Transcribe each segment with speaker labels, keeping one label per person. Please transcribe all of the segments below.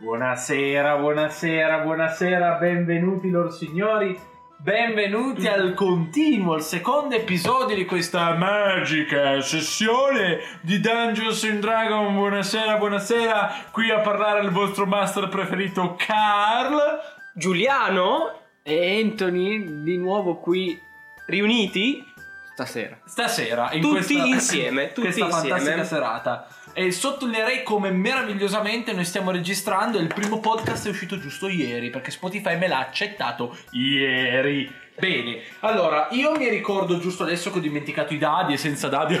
Speaker 1: Buonasera, buonasera, buonasera, benvenuti loro signori, benvenuti al continuo, al secondo episodio di questa magica sessione di Dungeons and Dragon. Buonasera, buonasera, qui a parlare il vostro master preferito Carl.
Speaker 2: Giuliano e Anthony di nuovo qui riuniti stasera.
Speaker 1: Stasera, in
Speaker 2: Tutti
Speaker 1: questa,
Speaker 2: insieme, tutti
Speaker 1: questa
Speaker 2: insieme.
Speaker 1: fantastica serata. E sottolineerei come meravigliosamente noi stiamo registrando. Il primo podcast è uscito giusto ieri, perché Spotify me l'ha accettato ieri. Bene, allora io mi ricordo giusto adesso che ho dimenticato i dadi e senza dadi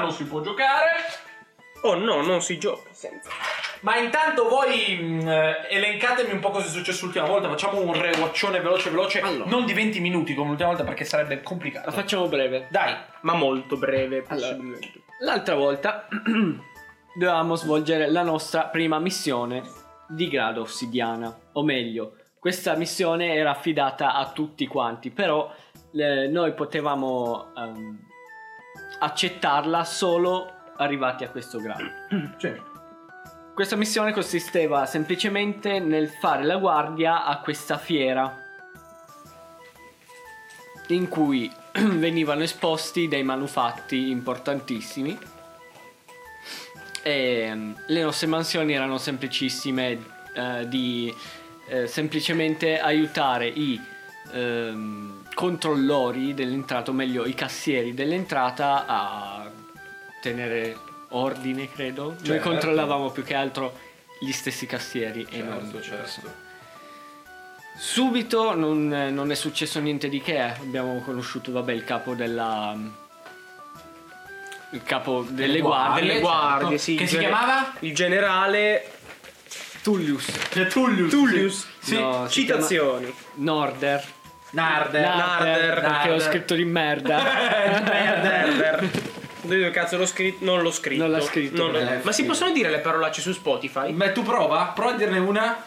Speaker 1: non si può giocare.
Speaker 2: Oh no, non si gioca senza.
Speaker 1: Ma intanto voi mh, elencatemi un po' cosa è successo l'ultima volta. Facciamo un rewatchone veloce, veloce.
Speaker 2: Allora.
Speaker 1: Non di 20 minuti come l'ultima volta perché sarebbe complicato.
Speaker 2: La facciamo breve,
Speaker 1: Dai,
Speaker 2: Esatto. ma molto breve
Speaker 1: Allora.
Speaker 2: possibilmente. L'altra volta dovevamo svolgere la nostra prima missione di grado ossidiana, o meglio, questa missione era affidata a tutti quanti, però eh, noi potevamo ehm, accettarla solo arrivati a questo grado.
Speaker 1: Cioè,
Speaker 2: Questa missione consisteva semplicemente nel fare la guardia a questa fiera in cui venivano esposti dei manufatti importantissimi e mm, le nostre mansioni erano semplicissime eh, di eh, semplicemente aiutare i ehm, controllori dell'entrata o meglio i cassieri dell'entrata a tenere ordine credo noi
Speaker 1: Certo.
Speaker 2: controllavamo più che altro gli stessi cassieri e
Speaker 3: Certo.
Speaker 2: non le persone. Subito non, non è successo niente di che, abbiamo conosciuto vabbè, il capo della... Il capo delle guardie,
Speaker 3: delle guardie, sì,
Speaker 1: certo. Che si
Speaker 3: gene-
Speaker 1: chiamava?
Speaker 3: Ah, Il generale
Speaker 2: Tullius.
Speaker 1: Tullius.
Speaker 3: Tullius.
Speaker 1: Sì.
Speaker 2: No, si
Speaker 3: Citazioni.
Speaker 2: chiama Norder.
Speaker 1: Narder.
Speaker 3: Narder,
Speaker 2: perché ho
Speaker 1: Eh, Narder.
Speaker 2: scritto di merda.
Speaker 3: Herder. Dove cazzo l'ho scritto? Non l'ho scritto.
Speaker 2: Non l'ha scritto,
Speaker 3: Non l'ho-
Speaker 1: eh,
Speaker 3: Ma si
Speaker 1: sì.
Speaker 3: possono dire le parolacce su Spotify?
Speaker 1: Ma tu prova? Prova a dirne una.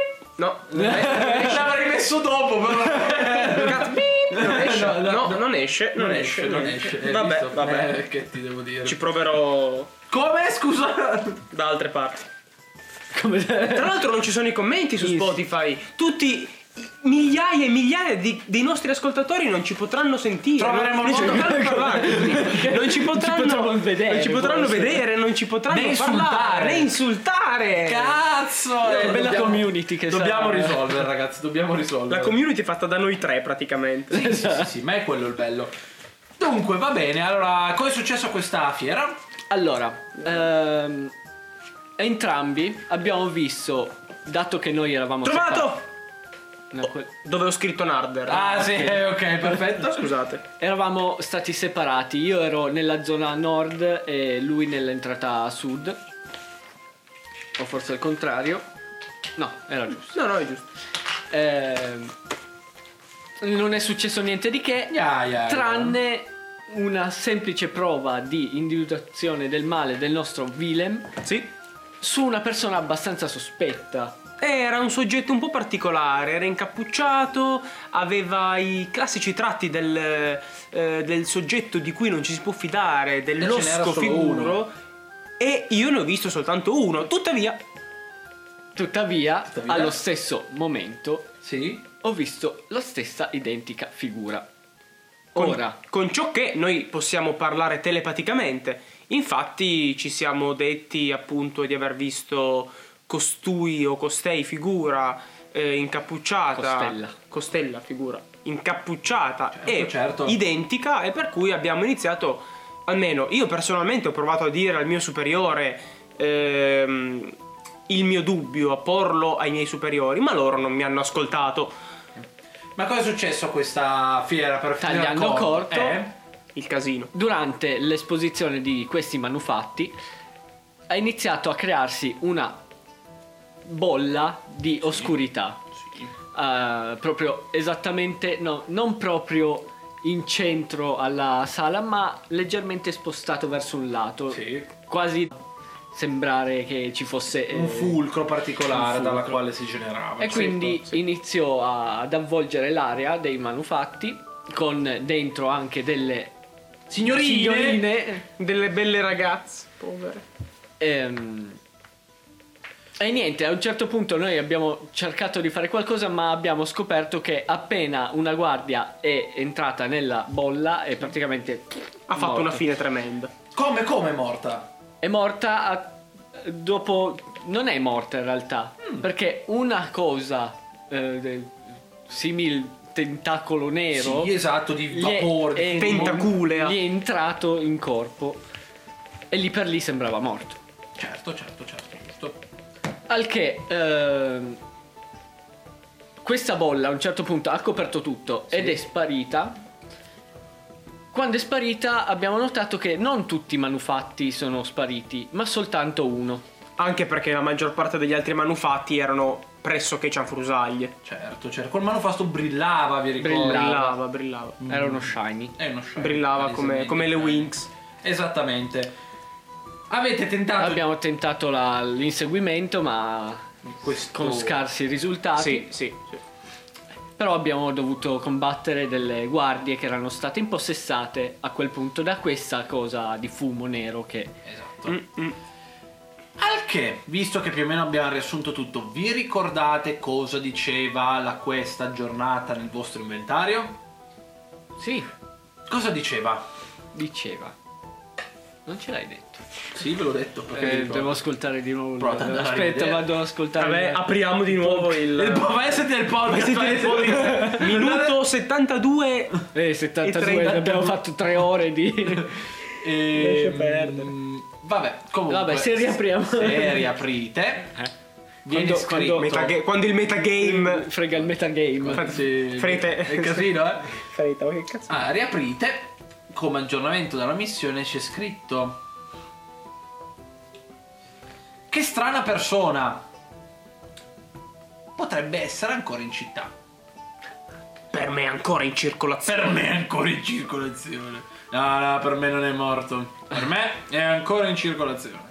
Speaker 3: No.
Speaker 1: Eh, L'avrei messo dopo, però.
Speaker 3: Cazzo, beep, non esce.
Speaker 1: No, no,
Speaker 3: No,
Speaker 1: no.
Speaker 3: non esce, non esce, non
Speaker 1: Eh,
Speaker 3: esce. Vabbè, vabbè.
Speaker 1: che ti devo dire? Eh.
Speaker 3: Ci proverò
Speaker 1: Come? Scusa.
Speaker 3: da altre parti.
Speaker 2: Come
Speaker 3: Tra l'altro non ci sono i commenti su
Speaker 2: Sì, sì.
Speaker 3: Spotify. Tutti i- migliaia e migliaia di- dei nostri ascoltatori non ci potranno sentire.
Speaker 1: Troveremo
Speaker 3: non,
Speaker 1: il
Speaker 3: non ci
Speaker 1: modo.
Speaker 3: potranno parlare. Non ci
Speaker 2: Non ci
Speaker 3: potranno,
Speaker 2: potranno vedere,
Speaker 3: Non ci potranno
Speaker 2: forse.
Speaker 3: vedere, non ci potranno
Speaker 1: Né
Speaker 3: parlare, né insultare.
Speaker 1: Cazzo. Eh,
Speaker 2: È bella
Speaker 1: Dobbiamo-
Speaker 2: community che
Speaker 1: Dobbiamo
Speaker 2: sarà.
Speaker 1: risolvere, ragazzi. Dobbiamo risolvere.
Speaker 3: La community è fatta da noi tre praticamente.
Speaker 1: Sì, sì, sì, sì, ma è quello il bello. Dunque, va bene. Allora, cosa è successo a questa fiera?
Speaker 2: Allora, ehm, entrambi abbiamo visto, dato che noi eravamo...
Speaker 3: Trovato!
Speaker 2: separ- no, que-
Speaker 3: Dove ho scritto Narder.
Speaker 1: Ah, sì, ok, perfetto.
Speaker 3: Scusate.
Speaker 2: Eravamo stati separati, io ero nella zona nord e lui nell'entrata sud. O forse al contrario. No, era giusto.
Speaker 3: No, no, è giusto.
Speaker 2: Ehm, non è successo niente di che,
Speaker 1: Ya, ya, ya.
Speaker 2: tranne una semplice prova di individuazione del male del nostro Willem
Speaker 3: Sì.
Speaker 2: su una persona abbastanza sospetta.
Speaker 3: Era un soggetto un po' particolare, era incappucciato, aveva i classici tratti del, eh, del soggetto di cui non ci si può fidare,
Speaker 1: Eh, ce n'era
Speaker 3: dell'osco
Speaker 1: solo uno.
Speaker 3: figuro. E io ne ho visto soltanto uno, tuttavia
Speaker 2: Tuttavia,
Speaker 1: Tuttavia.
Speaker 2: allo stesso momento,
Speaker 1: Sì.
Speaker 2: ho visto la stessa identica figura.
Speaker 3: con,
Speaker 2: Ora,
Speaker 3: con ciò che noi possiamo parlare telepaticamente. Infatti ci siamo detti appunto di aver visto costui o costei figura eh, incappucciata.
Speaker 2: Costella.
Speaker 3: Costella figura. Incappucciata
Speaker 1: Certo,
Speaker 3: e
Speaker 1: certo.
Speaker 3: identica e per cui abbiamo iniziato, almeno io personalmente ho provato a dire al mio superiore ehm, il mio dubbio, a porlo ai miei superiori, ma loro non mi hanno ascoltato.
Speaker 1: Ma cosa è successo a questa fiera per finire
Speaker 2: Tagliando
Speaker 1: corto?
Speaker 2: corto.
Speaker 1: Eh?
Speaker 3: Il casino.
Speaker 2: Durante l'esposizione di questi manufatti ha iniziato a crearsi una bolla di oscurità, Eh, proprio esattamente, no, non proprio in centro alla sala, ma leggermente spostato verso un lato,
Speaker 1: Sì.
Speaker 2: quasi sembrare che ci fosse
Speaker 1: Un
Speaker 2: eh,
Speaker 1: fulcro particolare
Speaker 2: un
Speaker 1: dalla
Speaker 2: fulcro.
Speaker 1: quale si generava.
Speaker 2: E quindi iniziò a- ad avvolgere l'area dei manufatti con dentro anche delle
Speaker 1: Signorine!
Speaker 2: signorine
Speaker 3: Delle belle ragazze, povere.
Speaker 2: Ehm, E niente, a un certo punto noi abbiamo cercato di fare qualcosa, ma abbiamo scoperto che appena una guardia è entrata nella bolla è praticamente
Speaker 3: Ha fatto
Speaker 2: morta.
Speaker 3: una fine tremenda.
Speaker 1: Come, come è morta?
Speaker 2: È morta a- dopo... Non è morta in realtà,
Speaker 3: Mm.
Speaker 2: perché una cosa eh, de- simil tentacolo nero...
Speaker 1: Sì, esatto, di
Speaker 2: gli è-
Speaker 1: vapore.
Speaker 2: è-
Speaker 1: di
Speaker 3: Tentaculea.
Speaker 2: Gli è entrato in corpo e lì per lì sembrava morto.
Speaker 1: Certo, certo, certo, giusto.
Speaker 2: Al che ehm, questa bolla a un certo punto ha coperto tutto ed è sparita. Quando è sparita abbiamo notato che non tutti i manufatti sono spariti, ma soltanto uno.
Speaker 3: Anche perché la maggior parte degli altri manufatti erano pressoché cianfrusaglie.
Speaker 1: Certo, certo. Col manufasto brillava, vi ricordo.
Speaker 2: Brillava.
Speaker 3: Brillava, brillava.
Speaker 2: Era uno shiny.
Speaker 1: È uno shiny,
Speaker 3: Brillava
Speaker 1: palesemente.
Speaker 3: come, come le Winx.
Speaker 1: Esattamente. Avete tentato
Speaker 2: Abbiamo tentato la- l'inseguimento, ma
Speaker 1: questo
Speaker 2: con scarsi risultati.
Speaker 3: Sì, Ah, sì, sì.
Speaker 2: Però abbiamo dovuto combattere delle guardie che erano state impossessate a quel punto da questa cosa di fumo nero che...
Speaker 1: Esatto.
Speaker 3: Mm, mm.
Speaker 1: Al che, visto che più o meno abbiamo riassunto tutto, vi ricordate cosa diceva la questa giornata nel vostro inventario?
Speaker 2: Sì,
Speaker 1: Cosa diceva?
Speaker 2: diceva. Non ce l'hai detto.
Speaker 1: Sì, ve l'ho detto perché
Speaker 2: Eh,
Speaker 1: vi ricordo.
Speaker 2: devo ascoltare di nuovo.
Speaker 1: Prova ad andare a
Speaker 2: Aspetta,
Speaker 1: rivedere.
Speaker 2: vado ad ascoltare.
Speaker 3: Vabbè, apriamo di nuovo
Speaker 1: Il
Speaker 3: il...
Speaker 1: po- Vai del podcast.
Speaker 3: Siete
Speaker 1: vai,
Speaker 3: fuori-
Speaker 1: siete-
Speaker 3: Minuto 72
Speaker 2: Eh,
Speaker 3: E
Speaker 2: 72,
Speaker 3: 32.
Speaker 2: abbiamo fatto tre ore di...
Speaker 1: Eh. Ehm,
Speaker 3: Lascia perdere.
Speaker 1: Vabbè, comunque.
Speaker 2: Vabbè, se riapriamo.
Speaker 1: Se riaprite. Viene
Speaker 2: Quando- quando-
Speaker 1: scritto.
Speaker 3: Metagame- quando il metagame
Speaker 2: Frega il metagame.
Speaker 1: Sì,
Speaker 3: Frete.
Speaker 1: È un casino, eh?
Speaker 3: Ferita, ma che cazzo
Speaker 1: Ah, riaprite. Come aggiornamento della missione c'è scritto. Che strana persona. Potrebbe essere ancora in città.
Speaker 3: per me è ancora in circolazione
Speaker 1: Per me è ancora in circolazione. No, no, per me non è morto. Per me è ancora in circolazione.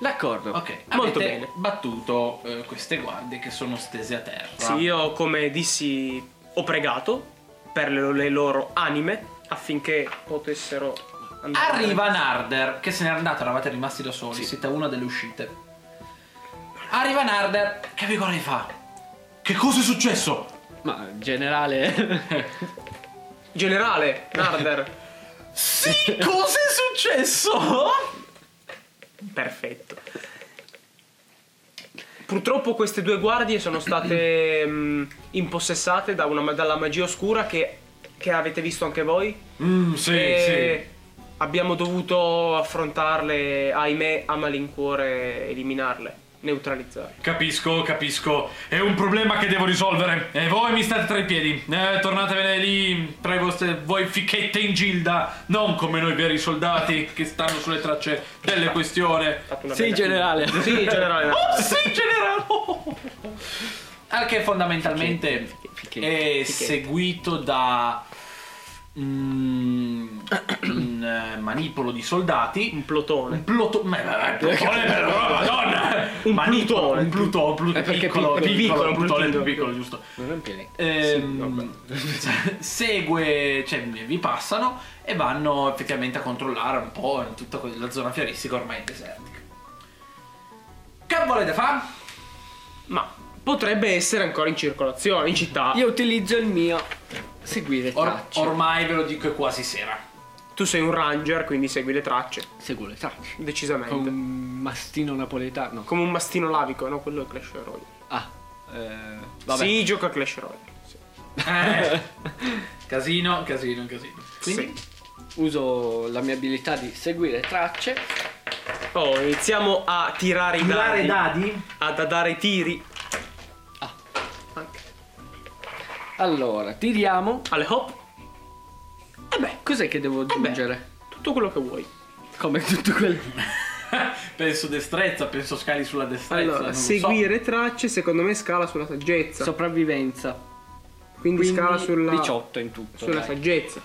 Speaker 2: D'accordo.
Speaker 1: Ok,
Speaker 3: Molto
Speaker 1: avete
Speaker 3: bene.
Speaker 1: battuto eh, queste guardie che sono stese a terra.
Speaker 3: sì io come dissi ho pregato per le, le loro anime affinché potessero andare
Speaker 1: Arriva Narder, che se n'è andato, eravate rimasti da soli, siete a una delle uscite. Arriva Narder, che vi guarda e fa? Che cosa è successo?
Speaker 2: Ma in generale...
Speaker 3: generale Narder
Speaker 1: Sì, cosa è successo?
Speaker 3: perfetto purtroppo queste due guardie sono state mm, impossessate da una- dalla magia oscura che, che avete visto anche voi
Speaker 1: Mmm, sì,
Speaker 3: E Abbiamo dovuto affrontarle, ahimè, a malincuore, eliminarle, neutralizzarle.
Speaker 1: Capisco, capisco. È un problema che devo risolvere. E voi mi state tra i piedi. Eh, tornatevene lì tra i vostri, voi fichette in gilda. Non come noi veri soldati che stanno sulle tracce delle questioni.
Speaker 3: Fatto una
Speaker 2: sì,
Speaker 3: bella-
Speaker 2: generale.
Speaker 3: Sì, generale. no.
Speaker 1: Oh, sì, generale! Anche fondamentalmente
Speaker 2: Fichette, fichette,
Speaker 1: è
Speaker 2: fichette.
Speaker 1: seguito da mm, un eh, manipolo di soldati.
Speaker 3: Un
Speaker 1: Un
Speaker 3: plotone.
Speaker 1: plotone, ma, ma, ma, plotone però, madonna!
Speaker 3: Un
Speaker 1: Manico-
Speaker 3: plutone.
Speaker 1: un plutone, un plutone
Speaker 2: Eh, perché
Speaker 1: piccolo,
Speaker 2: piccolo,
Speaker 1: piccolo, un
Speaker 3: piccolo,
Speaker 1: plutone più
Speaker 3: piccolo.
Speaker 1: piccolo, giusto.
Speaker 2: Non è un pianeta.
Speaker 1: Ehm, segue, cioè vi passano e vanno effettivamente a controllare un po' in tutta que- la zona fioristica ormai desertica. Che volete fare?
Speaker 3: Ma potrebbe essere ancora in circolazione, in città.
Speaker 2: Io utilizzo il mio seguire
Speaker 1: Or-
Speaker 2: tracce.
Speaker 1: ormai ve lo dico è quasi sera.
Speaker 3: Tu sei un ranger, quindi segui le tracce.
Speaker 2: Seguo le tracce.
Speaker 3: Decisamente.
Speaker 2: Con un mastino napoletano.
Speaker 3: Come un mastino lavico, no? Quello è Clash Royale.
Speaker 2: Ah, eh, vabbè.
Speaker 3: Sì, gioca a Clash Royale. Sì.
Speaker 1: Eh, casino, casino, casino. Quindi?
Speaker 3: Sì.
Speaker 2: Uso la mia abilità di seguire tracce.
Speaker 3: Oh, iniziamo a tirare i dadi.
Speaker 1: dadi?
Speaker 3: Ad a dare tiri.
Speaker 2: Ah.
Speaker 3: Anche.
Speaker 2: Allora, tiriamo.
Speaker 3: Alle hop.
Speaker 2: E beh, cos'è che
Speaker 3: Eh
Speaker 2: devo aggiungere?
Speaker 3: Tutto quello che vuoi.
Speaker 2: Come tutto quello.
Speaker 1: penso destrezza, penso scali sulla destrezza. non
Speaker 3: Allora,
Speaker 1: lo so.
Speaker 3: seguire tracce secondo me scala sulla saggezza.
Speaker 2: Sopravvivenza.
Speaker 3: quindi,
Speaker 2: Quindi
Speaker 3: scala sulla,
Speaker 2: 18 in tutto.
Speaker 3: sulla
Speaker 2: dai.
Speaker 3: saggezza.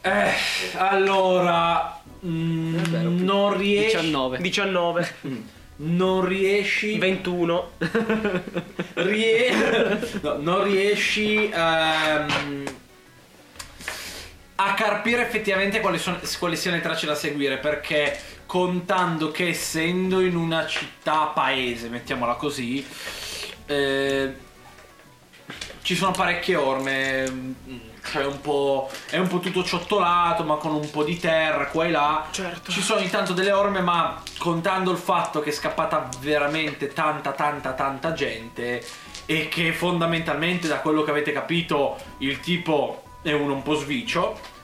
Speaker 1: Eh, allora, mm,
Speaker 2: È vero, più-
Speaker 1: non riesci.
Speaker 2: 19.
Speaker 3: 19,
Speaker 1: Non riesci.
Speaker 3: 21.
Speaker 1: Rie- no, non riesci ehm, a carpire effettivamente quali, sono- quali siano le tracce da seguire perché contando che essendo in una città paese, mettiamola così, eh, ci sono parecchie orme, mm, cioè un po', è un po' tutto ciottolato, ma con un po' di terra qua e là.
Speaker 3: Certo.
Speaker 1: Ci sono ogni tanto delle orme, ma contando il fatto che è scappata veramente tanta, tanta, tanta gente e che fondamentalmente, da quello che avete capito, il tipo è uno un po' sviccio,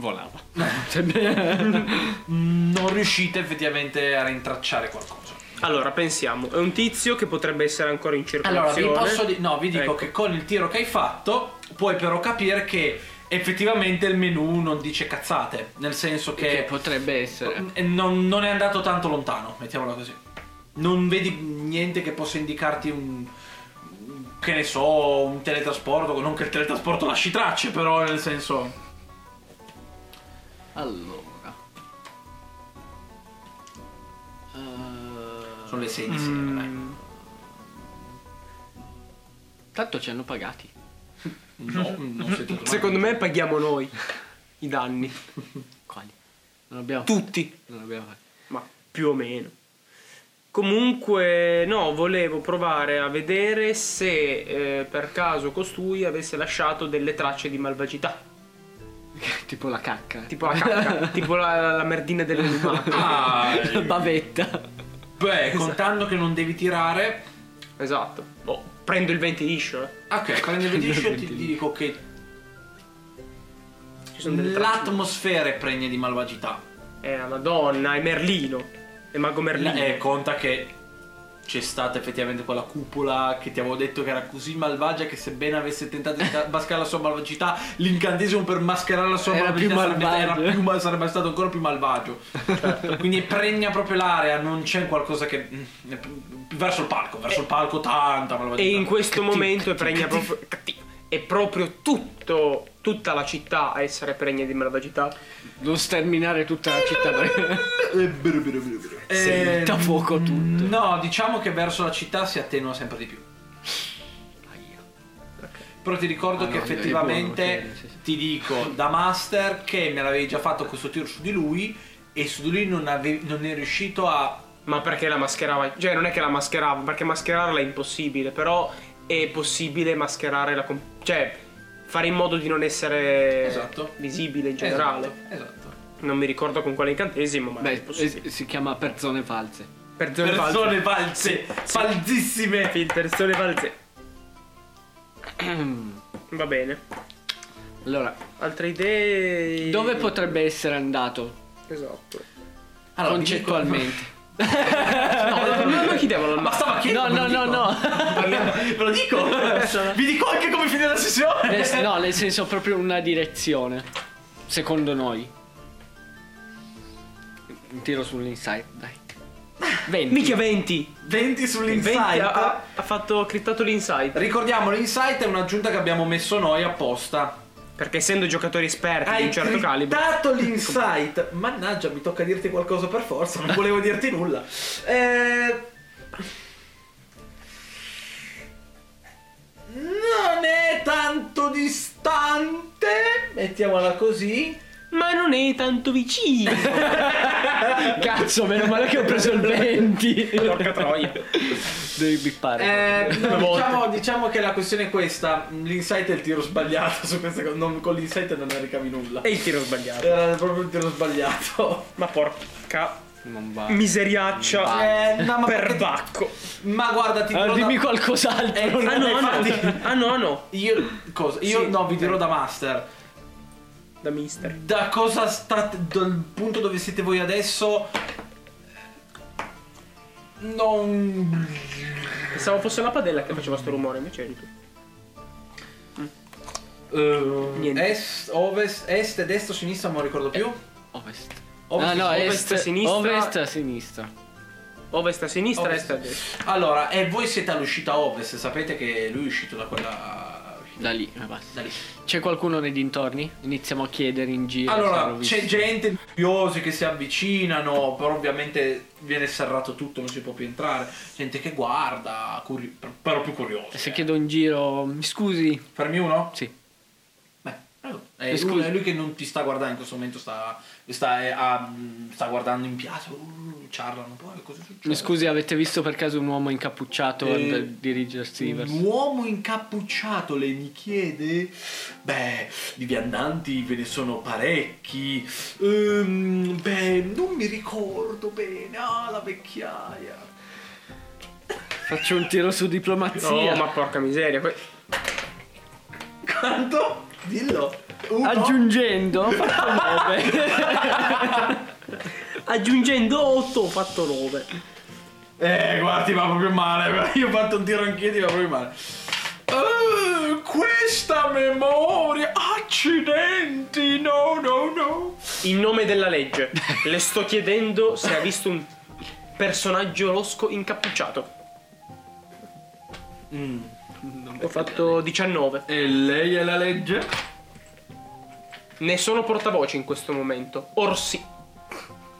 Speaker 2: Volava.
Speaker 1: mm, non riuscite effettivamente a rintracciare qualcosa.
Speaker 3: Allora, pensiamo, è un tizio che potrebbe essere ancora in
Speaker 1: Allora,
Speaker 3: circolazione.
Speaker 1: vi posso di- no, vi dico
Speaker 3: Ecco.
Speaker 1: che con il tiro che hai fatto puoi però capire che effettivamente il menu non dice cazzate, nel senso
Speaker 2: Che
Speaker 1: che,
Speaker 2: potrebbe
Speaker 3: Oh,
Speaker 2: essere.
Speaker 1: eh, non, non è andato tanto lontano, mettiamola così. Non vedi niente che possa indicarti un che ne so, un teletrasporto, non che il teletrasporto lasci tracce, però nel senso
Speaker 2: Allora. Eh,
Speaker 1: sono le 6 di sera, dai.
Speaker 3: Mm,
Speaker 2: Tanto ci hanno pagati.
Speaker 1: No, non siete tornati.
Speaker 3: secondo me paghiamo noi i danni.
Speaker 2: Quali? Non abbiamo
Speaker 3: Tutti.
Speaker 2: Non abbiamo fatto.
Speaker 3: Ma più o meno. Comunque, no, volevo provare a vedere se eh, per caso costui avesse lasciato delle tracce di malvagità.
Speaker 2: Tipo la cacca.
Speaker 3: Tipo la cacca, tipo la, la merdina delle lumache.
Speaker 1: Ah,
Speaker 2: la bavetta.
Speaker 1: beh, contando che non devi tirare,
Speaker 3: Esatto. Boh, prendo il 20 liscio. eh.
Speaker 1: Ok, prendi il vedisce e ti
Speaker 2: Quindi-
Speaker 1: dico che
Speaker 3: Ci sono delle tracce.
Speaker 1: l'atmosfera è pregna di malvagità.
Speaker 3: Eh, la Madonna, è Merlino. È Mago Merlino.
Speaker 1: E eh, conta che c'è stata effettivamente quella cupola che ti avevo detto che era così malvagia che sebbene avesse tentato di ca- mascherare la sua malvagità, l'incantesimo per mascherare la sua
Speaker 2: Era
Speaker 1: malvagità
Speaker 2: più
Speaker 1: sarebbe,
Speaker 2: malvagio.
Speaker 1: era più ma- sarebbe stato ancora più malvagio. Quindi è pregna proprio l'area, non c'è qualcosa che... mm, è p- verso il palco, verso il palco tanta malvagità.
Speaker 3: E in questo
Speaker 2: Cattivo,
Speaker 3: momento è
Speaker 2: cattivo,
Speaker 3: pregna
Speaker 2: cattivo.
Speaker 3: proprio. cattivo. È proprio tutto. Tutta la città a essere pregna di malvagità.
Speaker 2: Non sterminare tutta la città. perché- Si
Speaker 1: Ehm,
Speaker 2: mette a fuoco tutto.
Speaker 1: No, diciamo che verso la città si attenua sempre di più. Però ti ricordo
Speaker 2: Ah,
Speaker 1: che
Speaker 2: no, è
Speaker 1: effettivamente
Speaker 2: buono, sì, sì, sì.
Speaker 1: ti dico da master che me l'avevi già fatto questo tiro su di lui e su di lui non, avevi, non è riuscito a...
Speaker 3: Ma perché la mascherava? Cioè, non è che la mascherava, perché mascherarla è impossibile. Però è possibile mascherare la. com- cioè, fare in modo di non essere
Speaker 1: Esatto.
Speaker 3: Eh, visibile in generale.
Speaker 1: Esatto. esatto.
Speaker 3: Non mi ricordo con quale incantesimo, ma è
Speaker 2: Beh,
Speaker 3: possibile.
Speaker 2: eh, si chiama persone false.
Speaker 3: Per zone false.
Speaker 1: Persone false, falsissime.
Speaker 3: Persone false. Va bene.
Speaker 2: Allora,
Speaker 3: Altre
Speaker 1: Eh.
Speaker 3: idee?
Speaker 2: dove potrebbe essere andato
Speaker 3: Esatto.
Speaker 1: Allora, vi dico-
Speaker 2: concettualmente?
Speaker 3: No, no, no, no, chiediamolo al
Speaker 1: Ma
Speaker 3: master.
Speaker 1: stava chiedendo...
Speaker 2: No, no,
Speaker 1: ve lo
Speaker 2: no,
Speaker 1: dico.
Speaker 2: no.
Speaker 1: Ve lo dico.
Speaker 2: Sono-
Speaker 1: Vi dico anche come finire la sessione.
Speaker 2: Nel- no, nel senso proprio una direzione. Secondo noi. Un tiro sull'insight, dai. 20.
Speaker 3: Mica 20.
Speaker 1: 20
Speaker 3: Il 20
Speaker 1: sull'insight.
Speaker 3: ha, ha fatto ha crittato l'insight.
Speaker 1: Ricordiamo, l'insight è un'aggiunta che abbiamo messo noi apposta.
Speaker 3: Perché essendo giocatori esperti di un certo calibro.
Speaker 1: dato l'insight. Mannaggia, mi tocca dirti qualcosa per forza, non volevo dirti nulla. Eh, Non è tanto distante, mettiamola così.
Speaker 3: Ma non è tanto vicino.
Speaker 2: Cazzo, meno male che ho preso il 20.
Speaker 3: Porca troia.
Speaker 2: Devi bippare.
Speaker 1: Eh, no,
Speaker 3: Due volte.
Speaker 1: diciamo, diciamo che la questione è questa. L'insight è il tiro sbagliato su questa cosa. non- con l'insight non ne ricavi nulla.
Speaker 3: E il tiro sbagliato.
Speaker 1: Era proprio il tiro sbagliato.
Speaker 3: Ma porca
Speaker 2: Non va.
Speaker 3: miseriaccia.
Speaker 1: Eh, no, ma
Speaker 3: Perbacco.
Speaker 1: Ma guarda,
Speaker 3: Eh,
Speaker 1: ti
Speaker 2: Ah,
Speaker 1: dirò
Speaker 2: dimmi
Speaker 1: da-
Speaker 2: qualcos'altro.
Speaker 1: Eh,
Speaker 3: Ah no, ah no.
Speaker 1: Infatti-
Speaker 3: Ah no, no.
Speaker 1: Io cosa? Io
Speaker 3: Sì,
Speaker 1: no, vi dirò
Speaker 3: eh.
Speaker 1: da master.
Speaker 3: Da mister.
Speaker 1: Da cosa state dal punto dove siete voi adesso non
Speaker 3: Pensavo fosse la padella che faceva sto rumore, invece eri tu. Niente. Eh,
Speaker 1: est, ovest, est, destra, sinistra, non ricordo più.
Speaker 2: Ovest.
Speaker 1: Ovest,
Speaker 2: no, no,
Speaker 3: ovest,
Speaker 2: est,
Speaker 3: sinistra.
Speaker 2: Ovest a sinistra.
Speaker 3: Ovest a sinistra,
Speaker 1: Ovest.
Speaker 3: est a destra.
Speaker 1: Allora, e voi siete all'uscita ovest, sapete che lui è uscito da quella
Speaker 2: Da lì, eh, basta.
Speaker 1: da lì.
Speaker 2: C'è qualcuno nei dintorni? Iniziamo a chiedere in giro. se
Speaker 1: Allora,
Speaker 2: hanno visto.
Speaker 1: c'è gente curiosi che si avvicinano, però ovviamente viene serrato tutto, non si può più entrare. Gente che guarda, curi- però più curiosa.
Speaker 2: Se chiedo in giro, mi scusi.
Speaker 1: Fermi uno?
Speaker 2: Sì.
Speaker 1: Beh, prego. guardando. È,
Speaker 2: Scusi.
Speaker 1: lui, è lui che non ti sta guardando in questo momento, sta, sta, eh, ah, mm, sta guardando in piazza, uh, ciarlano. Poi cosa succede?
Speaker 2: Mi scusi, avete visto per caso un uomo incappucciato
Speaker 1: Certo. Eh,
Speaker 2: per dirigersi verso...
Speaker 1: Un uomo incappucciato le mi chiede: Beh, di viandanti ve ne sono parecchi. Ehm, beh, non mi ricordo bene. Ah, la vecchiaia.
Speaker 2: Faccio un tiro su diplomazia.
Speaker 3: Oh, ma porca miseria. que-
Speaker 1: Quanto? Dillo. Uno.
Speaker 2: Aggiungendo, faccio nove.
Speaker 3: Aggiungendo 8 ho fatto 9.
Speaker 1: Eh, guardi, va proprio male. Io ho fatto un tiro anch'io, ti va proprio male. Eh, questa memoria. Accidenti. No, no, no.
Speaker 3: In nome della legge, le sto chiedendo se ha visto un personaggio losco incappucciato. Mm, Ho fatto 19.
Speaker 1: E lei è la legge?
Speaker 3: Ne sono portavoce in questo momento. Orsi.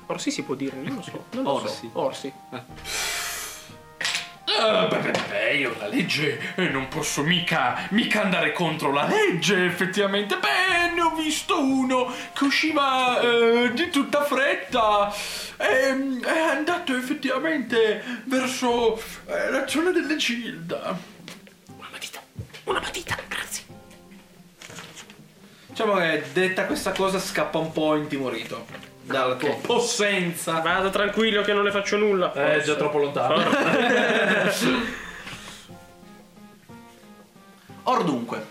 Speaker 3: Orsi si può dire, non lo so. Non lo
Speaker 2: Orsi.
Speaker 3: So. Orsi.
Speaker 1: Eh, beh, beh, beh, io la legge eh, non posso mica, mica andare contro la legge, effettivamente. Beh, ne ho visto uno che usciva eh, di tutta fretta. Ehm, è andato effettivamente verso eh, la zona delle Gilda.
Speaker 3: Una matita. Una matita, grazie.
Speaker 1: Diciamo che detta questa cosa scappa un po' intimorito dalla tua possenza.
Speaker 3: Vada tranquillo che non le faccio nulla.
Speaker 1: Eh, è già troppo lontano. Or dunque.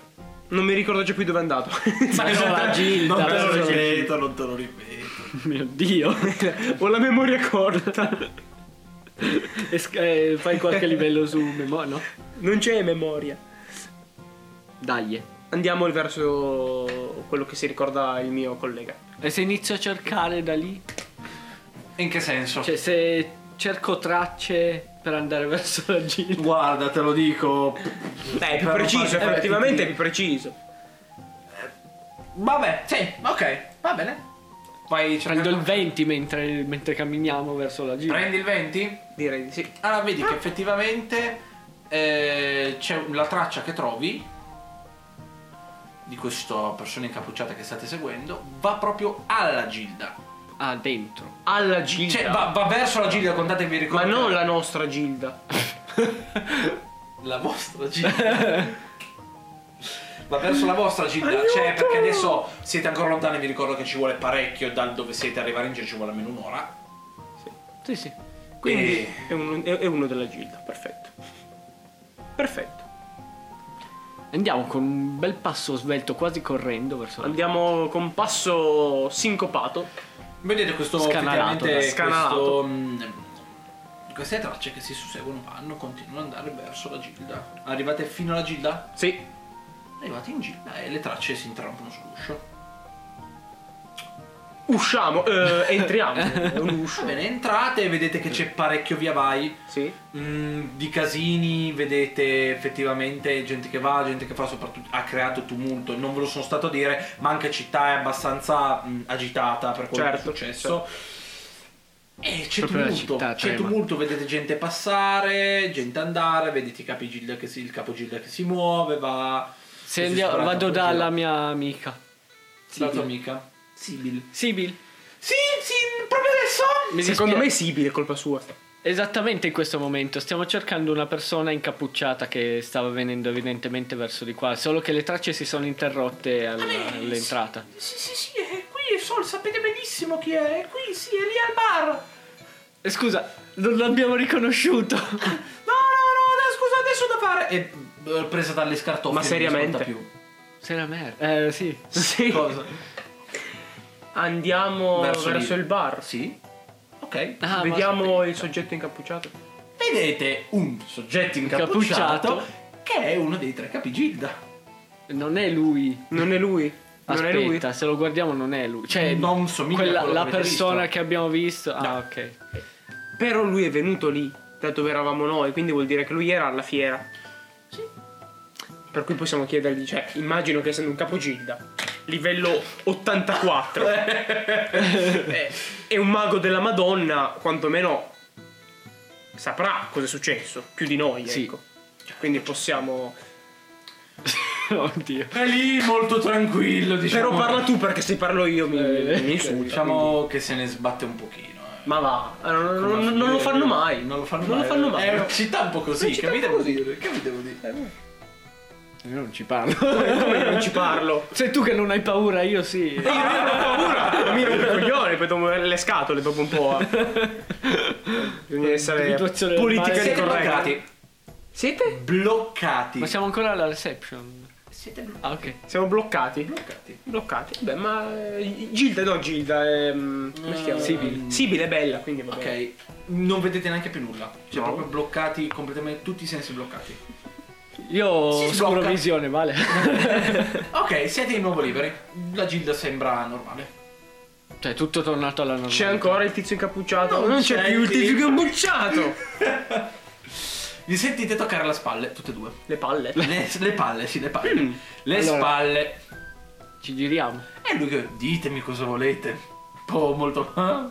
Speaker 3: Non mi ricordo già più dove è andato.
Speaker 2: Ma no, la Gilda.
Speaker 1: Non te lo
Speaker 2: la Gilda.
Speaker 1: ripeto, non te lo ripeto.
Speaker 2: Mio Dio.
Speaker 3: Ho la memoria corta.
Speaker 2: E sc- eh, fai qualche livello su memoria, no?
Speaker 3: Non c'è memoria.
Speaker 2: Dai.
Speaker 3: Andiamo verso quello che si ricorda il mio collega.
Speaker 2: E se inizio a cercare da lì?
Speaker 1: In che senso?
Speaker 2: Cioè, se cerco tracce per andare verso la Gilda.
Speaker 1: Guarda, te lo dico.
Speaker 3: Beh, è più
Speaker 1: Per
Speaker 3: preciso,
Speaker 1: non far-
Speaker 3: effettivamente
Speaker 1: eh,
Speaker 3: è più preciso.
Speaker 1: Vabbè, sì, ok, va bene. Vai,
Speaker 2: Prendo il
Speaker 1: cercando-
Speaker 2: 20 mentre, mentre camminiamo verso la Gilda.
Speaker 1: Prendi il 20?
Speaker 3: Direi di sì.
Speaker 1: Allora, vedi che effettivamente eh, c'è la traccia che trovi di questa persona incappucciata che state seguendo va proprio alla Gilda.
Speaker 2: Ah, dentro.
Speaker 3: Alla Gilda.
Speaker 1: Cioè, va, va verso la Gilda, contate che vi
Speaker 3: Ma
Speaker 1: ricordate.
Speaker 3: non la nostra Gilda.
Speaker 1: La vostra Gilda. Va verso la vostra Gilda, cioè perché adesso siete ancora lontani, vi ricordo che ci vuole parecchio dal dove siete arrivare in giro, ci vuole almeno un'ora.
Speaker 2: Sì, sì.
Speaker 3: Quindi
Speaker 1: E-
Speaker 3: è, uno, è- è uno della Gilda, perfetto. Perfetto.
Speaker 2: Andiamo con un bel passo svelto, quasi correndo verso la
Speaker 3: Andiamo con passo sincopato.
Speaker 1: Vedete questo
Speaker 2: Scanalato,
Speaker 1: effettivamente
Speaker 3: da scanalato.
Speaker 1: questo, mh, queste tracce che si susseguono vanno, continuano ad andare verso la Gilda. Arrivate fino alla Gilda?
Speaker 3: Sì.
Speaker 1: Arrivate in Gilda e le tracce si intrampono sull'uscio.
Speaker 3: Usciamo, eh, entriamo. È un
Speaker 1: Va
Speaker 3: uscio.
Speaker 1: bene, entrate e vedete che c'è parecchio via vai.
Speaker 3: Sì.
Speaker 1: Mm, di casini, vedete effettivamente gente che va, gente che fa, soprattutto ha creato tumulto, non ve lo sono stato a dire, ma anche città è abbastanza mm, agitata per quello che è
Speaker 3: Certo,
Speaker 1: successo. E c'è
Speaker 2: certo. Proprio la
Speaker 1: tumulto,
Speaker 2: città
Speaker 1: c'è
Speaker 2: trema.
Speaker 1: tumulto, vedete gente passare, gente andare, vedete i capi Gilda che si, il capogilda che si muove, va... così
Speaker 2: Se andiamo-
Speaker 1: sparata
Speaker 2: vado
Speaker 1: per
Speaker 2: dalla
Speaker 1: giro.
Speaker 2: mia amica.
Speaker 1: La tua
Speaker 2: Sibyl.
Speaker 1: amica? Sibyl.
Speaker 2: Sibyl.
Speaker 1: Sì, sì, proprio adesso!
Speaker 2: Mi
Speaker 3: Secondo
Speaker 2: dispia-
Speaker 3: me Sibile è colpa sua.
Speaker 2: Esattamente in questo momento stiamo cercando una persona incappucciata che stava venendo evidentemente verso di qua, solo che le tracce si sono interrotte al- all'entrata.
Speaker 1: Sì, sì, sì, è qui, è Sol, sapete benissimo chi è, è qui, sì, è lì al bar.
Speaker 2: Eh, Scusa, non l'abbiamo riconosciuto.
Speaker 1: No, no, no, da- scusa, adesso da fare. E eh, presa dalle scartoffie.
Speaker 3: Ma
Speaker 1: non
Speaker 3: seriamente?
Speaker 1: ascolta più.
Speaker 2: Sei una merda. Eh sì.
Speaker 3: Sì.
Speaker 1: Cosa?
Speaker 3: Andiamo verso,
Speaker 1: Verso lì.
Speaker 3: il bar.
Speaker 1: Sì. Ok.
Speaker 2: Ah, ma-
Speaker 3: Vediamo il soggetto incappucciato.
Speaker 1: Vedete un soggetto incappucciato, che è uno dei tre capigilda.
Speaker 2: Non è lui.
Speaker 3: Non è lui. Non è lui.
Speaker 2: Aspetta, se lo guardiamo non è lui. Cioè,
Speaker 1: Non somiglia a
Speaker 2: quella-
Speaker 1: quello che
Speaker 2: la
Speaker 1: avete
Speaker 2: persona
Speaker 1: visto.
Speaker 2: che abbiamo visto. Ah, ok.
Speaker 3: Però lui è venuto lì, da dove eravamo noi, quindi vuol dire che lui era alla fiera.
Speaker 1: Sì.
Speaker 3: Per cui possiamo chiedergli, cioè, immagino che essendo un capogilda, livello 84, eh, è un mago della Madonna, quantomeno saprà cosa è successo, più di noi, Cioè,
Speaker 2: Sì.
Speaker 3: ecco. Quindi possiamo...
Speaker 2: Oddio.
Speaker 1: È lì molto tranquillo, diciamo.
Speaker 3: Però parla tu perché se parlo io mi,
Speaker 2: Eh,
Speaker 3: mi insulta.
Speaker 1: Diciamo che se ne sbatte un pochino. eh.
Speaker 3: Ma va, eh, non, non- non- non lo fanno mai.
Speaker 1: Non lo fanno
Speaker 3: Non
Speaker 1: mai.
Speaker 3: lo fanno mai. Eh,
Speaker 1: È una città un po' così. Eh.
Speaker 3: città
Speaker 1: Che mi
Speaker 3: un po'
Speaker 1: devo
Speaker 3: così.
Speaker 1: dire? Che mi devo dire?
Speaker 2: Io non ci parlo.
Speaker 3: Come non ci parlo?
Speaker 2: Sei tu che non hai paura, io sì.
Speaker 3: Eh, Io non ho paura, mi rompo i coglioni, poi dopo le scatole dopo un po'. eh. Bisogna essere
Speaker 2: Situazione del mare.
Speaker 3: politicamente
Speaker 1: Siete
Speaker 3: corretti.
Speaker 1: bloccati.
Speaker 3: Siete?
Speaker 1: Bloccati.
Speaker 2: Ma siamo ancora alla reception.
Speaker 1: Siete blo-
Speaker 2: Ah, ok.
Speaker 3: Siamo bloccati?
Speaker 1: bloccati.
Speaker 3: Bloccati. Beh, ma eh, Gilda, no Gilda, ehm, come si chiama?
Speaker 2: Sibyl.
Speaker 3: Sibyl è bella, quindi va bene.
Speaker 1: Ok, non vedete neanche più nulla. Cioè,
Speaker 3: No.
Speaker 1: proprio bloccati, completamente tutti i sensi bloccati.
Speaker 2: Io ho
Speaker 1: Si
Speaker 2: scura
Speaker 1: sblocca.
Speaker 2: visione, vale.
Speaker 1: Ok, siete di nuovo liberi. La Gilda sembra normale.
Speaker 2: cioè, tutto tornato alla normalità.
Speaker 3: C'è ancora il tizio incappucciato?
Speaker 1: Non
Speaker 3: Non, c'è,
Speaker 1: c'è
Speaker 3: più il tizio
Speaker 1: il-
Speaker 3: incappucciato!
Speaker 1: Vi sentite toccare la spalle, tutte e due.
Speaker 3: Le palle.
Speaker 1: Le, le palle, sì, le palle. Le
Speaker 2: Allora.
Speaker 1: spalle.
Speaker 2: Ci giriamo.
Speaker 1: E lui che ditemi cosa volete. Un po' molto. "Ah?"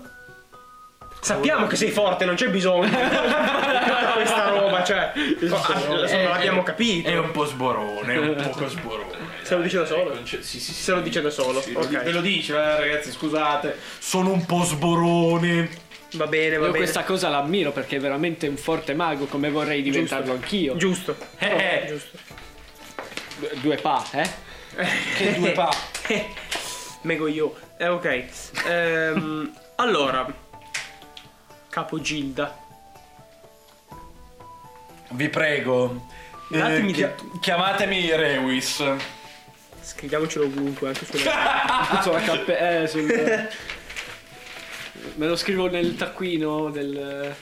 Speaker 3: Sappiamo che sei forte, non c'è bisogno. Questa roba, cioè.
Speaker 1: Eh,
Speaker 3: Insomma, l'abbiamo
Speaker 1: eh,
Speaker 3: capito.
Speaker 1: È un po' sborone, è un poco sborone.
Speaker 3: Se lo dice da solo?
Speaker 1: Dai, conce- Sì, sì, sì.
Speaker 3: Se lo dice da solo,
Speaker 1: Sì,
Speaker 3: ok.
Speaker 1: Ve lo dice, eh, ragazzi, scusate. Sono un po' sborone.
Speaker 3: Va bene, va
Speaker 2: Io
Speaker 3: bene.
Speaker 2: questa cosa l'ammiro perché è veramente un forte mago come vorrei diventarlo anch'io.
Speaker 3: Giusto.
Speaker 1: Eh, eh.
Speaker 3: giusto.
Speaker 2: Due- due pa, eh?
Speaker 1: Che due pa.
Speaker 3: Mego io. Eh, ok. Ehm, allora. Capo Gilda.
Speaker 1: Vi prego. eh,
Speaker 3: Datemi
Speaker 1: chi- chiamatemi Rewis.
Speaker 3: Scriviamocelo ovunque, anche sulle...
Speaker 2: Sulla cappe- eh, sul- Me lo scrivo nel taccuino del...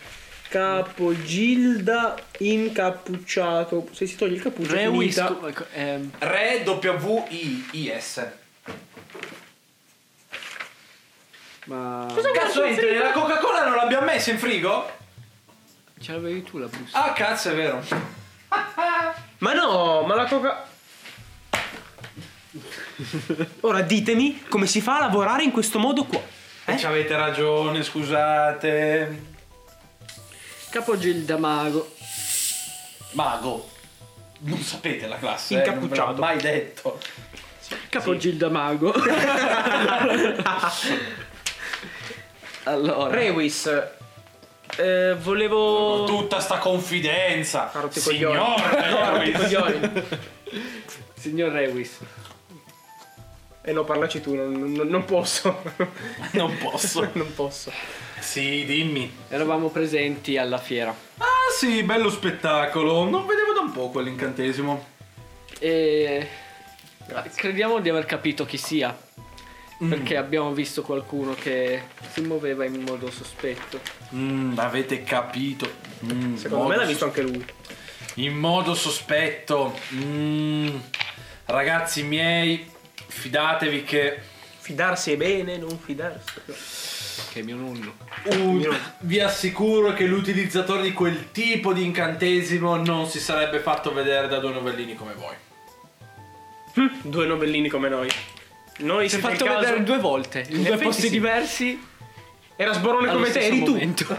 Speaker 3: Capo Gilda incappucciato. Se si toglie il cappuccio, è
Speaker 2: Rewis.
Speaker 3: finita.
Speaker 2: co- co- ehm,
Speaker 1: Re W-I-I-S.
Speaker 2: ma...
Speaker 1: Cazzo entri? La Coca-Cola non l'abbiamo messa in frigo?
Speaker 2: Ce l'avevi tu la busta?
Speaker 1: Ah cazzo è vero.
Speaker 3: Ma no, ma la coca... Ora ditemi come si fa a lavorare in questo modo qua. Eh?
Speaker 1: Ci avete ragione, scusate.
Speaker 2: Capogilda mago.
Speaker 1: Mago. Non sapete la classe.
Speaker 3: Incappucciato.
Speaker 1: Eh? non ve l'ho mai detto.
Speaker 2: Capogilda mago. allora.
Speaker 3: Rewis, eh, volevo...
Speaker 1: Tutta sta confidenza.
Speaker 3: Ha rotto i coglioni.
Speaker 1: Signor
Speaker 3: No, ha rotto i
Speaker 1: Lewis.
Speaker 3: coglioni.
Speaker 2: Signor Rewis.
Speaker 3: Eh no, parlaci tu, non, non- non posso.
Speaker 1: Non posso.
Speaker 3: non posso.
Speaker 1: Sì, dimmi.
Speaker 2: Eravamo presenti alla fiera.
Speaker 1: Ah sì, bello spettacolo. Non vedevo da un po' quell'incantesimo.
Speaker 2: E... Crediamo di aver capito chi sia. Perché abbiamo visto qualcuno che si muoveva in modo sospetto.
Speaker 1: Mm, avete capito. Mm,
Speaker 3: Secondo me
Speaker 1: modo
Speaker 3: l'ha visto anche lui.
Speaker 1: In modo sospetto. Mm, ragazzi miei, fidatevi che
Speaker 3: Fidarsi è bene, non fidarsi.
Speaker 2: Che è mio nonno.
Speaker 1: un- vi assicuro che l'utilizzatore di quel tipo di incantesimo non si sarebbe fatto vedere da due novellini come voi.
Speaker 3: Hm, Due novellini come noi. Noi
Speaker 2: Si è
Speaker 3: siete il
Speaker 2: fatto
Speaker 3: caso-
Speaker 2: vedere due volte, in, due
Speaker 3: effetti
Speaker 2: posti
Speaker 3: sì.
Speaker 2: diversi.
Speaker 3: Era sborone
Speaker 2: allo
Speaker 3: come te,
Speaker 2: stesso
Speaker 3: eri tu.
Speaker 2: momento.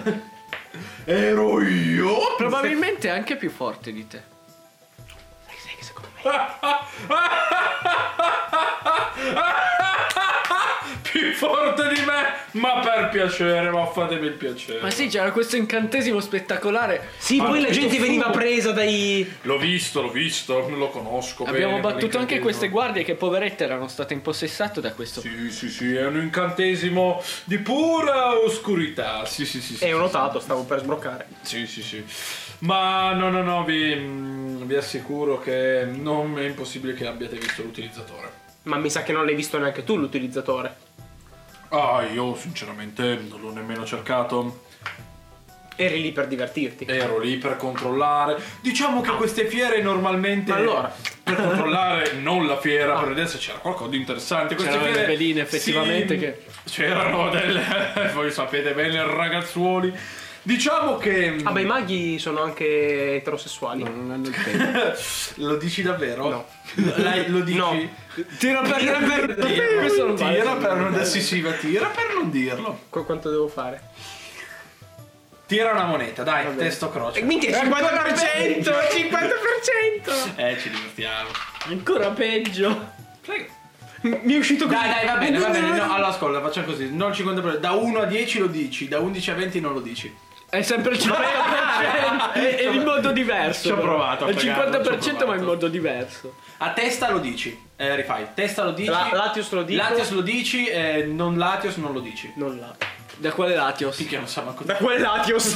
Speaker 1: Ero io?
Speaker 2: Probabilmente anche più forte di te.
Speaker 3: Sai che secondo me...
Speaker 1: Più forte di me, ma per piacere, ma fatemi il piacere.
Speaker 2: Ma sì, c'era questo incantesimo spettacolare.
Speaker 3: Sì, poi la
Speaker 1: tutto
Speaker 3: gente
Speaker 1: fumo.
Speaker 3: veniva presa dai...
Speaker 1: L'ho visto, l'ho visto, lo conosco.
Speaker 2: Abbiamo
Speaker 1: bene,
Speaker 2: battuto anche
Speaker 1: quell'incantesimo.
Speaker 2: queste guardie che poverette erano state impossessate da questo.
Speaker 1: Sì, sì, sì, è un incantesimo di pura oscurità. Sì, sì, sì. sì
Speaker 3: E Eh, ho
Speaker 1: sì,
Speaker 3: notato, stavo per sbroccare.
Speaker 1: Sì, sì, sì. Ma no, no, no, vi, mm, vi assicuro che non è impossibile che abbiate visto l'utilizzatore.
Speaker 3: Ma mi sa che non l'hai visto neanche tu l'utilizzatore.
Speaker 1: Ah, io sinceramente non l'ho nemmeno cercato.
Speaker 3: Eri lì per divertirti.
Speaker 1: Ero lì per controllare. Diciamo che queste fiere normalmente...
Speaker 3: Ma allora? Ah.
Speaker 1: Per controllare non la fiera, per vedere se c'era qualcosa di interessante. Queste
Speaker 2: C'erano le
Speaker 1: fiere...
Speaker 2: veline, effettivamente, che-
Speaker 1: C'erano delle... voi sapete bene, ragazzuoli. Diciamo che...
Speaker 3: Ah, beh, i maghi sono anche eterosessuali.
Speaker 2: Non hanno il tempo.
Speaker 1: Lo dici davvero?
Speaker 3: No. Eh,
Speaker 1: Lei lo dici?
Speaker 3: No.
Speaker 2: Tira per
Speaker 1: Tira per dirlo.
Speaker 2: Questo non vale.
Speaker 1: tira per non sì, sì, ma tira per non dirlo.
Speaker 3: Qu- quanto devo fare?
Speaker 1: Tira una moneta, dai,
Speaker 3: bene. Eh,
Speaker 1: testo croce.
Speaker 3: minchia, 50%! 50%!
Speaker 1: Eh, ci divertiamo.
Speaker 2: Ancora peggio.
Speaker 4: Prego.
Speaker 3: Mi è uscito così.
Speaker 1: Dai, dai, va bene, va bene. No, allora ascolta, facciamo così. Non 50%. Da 1 a 10 lo dici, da 11 a 20 non lo dici.
Speaker 2: È sempre il 50%. è, è in modo diverso.
Speaker 1: Ci ho
Speaker 2: però.
Speaker 1: provato a
Speaker 2: È il
Speaker 1: fregarlo,
Speaker 2: 50%
Speaker 1: ci ho
Speaker 2: ma in
Speaker 1: provato.
Speaker 2: modo diverso.
Speaker 1: A testa lo dici. Eh, rifai. Testa lo dici.
Speaker 3: La- Latius lo dico.
Speaker 1: Latios lo dici, eh, non Latios non lo dici.
Speaker 3: Non la.
Speaker 2: Da quale Latios?
Speaker 1: Sì, che non sa manco
Speaker 3: Da quel Latios.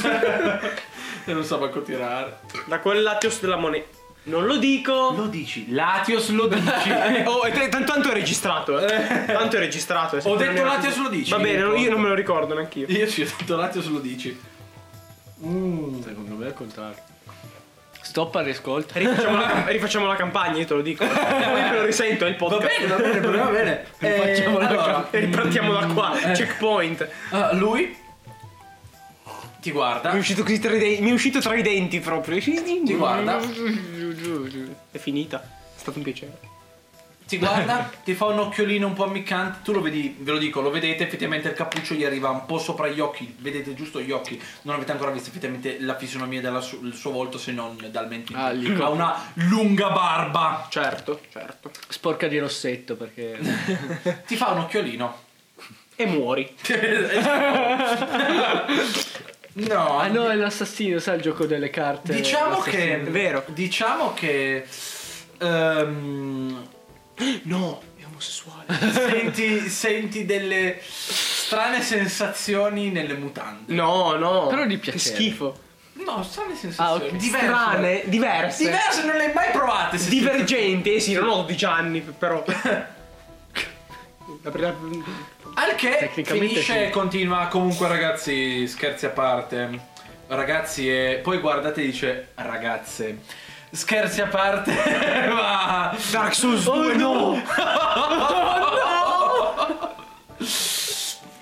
Speaker 1: non sa manco tirare.
Speaker 3: da quel Latios della moneta. Non lo dico.
Speaker 1: Lo dici, Latios lo dici.
Speaker 3: Oh, e te- tan- tanto è registrato. eh. Tanto è registrato.
Speaker 1: Ho detto Latios lo dici.
Speaker 3: Va bene, no, io non me lo ricordo neanch'io.
Speaker 1: Io sì, ho detto Latios lo dici.
Speaker 2: Secondo me è il contrario. Stop al riascolto.
Speaker 3: Rifacciamo la, rifacciamo la campagna, io te lo dico. E poi me lo risento il
Speaker 1: Va
Speaker 3: podcast.
Speaker 1: bene, va bene, però va bene. Eh,
Speaker 2: Facciamo la
Speaker 1: allora,
Speaker 3: E ripartiamo da qua. Checkpoint.
Speaker 1: ah, lui ti guarda,
Speaker 3: Mi è uscito così tra i denti. Mi è uscito tra i denti proprio.
Speaker 1: ti guarda,
Speaker 3: È finita. È stato un piacere.
Speaker 1: ti guarda, ti fa un occhiolino un po' ammiccante, tu lo vedi, ve lo dico, lo vedete, effettivamente il cappuccio gli arriva un po' sopra gli occhi, vedete giusto gli occhi, non avete ancora visto effettivamente la fisionomia del suo volto se non dal mentino.
Speaker 2: Ah, lì.
Speaker 1: ha una lunga barba.
Speaker 3: Certo, certo.
Speaker 2: Sporca di rossetto perché.
Speaker 1: Ti fa un occhiolino.
Speaker 3: E muori.
Speaker 1: no,
Speaker 2: Ah no, è l'assassino, sai il gioco delle carte.
Speaker 1: diciamo che
Speaker 2: L'assassino.
Speaker 3: vero.
Speaker 1: Diciamo che ehm,
Speaker 3: No, è omosessuale.
Speaker 1: senti, senti delle strane sensazioni nelle mutande.
Speaker 3: No, no.
Speaker 2: Però di
Speaker 3: Che
Speaker 2: piacere.
Speaker 3: schifo.
Speaker 1: No, strane sensazioni.
Speaker 2: Ah, ok.
Speaker 1: Diverse.
Speaker 3: Strane, diverse.
Speaker 1: Diverse, non le hai mai provate. se-
Speaker 3: Divergenti, eh sì, non ho 12 anni, però. La prima-
Speaker 1: Al che
Speaker 2: Tecnicamente
Speaker 1: finisce
Speaker 2: sì.
Speaker 1: e continua. Comunque, ragazzi, scherzi a parte. Ragazzi, e poi guardate e dice: Ragazze, scherzi a parte. Ma.
Speaker 3: Dark Souls 2, Oh, no!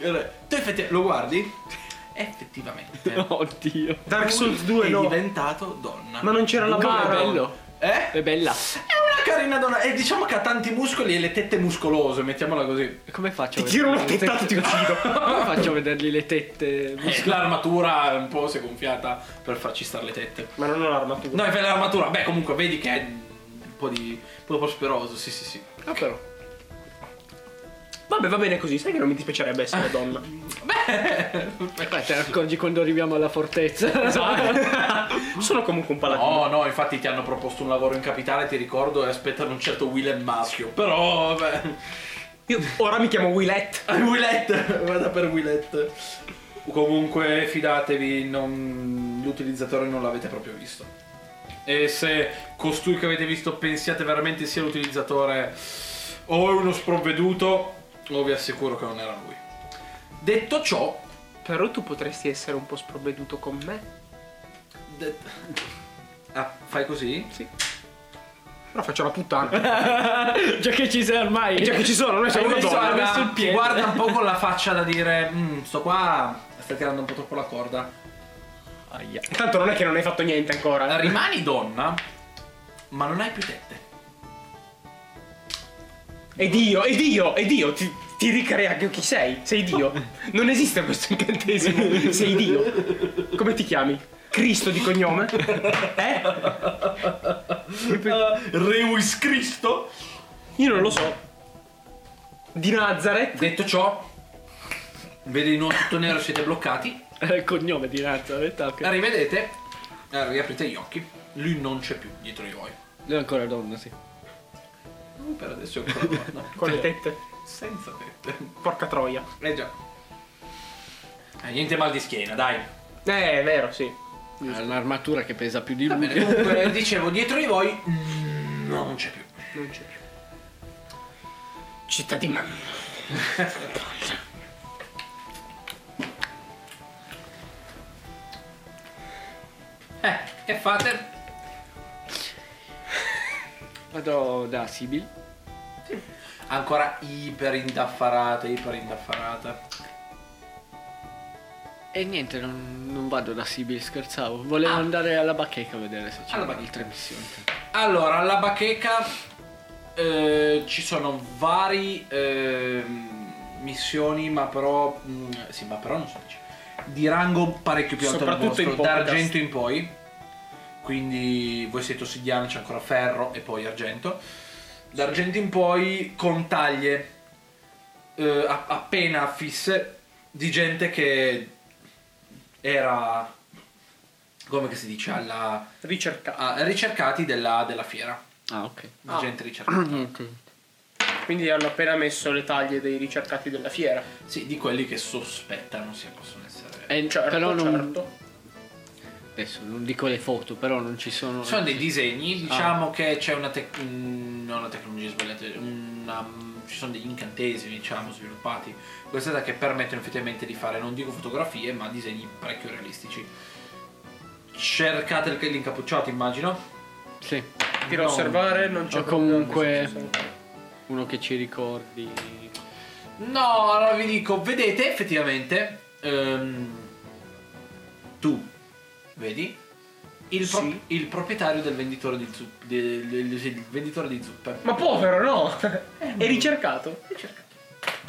Speaker 1: Allora, Tu effetti- lo guardi? Effettivamente.
Speaker 2: Oddio.
Speaker 3: Dark Souls
Speaker 1: Lui
Speaker 3: 2,
Speaker 1: è
Speaker 3: no.
Speaker 1: diventato donna.
Speaker 3: Ma non c'era la
Speaker 2: Com'è
Speaker 3: barba.
Speaker 2: bello.
Speaker 1: Eh?
Speaker 2: È bella.
Speaker 1: È una carina donna. E diciamo che ha tanti muscoli e le tette muscolose, mettiamola così.
Speaker 2: E Come faccio
Speaker 3: Ti
Speaker 2: a
Speaker 3: tiro una
Speaker 2: vedergli le
Speaker 3: tettata e ti
Speaker 2: tette?
Speaker 3: uccido.
Speaker 2: Come faccio a vedergli le tette?
Speaker 1: Eh, L'armatura un po' si è gonfiata per farci stare le tette.
Speaker 3: Ma non ho
Speaker 1: No,
Speaker 3: l'armatura.
Speaker 1: è l'armatura. Beh, comunque vedi che è un po' di. un po' prosperoso, sì, sì, sì.
Speaker 2: Ah però.
Speaker 3: Vabbè, va bene così, sai che non mi dispiacerebbe essere donna.
Speaker 2: Beh, Eh, te ne accorgi quando arriviamo alla fortezza.
Speaker 3: Esatto. Sono comunque un paladino.
Speaker 1: No, no, infatti ti hanno proposto un lavoro in capitale, ti ricordo, e aspettano un certo Willem Maschio. Però, vabbè.
Speaker 3: Io ora mi chiamo Willette.
Speaker 1: Ah, Willette, vada per Willette. Comunque fidatevi, non- l'utilizzatore non l'avete proprio visto. E se costui che avete visto pensiate veramente sia l'utilizzatore o è uno sprovveduto, o vi assicuro che non era lui. Detto ciò,
Speaker 3: Però tu potresti essere un po' sprovveduto con me.
Speaker 1: det- Ah, fai così? Sì.
Speaker 3: Però faccio la puttana.
Speaker 2: Già che ci sei ormai.
Speaker 3: Già che ci sono, noi siamo
Speaker 2: Hai
Speaker 3: una
Speaker 2: messo-
Speaker 3: donna.
Speaker 2: hai messo il
Speaker 1: Guarda, ti
Speaker 2: piede.
Speaker 1: guarda un po' con la faccia da dire, "Mm, sto qua, sta tirando un po' troppo la corda.
Speaker 2: Aia.
Speaker 3: Tanto non è che non hai fatto niente ancora.
Speaker 1: Rimani donna, ma non hai più tette.
Speaker 3: È Dio, è Dio, è Dio. Ti, ti ricrea che- chi sei? Sei Dio. Non esiste questo incantesimo. Sei Dio. Come ti chiami? Cristo di cognome? Eh?
Speaker 1: Reus Cristo.
Speaker 3: Io non lo so. Di Nazareth?
Speaker 1: Detto ciò, vedi di nuovo tutto nero, siete bloccati.
Speaker 2: Era il cognome di Nazareth. ok.
Speaker 1: Rivedete, eh, riaprite gli occhi. Lui non c'è più dietro di voi.
Speaker 2: Lui è ancora donna, sì.
Speaker 1: Mm, Per adesso è ancora donna.
Speaker 3: Con le tette.
Speaker 1: Senza tette.
Speaker 3: Porca troia.
Speaker 1: Eh già. Eh, niente mal di schiena, dai.
Speaker 3: Eh, è vero, sì.
Speaker 2: Ha un'armatura che pesa più di
Speaker 1: Va bene,
Speaker 2: lui.
Speaker 1: comunque dicevo, dietro di voi mm, no, non c'è più.
Speaker 3: Non c'è più. Città di mamma.
Speaker 1: Eh, che fate?
Speaker 2: Vado da Sibyl.
Speaker 1: Ancora iper indaffarata, iper indaffarata.
Speaker 2: E niente, non, non vado da Sibyl, scherzavo. Volevo
Speaker 3: Ah.
Speaker 2: andare alla bacheca a vedere se c'erano
Speaker 1: Alla bacheca.
Speaker 2: altre missioni.
Speaker 1: Allora, alla bacheca eh, ci sono vari ehm, missioni, ma però. mm, sì, ma però non so. dice, Di rango parecchio più alto del
Speaker 3: Soprattutto in
Speaker 1: vostro,
Speaker 3: podcast.
Speaker 1: d'argento in poi. Quindi voi siete ossidiano, c'è ancora ferro e poi argento. d'argento in poi con taglie eh, a- appena fisse di gente che era come che si dice alla
Speaker 3: Ricercato.
Speaker 1: a- Ah, ricercati della, della fiera
Speaker 2: Ah, ok.
Speaker 1: di
Speaker 3: Ah.
Speaker 1: gente ricercata
Speaker 3: Quindi hanno appena messo le taglie dei ricercati della fiera.
Speaker 1: sì di quelli che sospettano se possono essere
Speaker 2: Eh,
Speaker 3: Certo,
Speaker 2: però non,
Speaker 3: certo.
Speaker 2: adesso non dico le foto, però non ci sono.
Speaker 1: sono dei disegni diciamo che c'è una, tec- un- non una tecnologia sbagliata una- ci sono degli incantesimi diciamo sviluppati questa che permettono effettivamente di fare non dico fotografie ma disegni parecchio realistici cercate il- l'incappucciato immagino
Speaker 2: Sì,
Speaker 3: Per
Speaker 1: No.
Speaker 3: osservare non c'è
Speaker 2: O
Speaker 3: problema,
Speaker 2: comunque-
Speaker 3: sì, sì, sì.
Speaker 2: uno che ci ricordi.
Speaker 1: No, allora vi dico, vedete effettivamente. ehm, tu vedi il, pro-
Speaker 3: Sì.
Speaker 1: il proprietario del venditore di zuppe. il venditore di zuppe. certo.
Speaker 3: Ma povero, no! È ricercato.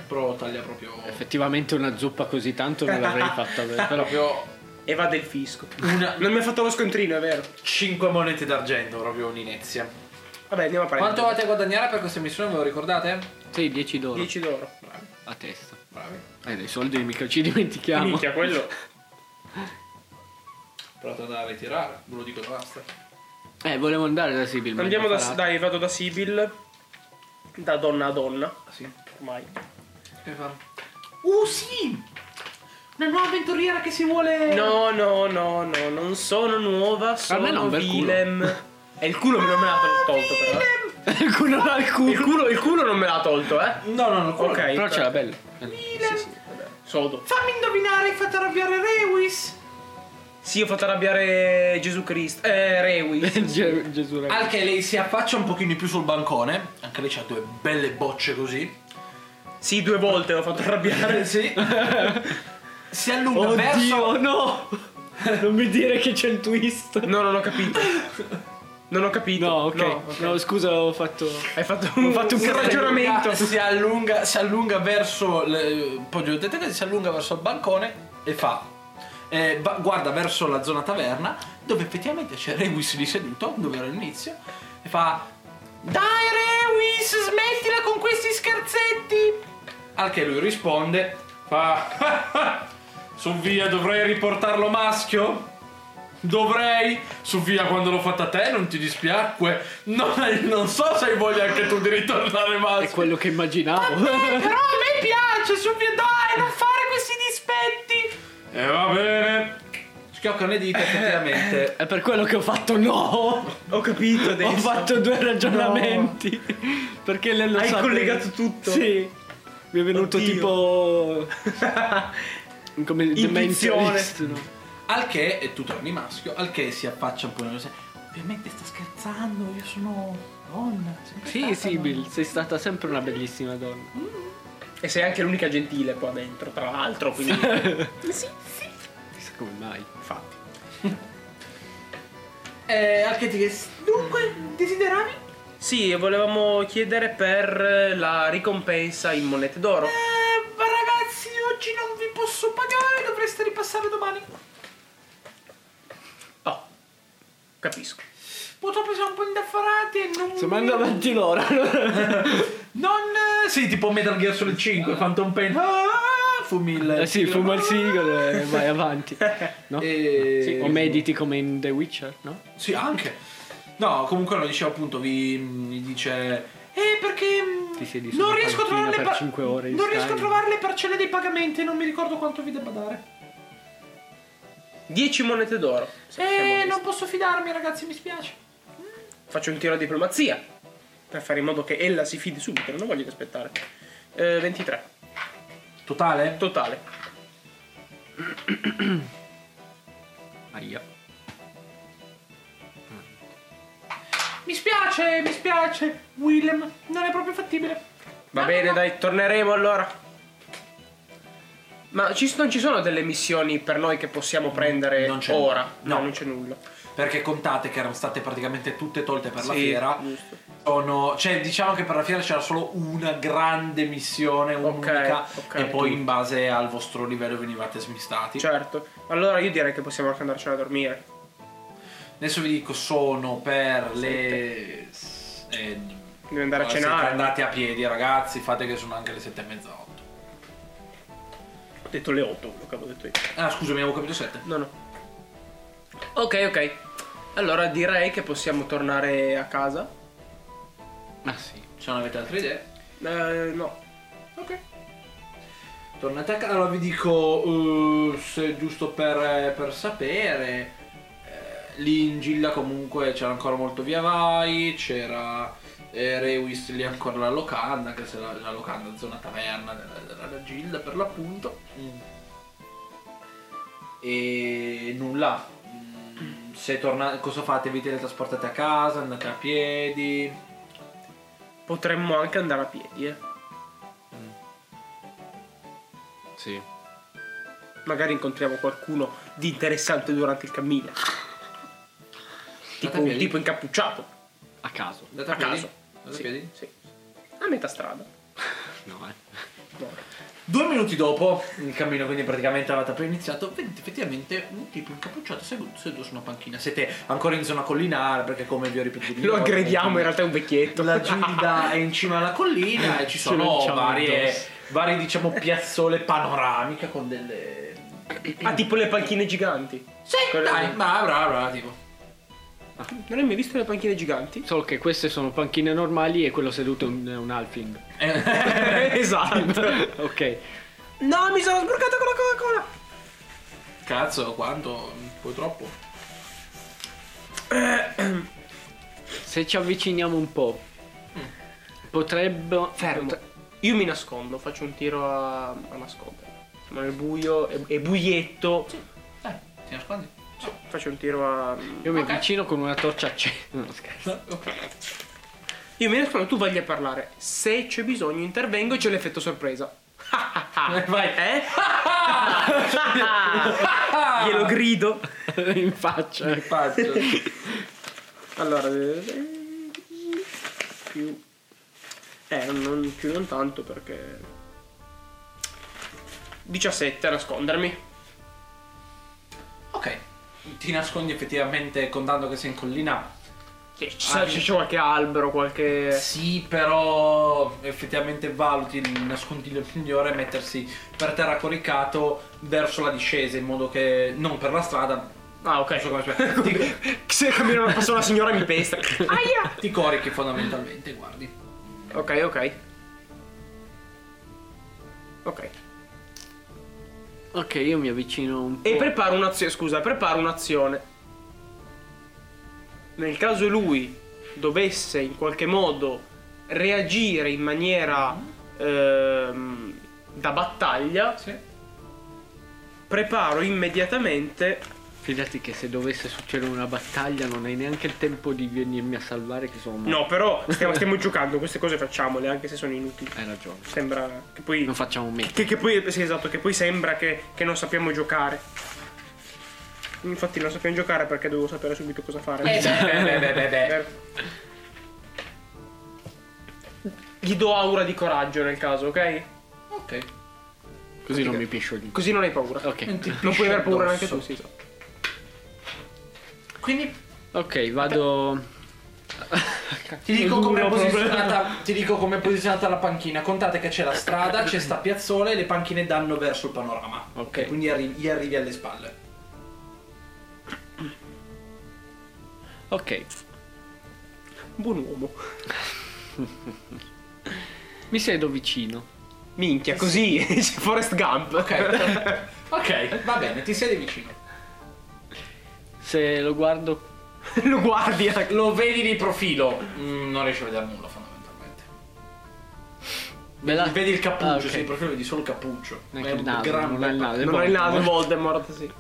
Speaker 1: Però taglia proprio.
Speaker 2: Effettivamente una zuppa così tanto non l'avrei fatta avere, però
Speaker 1: proprio
Speaker 3: E va del fisco.
Speaker 1: una,
Speaker 3: Non mi ha fatto lo scontrino, è vero.
Speaker 1: 5 monete d'argento, proprio un'inezia.
Speaker 3: Vabbè, andiamo a prendere.
Speaker 1: Quanto avete a guadagnare per questa missione, ve lo ricordate?
Speaker 2: sei 10 dollari
Speaker 3: 10 d'oro.
Speaker 2: a testa.
Speaker 1: Bravi.
Speaker 2: Eh, dei soldi mica ci dimentichiamo.
Speaker 3: Minchia, quello.
Speaker 1: Provate ad andare a ritirare, ve lo dico da basta.
Speaker 2: Eh, volevo andare da Sibyl. ma
Speaker 3: Andiamo
Speaker 2: non
Speaker 3: da.
Speaker 2: farà.
Speaker 3: Dai, vado da Sibyl. Da donna a donna.
Speaker 1: Sì.
Speaker 3: Ormai.
Speaker 1: Che fa? Uh sì! Una nuova avventuriera che si vuole.
Speaker 3: No, no, no, no, non sono nuova,
Speaker 2: me no,
Speaker 3: sono
Speaker 2: un bel culo.
Speaker 3: Willem. E il culo non me l'ha tolto, però.
Speaker 2: Il culo dal culo.
Speaker 3: Il culo, il culo non me l'ha tolto, eh.
Speaker 1: No, no, no.
Speaker 3: Ok,
Speaker 2: Però c'è la bella.
Speaker 3: Sì, sì, vabbè. Sodo.
Speaker 1: Fammi indovinare, hai fatto arrabbiare Lewis.
Speaker 3: Sì, ho fatto arrabbiare Gesù Cristo. Eh, Rewi.
Speaker 2: Ge- Gesù Re.
Speaker 1: Anche lei si affaccia un pochino di più sul bancone. Anche lei ha due belle bocce così.
Speaker 3: Sì, due volte l'ho fatto arrabbiare.
Speaker 1: sì. si allunga
Speaker 2: Oddio,
Speaker 1: verso.
Speaker 2: no! non mi dire che c'è il twist.
Speaker 3: No, non ho capito. Non ho capito.
Speaker 2: No, ok. No,
Speaker 3: ok.
Speaker 2: scusa, ho fatto.
Speaker 3: Hai fatto un, fatto un
Speaker 1: si allunga-
Speaker 3: ragionamento.
Speaker 1: Si allunga, si allunga verso. Le, poi giù delle tette, si allunga verso il bancone e fa. eh, va- guarda verso la zona taverna dove effettivamente c'è Rewis lì seduto dove era all'inizio e fa dai Rewis smettila con questi scherzetti al che lui risponde
Speaker 4: Fa. Su via, dovrei riportarlo maschio? Dovrei? Su via, quando l'ho fatta a te non ti dispiacque? Non, hai- non so se hai voglia anche tu di ritornare
Speaker 2: È
Speaker 4: maschio.
Speaker 2: quello che immaginavo.
Speaker 1: però a me piace subito dai non fare questi dispetti
Speaker 4: E va bene.
Speaker 1: schioccano le dita effettivamente
Speaker 2: È per quello che ho fatto no!
Speaker 3: Ho capito adesso.
Speaker 2: Ho fatto due ragionamenti. Perché lei lo
Speaker 3: Hai
Speaker 2: sapeva.
Speaker 3: collegato tutto?
Speaker 2: Sì. Mi è venuto
Speaker 3: Oddio.
Speaker 2: tipo. Come The
Speaker 3: Intuizione.
Speaker 2: Mentalist, no?
Speaker 1: al che e tu torni maschio al che si affaccia un po' nervoso ovviamente sta scherzando io sono donna sempre
Speaker 2: Sì,
Speaker 1: stata
Speaker 2: Sibyl, sei stata sempre una bellissima donna.
Speaker 3: E sei anche l'unica gentile qua dentro, tra l'altro, quindi...
Speaker 2: Chissà come mai.
Speaker 3: Infatti.
Speaker 1: Eh, al che ti chiede dunque desideravi
Speaker 3: Sì, e volevamo chiedere per eh, la ricompensa in monete d'oro.
Speaker 1: eh, ma ragazzi oggi non vi posso pagare dovreste ripassare domani
Speaker 3: Oh, capisco.
Speaker 1: purtroppo siamo un po' indaffarati e non
Speaker 2: Stiamo andando avanti l'ora.
Speaker 1: non eh, sì tipo Metal Gear Solid 5 Phantom Pain ah, fumi il
Speaker 2: Eh sì, fuma il sigaro e vai avanti. No?
Speaker 1: E-
Speaker 2: Eh, Sì, o mediti come in The Witcher, no?
Speaker 1: Sì, anche. No, comunque lo dicevo appunto, vi vi dice... Eh, perché... mm,
Speaker 2: Ti siedi
Speaker 1: non
Speaker 2: sulla
Speaker 1: riesco a
Speaker 2: panchina
Speaker 1: trovare le
Speaker 2: per
Speaker 1: par-
Speaker 2: cinque ore in
Speaker 1: Non riesco a
Speaker 2: Skyrim."
Speaker 1: trovare le parcelle dei pagamenti, non mi ricordo quanto vi debba dare.
Speaker 3: 10 monete d'oro. se siamo
Speaker 1: Eh,
Speaker 3: onesti.
Speaker 1: non posso fidarmi ragazzi, mi spiace.
Speaker 3: Faccio un tiro a diplomazia. Per fare in modo che ella si fidi subito, non voglio che aspettare. Eh, 23.
Speaker 1: Totale?
Speaker 3: Totale.
Speaker 2: Aia.
Speaker 1: Mi spiace, mi spiace, Willem, non è proprio fattibile.
Speaker 3: Va bene, dai, torneremo allora. Ma ci- non ci sono delle missioni per noi che possiamo prendere
Speaker 1: Mm, non c'è
Speaker 3: ora?
Speaker 1: nulla. No.
Speaker 3: non c'è nulla.
Speaker 1: Perché contate che erano state praticamente tutte tolte per la
Speaker 3: Sì,
Speaker 1: fiera.
Speaker 3: giusto.
Speaker 1: Sono, cioè, diciamo che per la fiera c'era solo una grande missione, un'unica,
Speaker 3: ok.
Speaker 1: e poi in base al vostro livello venivate smistati.
Speaker 3: Certo. Allora io direi che possiamo anche andarcene a dormire.
Speaker 1: Adesso vi dico sono per le eh,
Speaker 3: Devi andare a
Speaker 1: Allora, siete
Speaker 3: cenare.
Speaker 1: andati a piedi, ragazzi, fate che sono anche le sette e mezza, otto.
Speaker 3: Ho detto le 8, quello che avevo detto io.
Speaker 1: Ah, scusami, avevo capito sette.
Speaker 3: No, no. Ok, ok. Allora direi che possiamo tornare a casa.
Speaker 2: Ma sì.
Speaker 1: Ah, Se non avete altre idee.
Speaker 3: Eh, no. Ok.
Speaker 1: Tornate a casa, allora vi dico, eh, se giusto per, eh, per sapere, eh, lì in Gilla comunque c'era ancora molto via vai, c'era eh, Rewis lì ancora la locanda, che se la, la locanda zona taverna della, della- della Gilda per l'appunto.
Speaker 2: Mm.
Speaker 1: E nulla, Mm, se tornate, cosa fate? Vi teletrasportate a casa, andate a piedi?
Speaker 3: Potremmo anche andare a piedi, eh.
Speaker 2: Sì.
Speaker 3: Magari incontriamo qualcuno di interessante durante il cammino. Tipo
Speaker 1: a
Speaker 3: un
Speaker 1: piedi?
Speaker 3: tipo incappucciato.
Speaker 2: A caso.
Speaker 1: Andate
Speaker 3: A caso.
Speaker 1: Andate
Speaker 3: Sì,
Speaker 1: a piedi?
Speaker 3: Sì. A metà strada.
Speaker 2: No, eh.
Speaker 3: No.
Speaker 1: Due minuti dopo il cammino, quindi praticamente avevate appena iniziato, vedete effettivamente un tipo incappucciato seduto, seduto su una panchina. Siete ancora in zona collinare perché come vi ho ripetuto di
Speaker 3: Lo
Speaker 1: volte,
Speaker 3: aggrediamo, in realtà è un vecchietto.
Speaker 1: La Gilda è in cima alla collina e ci
Speaker 2: lo
Speaker 1: sono
Speaker 2: lanciamo
Speaker 1: varie,
Speaker 2: addosso.
Speaker 1: varie, diciamo, piazzole panoramiche con delle...
Speaker 3: Ah, tipo le panchine giganti.
Speaker 1: Sì,
Speaker 3: Quelle-
Speaker 1: dai, ma bra, bra, tipo.
Speaker 3: Non hai mai visto le panchine giganti?
Speaker 2: Solo che queste sono panchine normali e quello seduto è un, è un halfling.
Speaker 3: esatto.
Speaker 2: ok.
Speaker 3: No, mi sono sbroccata con la Coca-Cola.
Speaker 1: Cazzo, quanto? Poi troppo.
Speaker 2: Se ci avviciniamo un po', potrebbe.
Speaker 3: Fermo.
Speaker 2: potre-
Speaker 3: Io mi nascondo, faccio un tiro a, a nascondere. Siamo nel buio, è, è buietto.
Speaker 1: Dai, ti nascondi.
Speaker 3: Faccio un tiro a. mm.
Speaker 2: Io mi avvicino con una torcia accesa. No, scherzo.
Speaker 3: Io mi nascondo, tu vai a parlare. Se c'è bisogno, intervengo e c'è l'effetto sorpresa.
Speaker 1: Vai.
Speaker 3: Eh? Glielo grido.
Speaker 2: In faccia.
Speaker 1: Ah. Faccio.
Speaker 3: Allora. eh, Più. Eh, non più non tanto perché. 17 a nascondermi.
Speaker 1: Ok, ti nascondi effettivamente contando che sei in collina.
Speaker 3: Ah,
Speaker 1: Eh,
Speaker 3: Sì, ci sa- c'è qualche albero, qualche.
Speaker 1: Sì, però effettivamente valuti il nascondiglio migliore è mettersi per terra coricato verso la discesa in modo che non per la strada. Non
Speaker 3: Ah, ok.
Speaker 1: so come spiegare. ti,
Speaker 3: Se cammino passa una signora mi pesta. Aia!
Speaker 1: ti corichi fondamentalmente, guardi.
Speaker 3: Ok, ok. Ok.
Speaker 2: Ok, io mi avvicino un po'.
Speaker 3: E preparo un'azione. Scusa, preparo un'azione. Nel caso lui dovesse in qualche modo reagire in maniera ehm, da battaglia, preparo immediatamente.
Speaker 2: Fidati che se dovesse succedere una battaglia non hai neanche il tempo di venirmi a salvare che sono morto.
Speaker 3: No, però stiamo, stiamo giocando, queste cose facciamole, anche se sono inutili.
Speaker 2: Hai ragione.
Speaker 3: Sembra che poi.
Speaker 2: Non facciamo me.
Speaker 3: Che, che poi, sì, esatto, che poi sembra che, che non sappiamo giocare. Infatti non sappiamo giocare perché dovevo sapere subito cosa fare.
Speaker 1: beh, beh, Eh, beh, beh, beh.
Speaker 3: Gli do aura di coraggio nel caso, ok?
Speaker 1: Ok.
Speaker 2: Così non mi piscio lì.
Speaker 3: Così non hai paura.
Speaker 2: Ok.
Speaker 1: ti
Speaker 3: Non
Speaker 1: pisci
Speaker 3: puoi aver paura neanche
Speaker 1: addosso.
Speaker 3: tu, sì, esatto.
Speaker 1: Quindi
Speaker 2: Ok, vado.
Speaker 1: ti dico, come è
Speaker 2: Duro problema.
Speaker 1: posizionata, ti dico com'è posizionata la panchina. Contate che c'è la strada, c'è sta piazzola e le panchine danno verso il panorama.
Speaker 2: Ok.
Speaker 1: Quindi arri- gli arrivi alle spalle.
Speaker 2: Ok.
Speaker 3: Buon uomo.
Speaker 2: Mi siedo vicino.
Speaker 3: Minchia, così. C'è Forrest Gump.
Speaker 1: Ok. ok, va bene, ti siedi vicino.
Speaker 2: Se lo guardo.
Speaker 3: Lo guardi anche.
Speaker 1: Lo vedi di profilo, mm, non riesci a vedere nulla fondamentalmente.
Speaker 2: Me la-
Speaker 1: Vedi il cappuccio,
Speaker 2: Ah, ok.
Speaker 1: sì, di profilo vedi solo il cappuccio.
Speaker 2: Neanche
Speaker 1: È
Speaker 2: il
Speaker 1: un
Speaker 2: naso,
Speaker 1: gran
Speaker 2: non è il
Speaker 1: bel-
Speaker 2: naso.
Speaker 3: Non hai il naso, Voldemort, sì.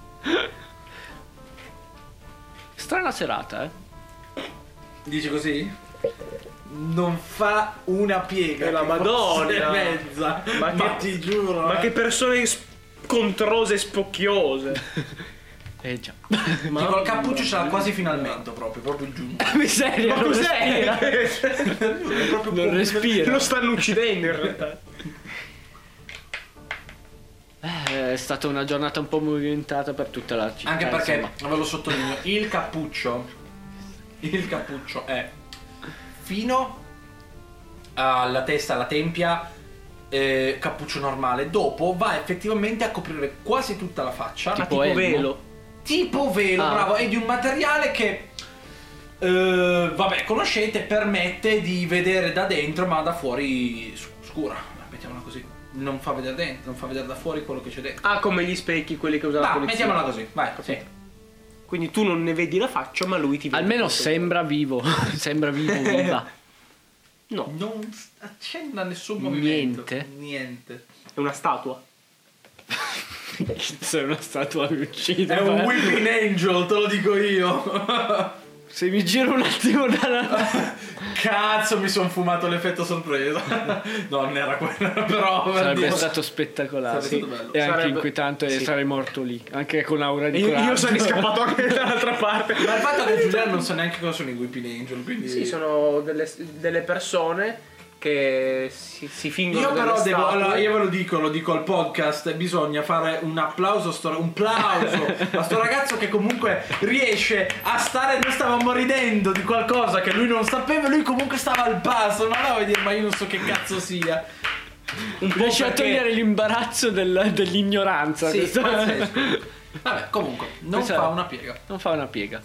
Speaker 2: Strana serata, eh.
Speaker 1: Dici così? Non fa una piega.
Speaker 3: Eh, la
Speaker 1: che
Speaker 3: Madonna.
Speaker 1: forse è mezza. Ma,
Speaker 3: Ma che-
Speaker 1: ti giuro.
Speaker 3: Ma
Speaker 1: eh.
Speaker 3: che persone scontrose e spocchiose.
Speaker 2: Eh già.
Speaker 1: Tipo il cappuccio ce l'ha quasi finalmente proprio, proprio giù.
Speaker 2: Miseria,
Speaker 3: Ma
Speaker 2: non respira.
Speaker 3: cos'è?
Speaker 1: proprio
Speaker 2: Non respira.
Speaker 3: Lo stanno uccidendo in realtà.
Speaker 2: Eh, è stata una giornata un po' movimentata per tutta la città.
Speaker 1: Anche
Speaker 2: insomma.
Speaker 1: perché, ve lo sottolineo, il cappuccio. Il cappuccio è fino alla testa, alla tempia, eh, cappuccio normale. Dopo va effettivamente a coprire quasi tutta la faccia.
Speaker 3: Ah,
Speaker 1: Tipo,
Speaker 3: tipo
Speaker 2: elmo.
Speaker 3: velo.
Speaker 1: velo,
Speaker 2: Ah.
Speaker 1: bravo. È di un materiale che. eh, vabbè, conoscete, permette di vedere da dentro, ma da fuori s- scura. Mettiamola così. Non fa vedere dentro, non fa vedere da fuori quello che c'è dentro.
Speaker 3: Ah, come gli specchi, quelli che usava la
Speaker 1: Ma
Speaker 3: polizia.
Speaker 1: mettiamola così, vai.
Speaker 3: Capito.
Speaker 1: Sì.
Speaker 3: Quindi tu non ne vedi la faccia, ma lui ti vede.
Speaker 2: Almeno
Speaker 3: tutto.
Speaker 2: sembra vivo. sembra vivo, viva.
Speaker 3: No,
Speaker 1: Non s- accenna nessun movimento.
Speaker 2: Niente.
Speaker 1: Niente.
Speaker 3: è una statua.
Speaker 2: Sei una statua eh. che uccide.
Speaker 1: È un
Speaker 2: vabbè.
Speaker 1: Weeping Angel, te lo dico io.
Speaker 2: Se mi giro un attimo dalla...
Speaker 1: Cazzo, mi sono fumato l'effetto sorpresa. no, non era quello, però per
Speaker 2: Sarebbe
Speaker 1: dire.
Speaker 2: stato spettacolare.
Speaker 1: Sarebbe stato bello.
Speaker 2: E anche
Speaker 3: Sarebbe-
Speaker 2: inquietante
Speaker 3: sì.
Speaker 2: sarei morto lì. Anche con l'aura di
Speaker 3: Io,
Speaker 2: coraggio.
Speaker 3: io sono scappato anche dall'altra parte.
Speaker 1: Ma il fatto che Giuliano non sa neanche cosa sono i Weeping Angel, quindi...
Speaker 3: Sì, sono delle, delle persone che si, si fingono
Speaker 1: Io
Speaker 3: delle
Speaker 1: però devo,
Speaker 3: statue.
Speaker 1: allora, io ve lo dico, lo dico al podcast, bisogna fare un applauso, a sto, un plauso a sto ragazzo che comunque riesce a stare, noi stavamo ridendo di qualcosa che lui non sapeva, lui comunque stava al passo, ma no, vuoi dire, ma io non so che cazzo sia.
Speaker 3: un po'
Speaker 2: Riesci a
Speaker 3: perché-
Speaker 2: togliere l'imbarazzo del- dell'ignoranza.
Speaker 1: Sì,
Speaker 2: questo-
Speaker 1: pazzesco. Vabbè, comunque, non
Speaker 2: Questa-
Speaker 1: fa una piega.
Speaker 2: Non fa una piega.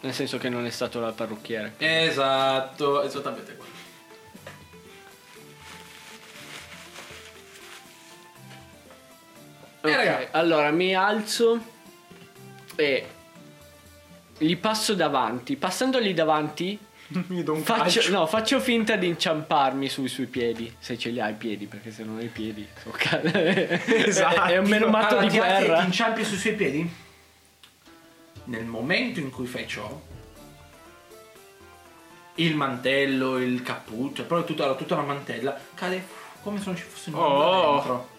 Speaker 2: Nel senso che non è stato la parrucchiere.
Speaker 1: Esatto, esattamente quello.
Speaker 2: Ok,
Speaker 1: Eh, raga.
Speaker 2: Allora mi alzo e gli passo davanti. Passandogli davanti,
Speaker 3: Gli do un
Speaker 2: faccio,
Speaker 3: calcio.
Speaker 2: no, faccio finta di inciamparmi sui suoi piedi. Se ce li ha i piedi, perché se non hai i piedi, tocca-
Speaker 3: Esatto.
Speaker 2: è un meno matto
Speaker 1: Allora,
Speaker 2: di
Speaker 1: ti alzi e Ti
Speaker 2: guerra.
Speaker 1: inciampi sui suoi piedi? Nel momento in cui fai ciò, il mantello, il cappuccio, proprio tutta, allora, tutta la mantella cade come se non ci fosse nulla
Speaker 3: Oh.
Speaker 1: dentro.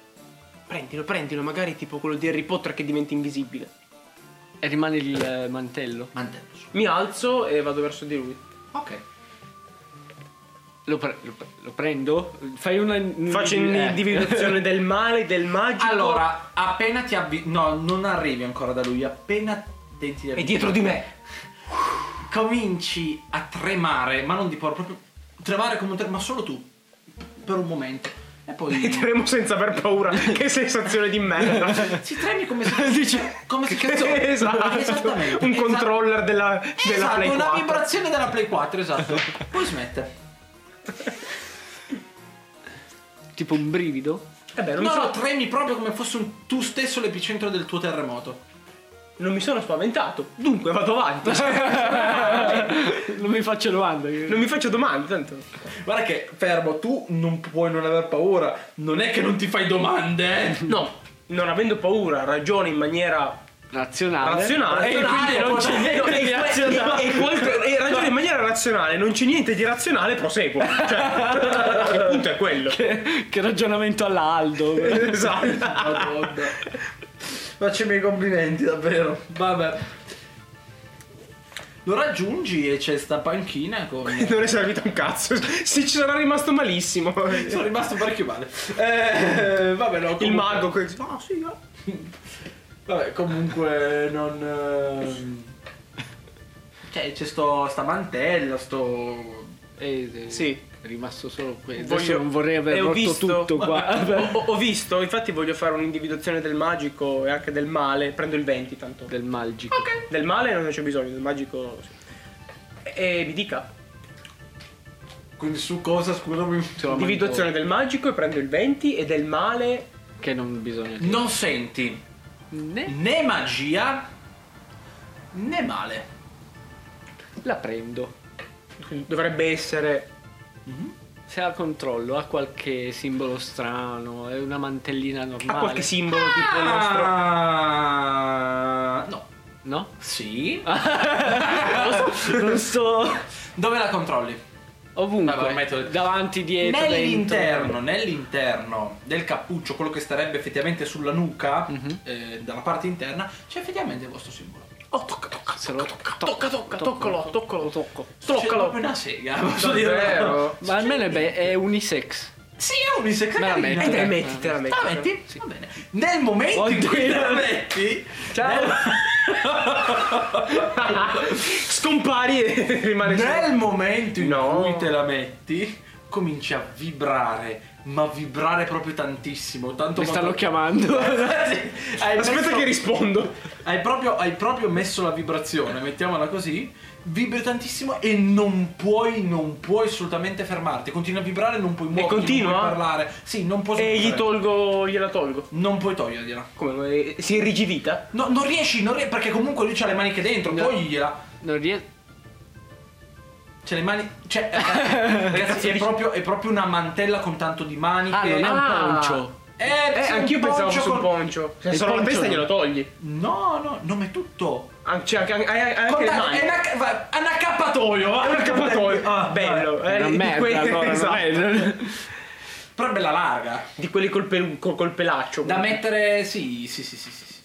Speaker 3: Prendilo, prendilo, magari tipo quello di Harry Potter che diventa invisibile.
Speaker 2: E rimane il eh, mantello.
Speaker 1: Mantello. su.
Speaker 3: Mi alzo e vado verso di lui.
Speaker 1: Ok.
Speaker 2: Lo, pre- lo pre- lo prendo? Fai una.
Speaker 3: Faccio
Speaker 2: eh.
Speaker 3: un'individuazione del male, del magico.
Speaker 1: Allora, appena ti avvi... No, non arrivi ancora da lui, appena tenti di
Speaker 3: è
Speaker 1: avvicinarti-
Speaker 3: dietro di me.
Speaker 1: cominci a tremare, ma non di paura, proprio tremare come un ter- ma solo tu, per un momento. E
Speaker 3: E
Speaker 1: poi
Speaker 3: tremo senza aver paura. che sensazione di merda.
Speaker 1: si tremi come se dice come se cazzo
Speaker 3: esatto.
Speaker 1: esattamente
Speaker 3: Un
Speaker 1: esatto.
Speaker 3: controller della, della
Speaker 1: esatto,
Speaker 3: Play
Speaker 1: una
Speaker 3: 4.
Speaker 1: vibrazione della Play 4, esatto. Poi smette.
Speaker 2: Tipo un brivido?
Speaker 3: Eh beh, non,
Speaker 1: no,
Speaker 3: mi
Speaker 1: no,
Speaker 3: sono,
Speaker 1: tremi proprio come fosse un- tu stesso l'epicentro del tuo terremoto.
Speaker 3: non mi sono spaventato. Dunque, vado avanti.
Speaker 2: non mi faccio domande.
Speaker 3: non mi faccio domande, tanto.
Speaker 1: Guarda che fermo, tu non puoi non aver paura. Non è che non ti fai domande, eh.
Speaker 3: No, non avendo paura, ragione in maniera
Speaker 2: Razionale.
Speaker 3: razionale.
Speaker 1: E quindi non c'è niente
Speaker 3: E-
Speaker 1: di
Speaker 3: e-
Speaker 1: razionale.
Speaker 3: E, e quel- e ragione in maniera razionale, non c'è niente di razionale, proseguo. Cioè, il punto è quello.
Speaker 2: Che, che ragionamento all'Aldo.
Speaker 3: Esatto.
Speaker 1: Madonna. Faccio i miei complimenti, davvero. Vabbè. Lo raggiungi e c'è sta panchina con...
Speaker 3: Non è servito un cazzo. Se ci sarà rimasto malissimo.
Speaker 1: Sono rimasto parecchio male. Eh, vabbè, no, comunque...
Speaker 3: Il mago. que- Ah, sì, ah.
Speaker 1: Vabbè, comunque non... ehm, Cioè, c'è sto, sta mantella, sto...
Speaker 3: Sì.
Speaker 2: Eh, È rimasto solo questo.
Speaker 3: Voglio-
Speaker 2: Adesso non vorrei
Speaker 3: e
Speaker 2: aver
Speaker 3: ho
Speaker 2: rotto
Speaker 3: visto-
Speaker 2: tutto qua.
Speaker 3: Ho, ho visto, infatti voglio fare un'individuazione del magico e anche del male. Prendo il 20 tanto.
Speaker 2: Del magico.
Speaker 3: Del male non c'è bisogno, del magico sì. E mi dica.
Speaker 1: Quindi su cosa, scusami?
Speaker 2: Te lo
Speaker 3: Individuazione
Speaker 2: manco-
Speaker 3: del magico e prendo il 20 e del male...
Speaker 2: Che non bisogna dire.
Speaker 1: Non senti
Speaker 2: Ne-
Speaker 1: né magia né male.
Speaker 2: La prendo.
Speaker 3: Dovrebbe essere...
Speaker 2: Se ha controllo, ha qualche simbolo strano, è una mantellina
Speaker 3: Ha
Speaker 2: normale.
Speaker 3: qualche simbolo tipo il nostro...
Speaker 1: Ah, No.
Speaker 2: No?
Speaker 1: Sì.
Speaker 2: non so.
Speaker 1: Dove la controlli?
Speaker 2: Ovunque.
Speaker 1: Vabbè, metto-
Speaker 2: Davanti, dietro, dentro.
Speaker 1: Nell'interno, nell'interno del cappuccio, quello che starebbe effettivamente sulla nuca, eh, dalla parte interna, c'è effettivamente il vostro simbolo.
Speaker 3: Oh, tocca, tocca,
Speaker 2: Se lo-
Speaker 3: tocca, tocca, tocca,
Speaker 2: tocco,
Speaker 3: toccalo,
Speaker 2: tocco.
Speaker 3: toccalo, tocco.
Speaker 1: C'è proprio
Speaker 3: Toccalo.
Speaker 1: una sega, posso dire.
Speaker 3: Davvero?
Speaker 2: Ma almeno è, be- è unisex.
Speaker 1: Sì, è unisex, è
Speaker 2: Me la
Speaker 1: carina.
Speaker 2: metto.
Speaker 3: E dai,
Speaker 2: Eh,
Speaker 3: metti, te la
Speaker 1: La
Speaker 3: metti.
Speaker 1: metti? Va bene. Nel momento in
Speaker 2: Oddio.
Speaker 1: cui te la metti,
Speaker 2: Ciao.
Speaker 1: nel-
Speaker 3: Scompari e rimane solo.
Speaker 1: Nel momento in
Speaker 3: No.
Speaker 1: cui te la metti, cominci a vibrare, ma vibrare proprio tantissimo. Tanto
Speaker 2: Mi
Speaker 1: ma-
Speaker 2: stanno chiamando.
Speaker 1: Sì,
Speaker 2: Eh,
Speaker 1: hai
Speaker 3: Aspetta
Speaker 1: messo-
Speaker 3: che rispondo.
Speaker 1: hai proprio, hai proprio messo la vibrazione, mettiamola così. Vibra tantissimo e non puoi, non puoi assolutamente fermarti. Continua a vibrare, non puoi muoverti, non
Speaker 3: continua?
Speaker 1: puoi parlare. Sì, non puoi
Speaker 3: E gli
Speaker 1: smettere.
Speaker 3: tolgo, gliela tolgo.
Speaker 1: Non puoi togliergliela.
Speaker 3: Come? eh, Si è irrigidita?
Speaker 1: No, non riesci, non rie- perché comunque lui c'ha le maniche dentro,
Speaker 2: No.
Speaker 1: togliela.
Speaker 2: Non riesco.
Speaker 1: C'è le mani. Cioè, ragazzi, è proprio, è proprio una mantella con tanto di maniche.
Speaker 2: Ah, non è un
Speaker 3: Ah.
Speaker 2: poncio.
Speaker 1: Eh,
Speaker 3: Eh,
Speaker 1: sì, un
Speaker 3: anch'io pensavo
Speaker 1: poncio
Speaker 3: fosse un
Speaker 1: con-
Speaker 3: poncio. Se
Speaker 2: Il
Speaker 3: solo la
Speaker 2: poncio
Speaker 3: testa
Speaker 2: no.
Speaker 3: glielo togli.
Speaker 1: No, no, non è tutto.
Speaker 3: An- cioè, anche, anche, anche
Speaker 1: Con-
Speaker 3: le
Speaker 1: è,
Speaker 3: mani.
Speaker 1: un acca- va- è un accappatoio. va.
Speaker 3: Ah, un accappatoio.
Speaker 1: Ah,
Speaker 3: bello.
Speaker 1: vabbè.
Speaker 3: eh,
Speaker 2: Una
Speaker 3: di
Speaker 2: merda,
Speaker 3: quelli-
Speaker 2: allora, non
Speaker 3: esatto.
Speaker 2: è-
Speaker 1: Però è bella larga.
Speaker 3: Di quelli col, pelu- col- col pelaccio.
Speaker 1: Da mettere. Sì, sì, sì, sì. sì, sì.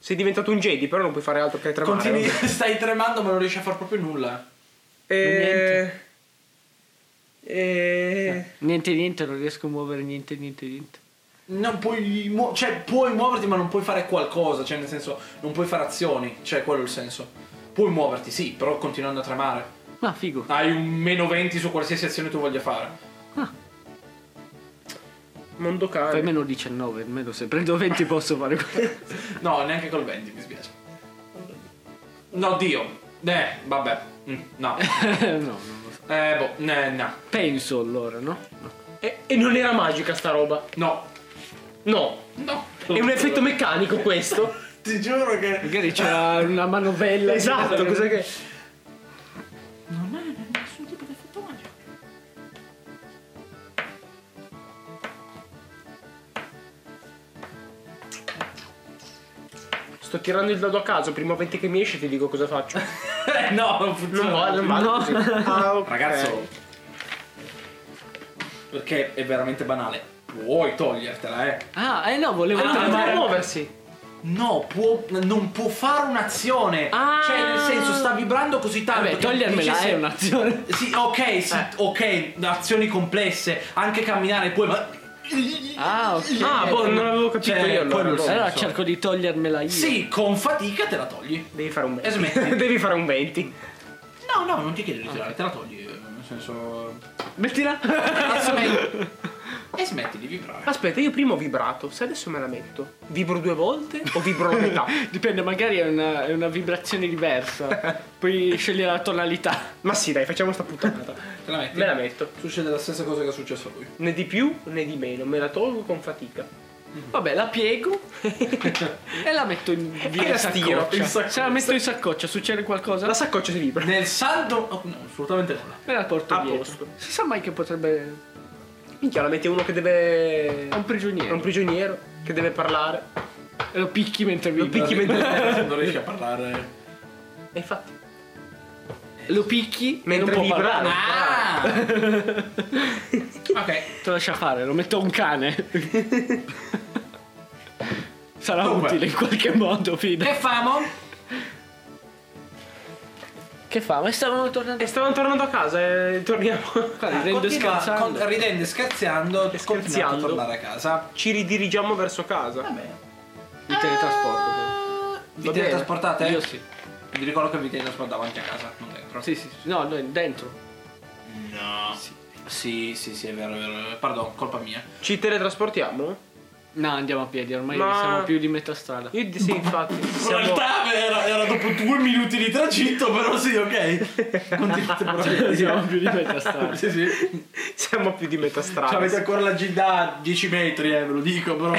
Speaker 3: Sei diventato un Jedi, però non puoi fare altro che tremare.
Speaker 1: Continui,
Speaker 3: vabbè.
Speaker 1: stai tremando, ma non riesci a far proprio nulla.
Speaker 3: Eh, eh,
Speaker 2: Niente, niente, non riesco a muovere niente, niente, niente.
Speaker 1: Non puoi. muo- cioè, puoi muoverti, ma non puoi fare qualcosa. Cioè, nel senso, non puoi fare azioni. Cioè, quello è il senso. Puoi muoverti, sì, però continuando a tremare.
Speaker 2: Ma Ah, figo.
Speaker 1: Hai un meno 20 su qualsiasi azione tu voglia fare.
Speaker 3: mondo
Speaker 2: Fai
Speaker 3: cane.
Speaker 2: meno 19, almeno se prendo 20 posso fare quello.
Speaker 1: No, neanche col 20, mi spiace. No, Dio. Eh, vabbè. Mm, No.
Speaker 2: no, no.
Speaker 1: Eh, boh, eh, no.
Speaker 2: Penso allora, no?
Speaker 3: E, e non era magica sta roba.
Speaker 1: No.
Speaker 3: No.
Speaker 1: No.
Speaker 3: È un effetto meccanico questo.
Speaker 1: Ti giuro che.
Speaker 2: Magari c'era una manovella.
Speaker 3: esatto, cos'è che. Sto tirando il dado a caso, prima 20 che mi esce ti dico cosa faccio.
Speaker 1: Eh, no, non
Speaker 3: Non
Speaker 1: funziona.
Speaker 3: vado, non vado
Speaker 2: No.
Speaker 3: così. Ah, ok.
Speaker 1: Ragazzo. Perché è veramente banale. Puoi togliertela, eh.
Speaker 2: Ah, eh no, volevo
Speaker 1: Ah,
Speaker 3: Ah,
Speaker 2: trovare-
Speaker 1: ma-
Speaker 3: non può muoversi.
Speaker 1: No, può, non può fare un'azione.
Speaker 3: Ah. eh,
Speaker 1: Cioè, nel senso, sta vibrando così tanto.
Speaker 2: Vabbè,
Speaker 1: che
Speaker 2: togliermela
Speaker 1: dice
Speaker 2: è
Speaker 1: se-
Speaker 2: un'azione.
Speaker 1: Sì, ok, sì, ok, azioni complesse, anche camminare puoi, ma.
Speaker 2: Ah, ok.
Speaker 3: Ah, boh, non avevo capito
Speaker 1: Cioè,
Speaker 3: io allora.
Speaker 1: quello-
Speaker 3: boh.
Speaker 2: Allora
Speaker 1: so.
Speaker 2: cerco di togliermela io.
Speaker 1: Sì, con fatica te la togli.
Speaker 3: Devi fare un
Speaker 1: E smetti.
Speaker 3: 20. Devi fare un 20.
Speaker 1: No, no, non ti chiedo di tirare, te la togli. eh, Nel senso.
Speaker 2: Mettila.
Speaker 1: E smetti, e smetti di vibrare.
Speaker 3: Aspetta, io prima ho vibrato, se adesso me la metto, vibro due volte o vibro la metà?
Speaker 2: Dipende, magari è una, è una vibrazione diversa. Poi scegliere la tonalità.
Speaker 3: Ma sì, dai, facciamo sta puttanata.
Speaker 1: Te la metti?
Speaker 3: Me la metto.
Speaker 1: Succede la stessa cosa che è successo a lui.
Speaker 3: Né di più né di meno, me la tolgo con fatica.
Speaker 2: Vabbè, la piego e la metto in via
Speaker 3: E la stiro,
Speaker 2: saccoccia.
Speaker 3: in saccoccia.
Speaker 2: Se la metto in saccoccia, succede qualcosa?
Speaker 3: La saccoccia si vibra.
Speaker 1: Nel saldo. oh, no, assolutamente nulla.
Speaker 2: Me la porto
Speaker 3: A
Speaker 2: dietro.
Speaker 3: posto.
Speaker 2: Si sa mai che potrebbe.
Speaker 3: Minchia, la mette uno che deve.
Speaker 2: È un prigioniero.
Speaker 3: È un prigioniero che deve parlare.
Speaker 2: E lo picchi mentre
Speaker 3: Lo
Speaker 2: vibra.
Speaker 3: picchi mentre.
Speaker 1: Non riesci a parlare.
Speaker 3: E infatti.
Speaker 2: Lo picchi e
Speaker 3: Mentre
Speaker 2: non può
Speaker 3: vibra,
Speaker 2: parlare.
Speaker 3: no.
Speaker 1: Ah! ok.
Speaker 2: Te lo lascia fare, lo metto a un cane. Sarà
Speaker 1: Dunque.
Speaker 2: utile in qualche modo, Fida.
Speaker 1: Che famo?
Speaker 2: Che fa? Ma stavano tornando.
Speaker 3: E stavano tornando a casa e torniamo.
Speaker 2: Qua ridendo e
Speaker 1: Ah, Continua-
Speaker 2: scherzando.
Speaker 1: con- ridendo e scherzando, continuate a
Speaker 3: Scherzando.
Speaker 1: tornare a casa.
Speaker 3: Ci ridirigiamo verso casa.
Speaker 2: Mi
Speaker 3: Ah.
Speaker 2: teletrasporto. però.
Speaker 1: Vi
Speaker 3: Va bene.
Speaker 1: teletrasportate?
Speaker 2: Io sì.
Speaker 1: Vi ricordo che vi teletrasportate davanti a casa, non dentro.
Speaker 2: Sì, sì, sì. No, noi dentro.
Speaker 1: No. Sì. sì, sì, sì, è vero, è vero. Pardon, colpa mia.
Speaker 3: Ci teletrasportiamo?
Speaker 2: No, andiamo a piedi, ormai
Speaker 3: Ma-
Speaker 2: siamo più di metà strada.
Speaker 3: Io di- sì, infatti.
Speaker 1: In
Speaker 3: Siamo...
Speaker 1: realtà era, era dopo due minuti di tragitto, però sì, ok. Continuate pure.
Speaker 2: siamo più di metà strada.
Speaker 1: Sì, sì.
Speaker 3: Siamo più di metà
Speaker 1: Ci
Speaker 3: strada.
Speaker 1: avete ancora la gilda a 10 metri, eh, ve lo dico, però.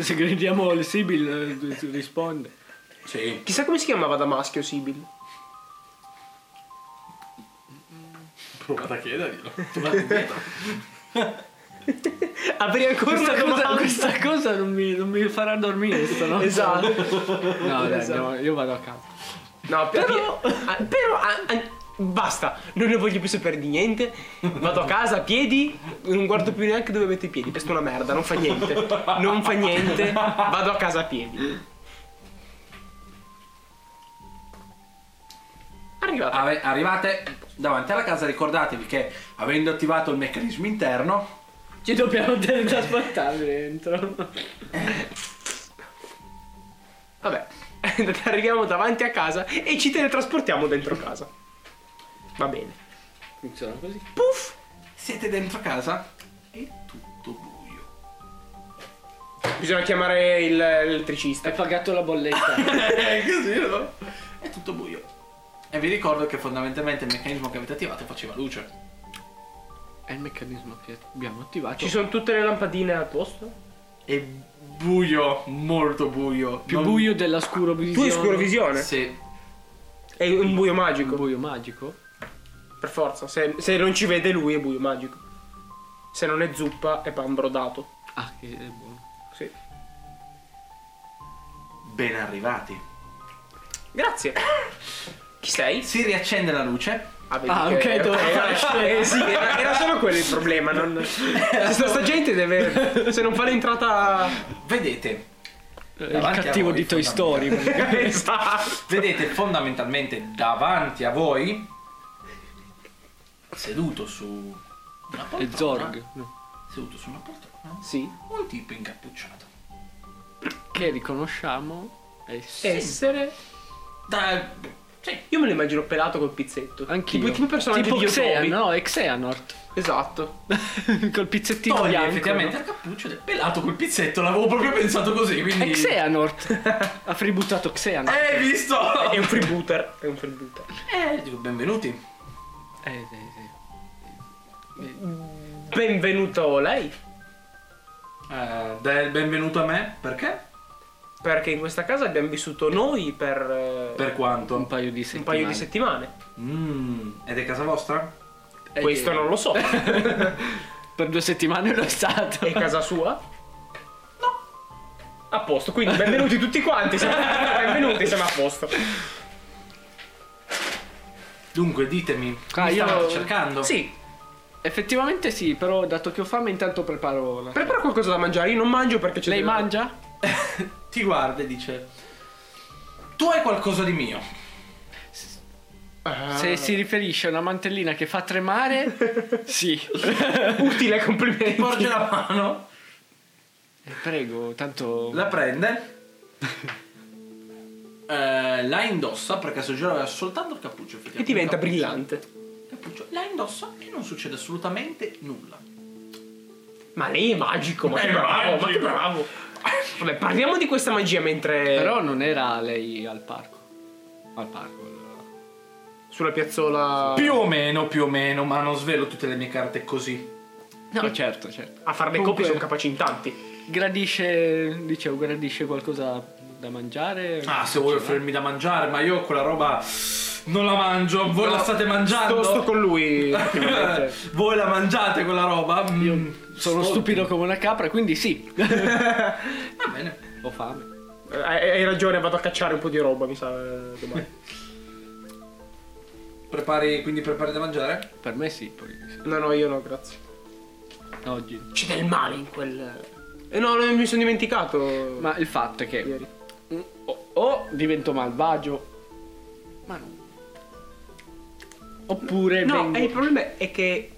Speaker 2: Se gridiamo il Sibyl eh, tu- risponde.
Speaker 1: sì.
Speaker 3: Chissà come si chiamava da maschio Sibyl.
Speaker 1: Provate a chiederglielo. Tornate indietro.
Speaker 3: Apri ancora una
Speaker 2: Questa cosa,
Speaker 3: domanda.
Speaker 2: questa cosa non, mi, non mi farà dormire sto, no?
Speaker 3: Esatto.
Speaker 2: No, dai, andiamo- io vado a casa.
Speaker 3: No, però. ah, però ah, ah, basta, non ne voglio più sapere di niente. Vado a casa a piedi, non guardo più neanche dove metto i piedi. Questa è una merda, non fa niente. Non fa niente. Vado a casa a piedi. Arrivato.
Speaker 1: Ave- arrivate davanti alla casa, ricordatevi che avendo attivato il meccanismo interno,
Speaker 2: Ci dobbiamo teletrasportare dentro.
Speaker 3: Vabbè. arriviamo davanti a casa e ci teletrasportiamo dentro casa. Va bene.
Speaker 2: Funziona così.
Speaker 3: Puff! Siete dentro casa?
Speaker 1: È tutto buio.
Speaker 3: Bisogna chiamare il- l'elettricista.
Speaker 2: Hai pagato la bolletta.
Speaker 1: È così, no? È tutto buio. E vi ricordo che fondamentalmente il meccanismo che avete attivato faceva luce.
Speaker 2: È il meccanismo che abbiamo attivato.
Speaker 3: Ci sono tutte le lampadine a posto?
Speaker 1: È buio, molto buio.
Speaker 2: più
Speaker 1: Non-
Speaker 2: buio della scuro
Speaker 3: Tu hai scurovisione?
Speaker 1: Sì.
Speaker 3: È un buio magico.
Speaker 2: Buio magico?
Speaker 3: Per forza. Se, se non ci vede lui è buio magico. Se non è zuppa è pan brodato.
Speaker 2: Ah, che è buono.
Speaker 3: Sì.
Speaker 1: Ben arrivati.
Speaker 3: Grazie. Chi sei?
Speaker 1: Si riaccende la luce.
Speaker 3: Ah, vedi
Speaker 2: Ah,
Speaker 3: che-
Speaker 2: ok, dove
Speaker 3: eh, eh, sì, era, era solo quello il problema. Non... Sta, sta gente deve. Se non fa l'entrata.
Speaker 1: Vedete
Speaker 2: Eh, Il
Speaker 1: Davanti a
Speaker 2: cattivo
Speaker 1: voi,
Speaker 2: di Toy Story.
Speaker 3: Esatto.
Speaker 1: Vedete fondamentalmente davanti a voi, seduto su una
Speaker 2: E
Speaker 1: poltrona,
Speaker 2: Zorg.
Speaker 1: seduto su una poltrona,
Speaker 3: Sì.
Speaker 1: un tipo incappucciato.
Speaker 2: Che riconosciamo essere.
Speaker 3: Essere.
Speaker 1: Da, sì,
Speaker 3: Io me lo immagino pelato col pizzetto.
Speaker 2: Anch'io.
Speaker 3: Tipo, tipo il personaggio
Speaker 2: Tipo
Speaker 3: di
Speaker 2: Xehan,
Speaker 3: Yotobi.
Speaker 2: no? È Xehanort.
Speaker 3: Esatto.
Speaker 2: Col pizzettino
Speaker 1: toglie
Speaker 2: bianco.
Speaker 1: effettivamente il cappuccio ed è pelato col pizzetto, l'avevo proprio pensato così,
Speaker 2: no? È
Speaker 1: quindi...
Speaker 2: Xehanort. ha fributtato Xehanort.
Speaker 1: Eh, visto!
Speaker 3: È un freebooter. È un freebooter.
Speaker 1: Eh, dico, benvenuti.
Speaker 2: Eh, sì, sì.
Speaker 3: Benvenuto lei.
Speaker 1: Eh, dai il benvenuto a me, perché?
Speaker 3: Perché in questa casa abbiamo vissuto noi per. eh,
Speaker 1: Per
Speaker 2: Un
Speaker 1: quanto?
Speaker 2: paio di
Speaker 3: un
Speaker 2: settimane.
Speaker 3: paio di settimane.
Speaker 1: Mm, ed è casa vostra?
Speaker 2: Eh,
Speaker 3: Questo
Speaker 2: eh,
Speaker 3: non lo so. È
Speaker 2: Per due settimane lo è stato.
Speaker 3: casa sua? No. A posto, quindi benvenuti tutti quanti. Siamo... benvenuti, siamo a posto.
Speaker 1: Dunque, ditemi,
Speaker 2: Ah,
Speaker 1: mi
Speaker 2: io-
Speaker 1: stavate cercando?
Speaker 3: Sì,
Speaker 2: Effettivamente sì, però dato che ho fame intanto preparo la...
Speaker 3: prepara qualcosa da mangiare. Io non mangio perché c'è.
Speaker 2: Lei
Speaker 3: della-
Speaker 2: mangia?
Speaker 1: Ti guarda e dice, tu hai qualcosa di mio.
Speaker 3: Ah.
Speaker 2: Se si riferisce a una mantellina che fa tremare, sì.
Speaker 3: Utile, complimenti.
Speaker 1: Porge la mano,
Speaker 2: Eh, Prego, tanto...
Speaker 1: la prende, eh, la indossa perché a suo giro aveva soltanto il cappuccio. effettivamente.
Speaker 3: E diventa
Speaker 1: Il cappuccio-
Speaker 3: brillante.
Speaker 1: il Cappuccio, la indossa e non succede assolutamente nulla.
Speaker 3: Ma lei è magico, ma
Speaker 1: È
Speaker 3: che bravo, ma che
Speaker 1: magico.
Speaker 3: bravo. Vabbè, parliamo di questa magia mentre.
Speaker 2: Però non era lei al parco. Al parco. allora.
Speaker 3: Sulla piazzola.
Speaker 1: Più o meno, più o meno, ma non svelo tutte le mie carte così.
Speaker 2: No, certo, certo.
Speaker 3: A far le
Speaker 2: Comunque-
Speaker 3: coppie sono capaci in tanti.
Speaker 2: Gradisce, dicevo, gradisce qualcosa da mangiare?
Speaker 1: Ah, se vuoi offrirmi da mangiare, ma io quella roba non la mangio. Voi la state mangiando?
Speaker 3: Sto, sto con eh, cioè. lui. effettivamente.
Speaker 1: Voi la mangiate quella roba? Mm. Io
Speaker 2: Sono stupido come una capra, quindi sì.
Speaker 1: Va bene.
Speaker 2: Ho fame.
Speaker 3: Eh, hai hai ragione, vado a cacciare un po' di roba, mi sa. eh, domani.
Speaker 1: Prepari, quindi prepari da mangiare?
Speaker 2: Per me sì, poi sì.
Speaker 3: No, no, io no, grazie.
Speaker 2: oggi.
Speaker 3: C'è del male in quel. Eh, no, no, mi sono dimenticato.
Speaker 2: Ma il fatto è che
Speaker 3: Ieri.
Speaker 2: mm, o, o divento malvagio, ma no. Oppure
Speaker 3: No,
Speaker 2: vengo...
Speaker 3: eh, il problema è che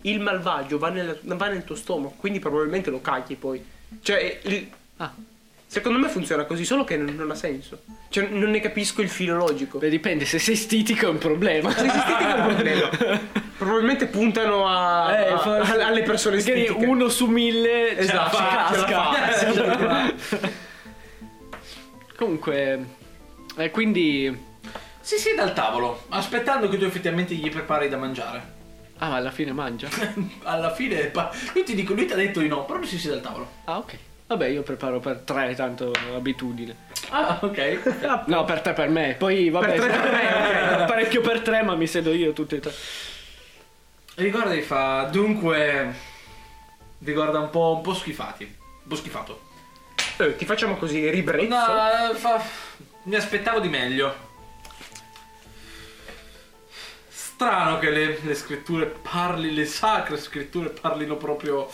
Speaker 3: il malvagio va nel, va nel tuo stomaco, quindi probabilmente lo cagli poi. Cioè, il-
Speaker 2: Ah,
Speaker 3: secondo me funziona così, solo che non, non ha senso. Cioè, non ne capisco il filo logico.
Speaker 2: beh, dipende, se sei stitico è un problema.
Speaker 3: Se esistete che è un problema. Probabilmente puntano a-
Speaker 2: Eh,
Speaker 3: a-
Speaker 2: forse-
Speaker 3: a- alle persone
Speaker 2: Magari
Speaker 3: stitiche.
Speaker 2: uno su mille ce la
Speaker 3: Esatto,
Speaker 2: fa,
Speaker 3: ce la
Speaker 2: casca.
Speaker 3: fa, ce la fa.
Speaker 2: Comunque, eh, quindi...
Speaker 1: Sì, sì, dal tavolo, aspettando che tu effettivamente gli prepari da mangiare.
Speaker 2: Ah, ma alla fine mangia?
Speaker 1: Alla fine, pa- io ti dico, lui ti ha detto di no, però lui si siede al tavolo.
Speaker 2: Ah, ok. Vabbè, io preparo per tre, tanto abitudine.
Speaker 1: Ah, ok.
Speaker 2: No, per tre per me. Poi, vabbè,
Speaker 3: Per tre per me, ok.
Speaker 2: parecchio per tre, ma mi sedo io tutte e tre.
Speaker 1: Ricorda e fa, dunque, vi guarda un po', un po' schifati. Un po' schifato.
Speaker 3: Eh, ti facciamo così, ribrezzo.
Speaker 1: No, eh, fa- mi aspettavo di meglio. Strano che le, le scritture parli, le sacre scritture parlino proprio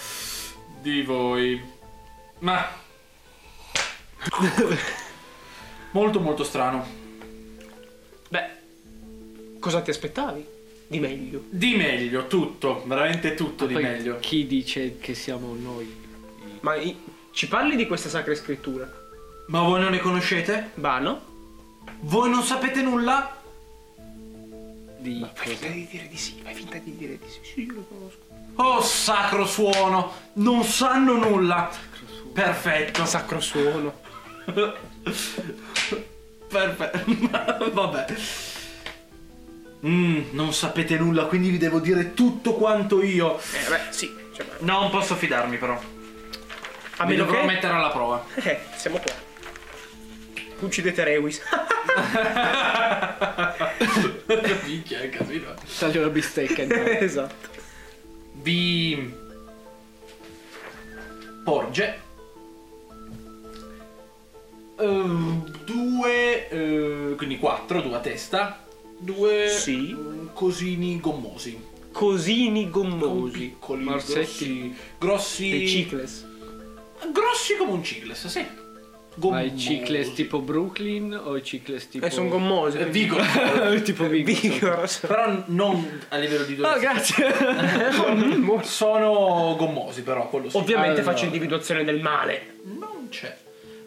Speaker 1: di voi. Ma... molto molto strano.
Speaker 3: Beh, cosa ti aspettavi di meglio?
Speaker 1: Di meglio, tutto, veramente tutto di
Speaker 2: Poi
Speaker 1: meglio.
Speaker 2: Chi dice che siamo noi?
Speaker 3: Ma i- ci parli di queste sacre scritture?
Speaker 1: Ma voi non ne conoscete?
Speaker 3: Bah, no?
Speaker 1: Voi non sapete nulla?
Speaker 2: Di cosa?
Speaker 3: di dire di sì, fai finta di dire di sì. Sì, io lo conosco.
Speaker 1: Oh sacro suono, non sanno nulla. Perfetto.
Speaker 3: Sacro suono.
Speaker 1: Perfetto. Vabbè. Mm, non sapete nulla, quindi vi devo dire tutto quanto io.
Speaker 3: Eh, beh, sì. Cioè, ma-
Speaker 1: Non posso fidarmi però.
Speaker 3: a
Speaker 1: Mi
Speaker 3: meno
Speaker 1: dovrò
Speaker 3: che...
Speaker 1: mettere alla prova.
Speaker 3: Eh, siamo qua. Uccidete Rewis.
Speaker 5: Minchia, è un casino. eh.
Speaker 2: Taglio la bistecca intanto.
Speaker 3: esatto.
Speaker 1: Vi porge eh, due, eh, quindi quattro, due a testa, due
Speaker 3: Sì.
Speaker 1: mm, cosini gommosi,
Speaker 3: Cosini
Speaker 1: Con
Speaker 3: gommosi.
Speaker 1: piccoli,
Speaker 2: Morsetti.
Speaker 1: grossi, grossi,
Speaker 3: Dei cicles.
Speaker 1: grossi come un cicles, sì.
Speaker 2: Ma
Speaker 1: Gommosi.
Speaker 2: i cicles tipo Brooklyn o i cicles tipo...
Speaker 3: Eh, sono gommosi.
Speaker 1: Eh, Vigor,
Speaker 2: tipo Vigo.
Speaker 3: Vigor. Ah,
Speaker 1: però non a livello di due.
Speaker 2: Oh, grazie.
Speaker 1: Sono gommosi però, quello sì. Ah,
Speaker 3: Ovviamente
Speaker 2: Allora.
Speaker 3: faccio individuazione del male.
Speaker 1: Non c'è.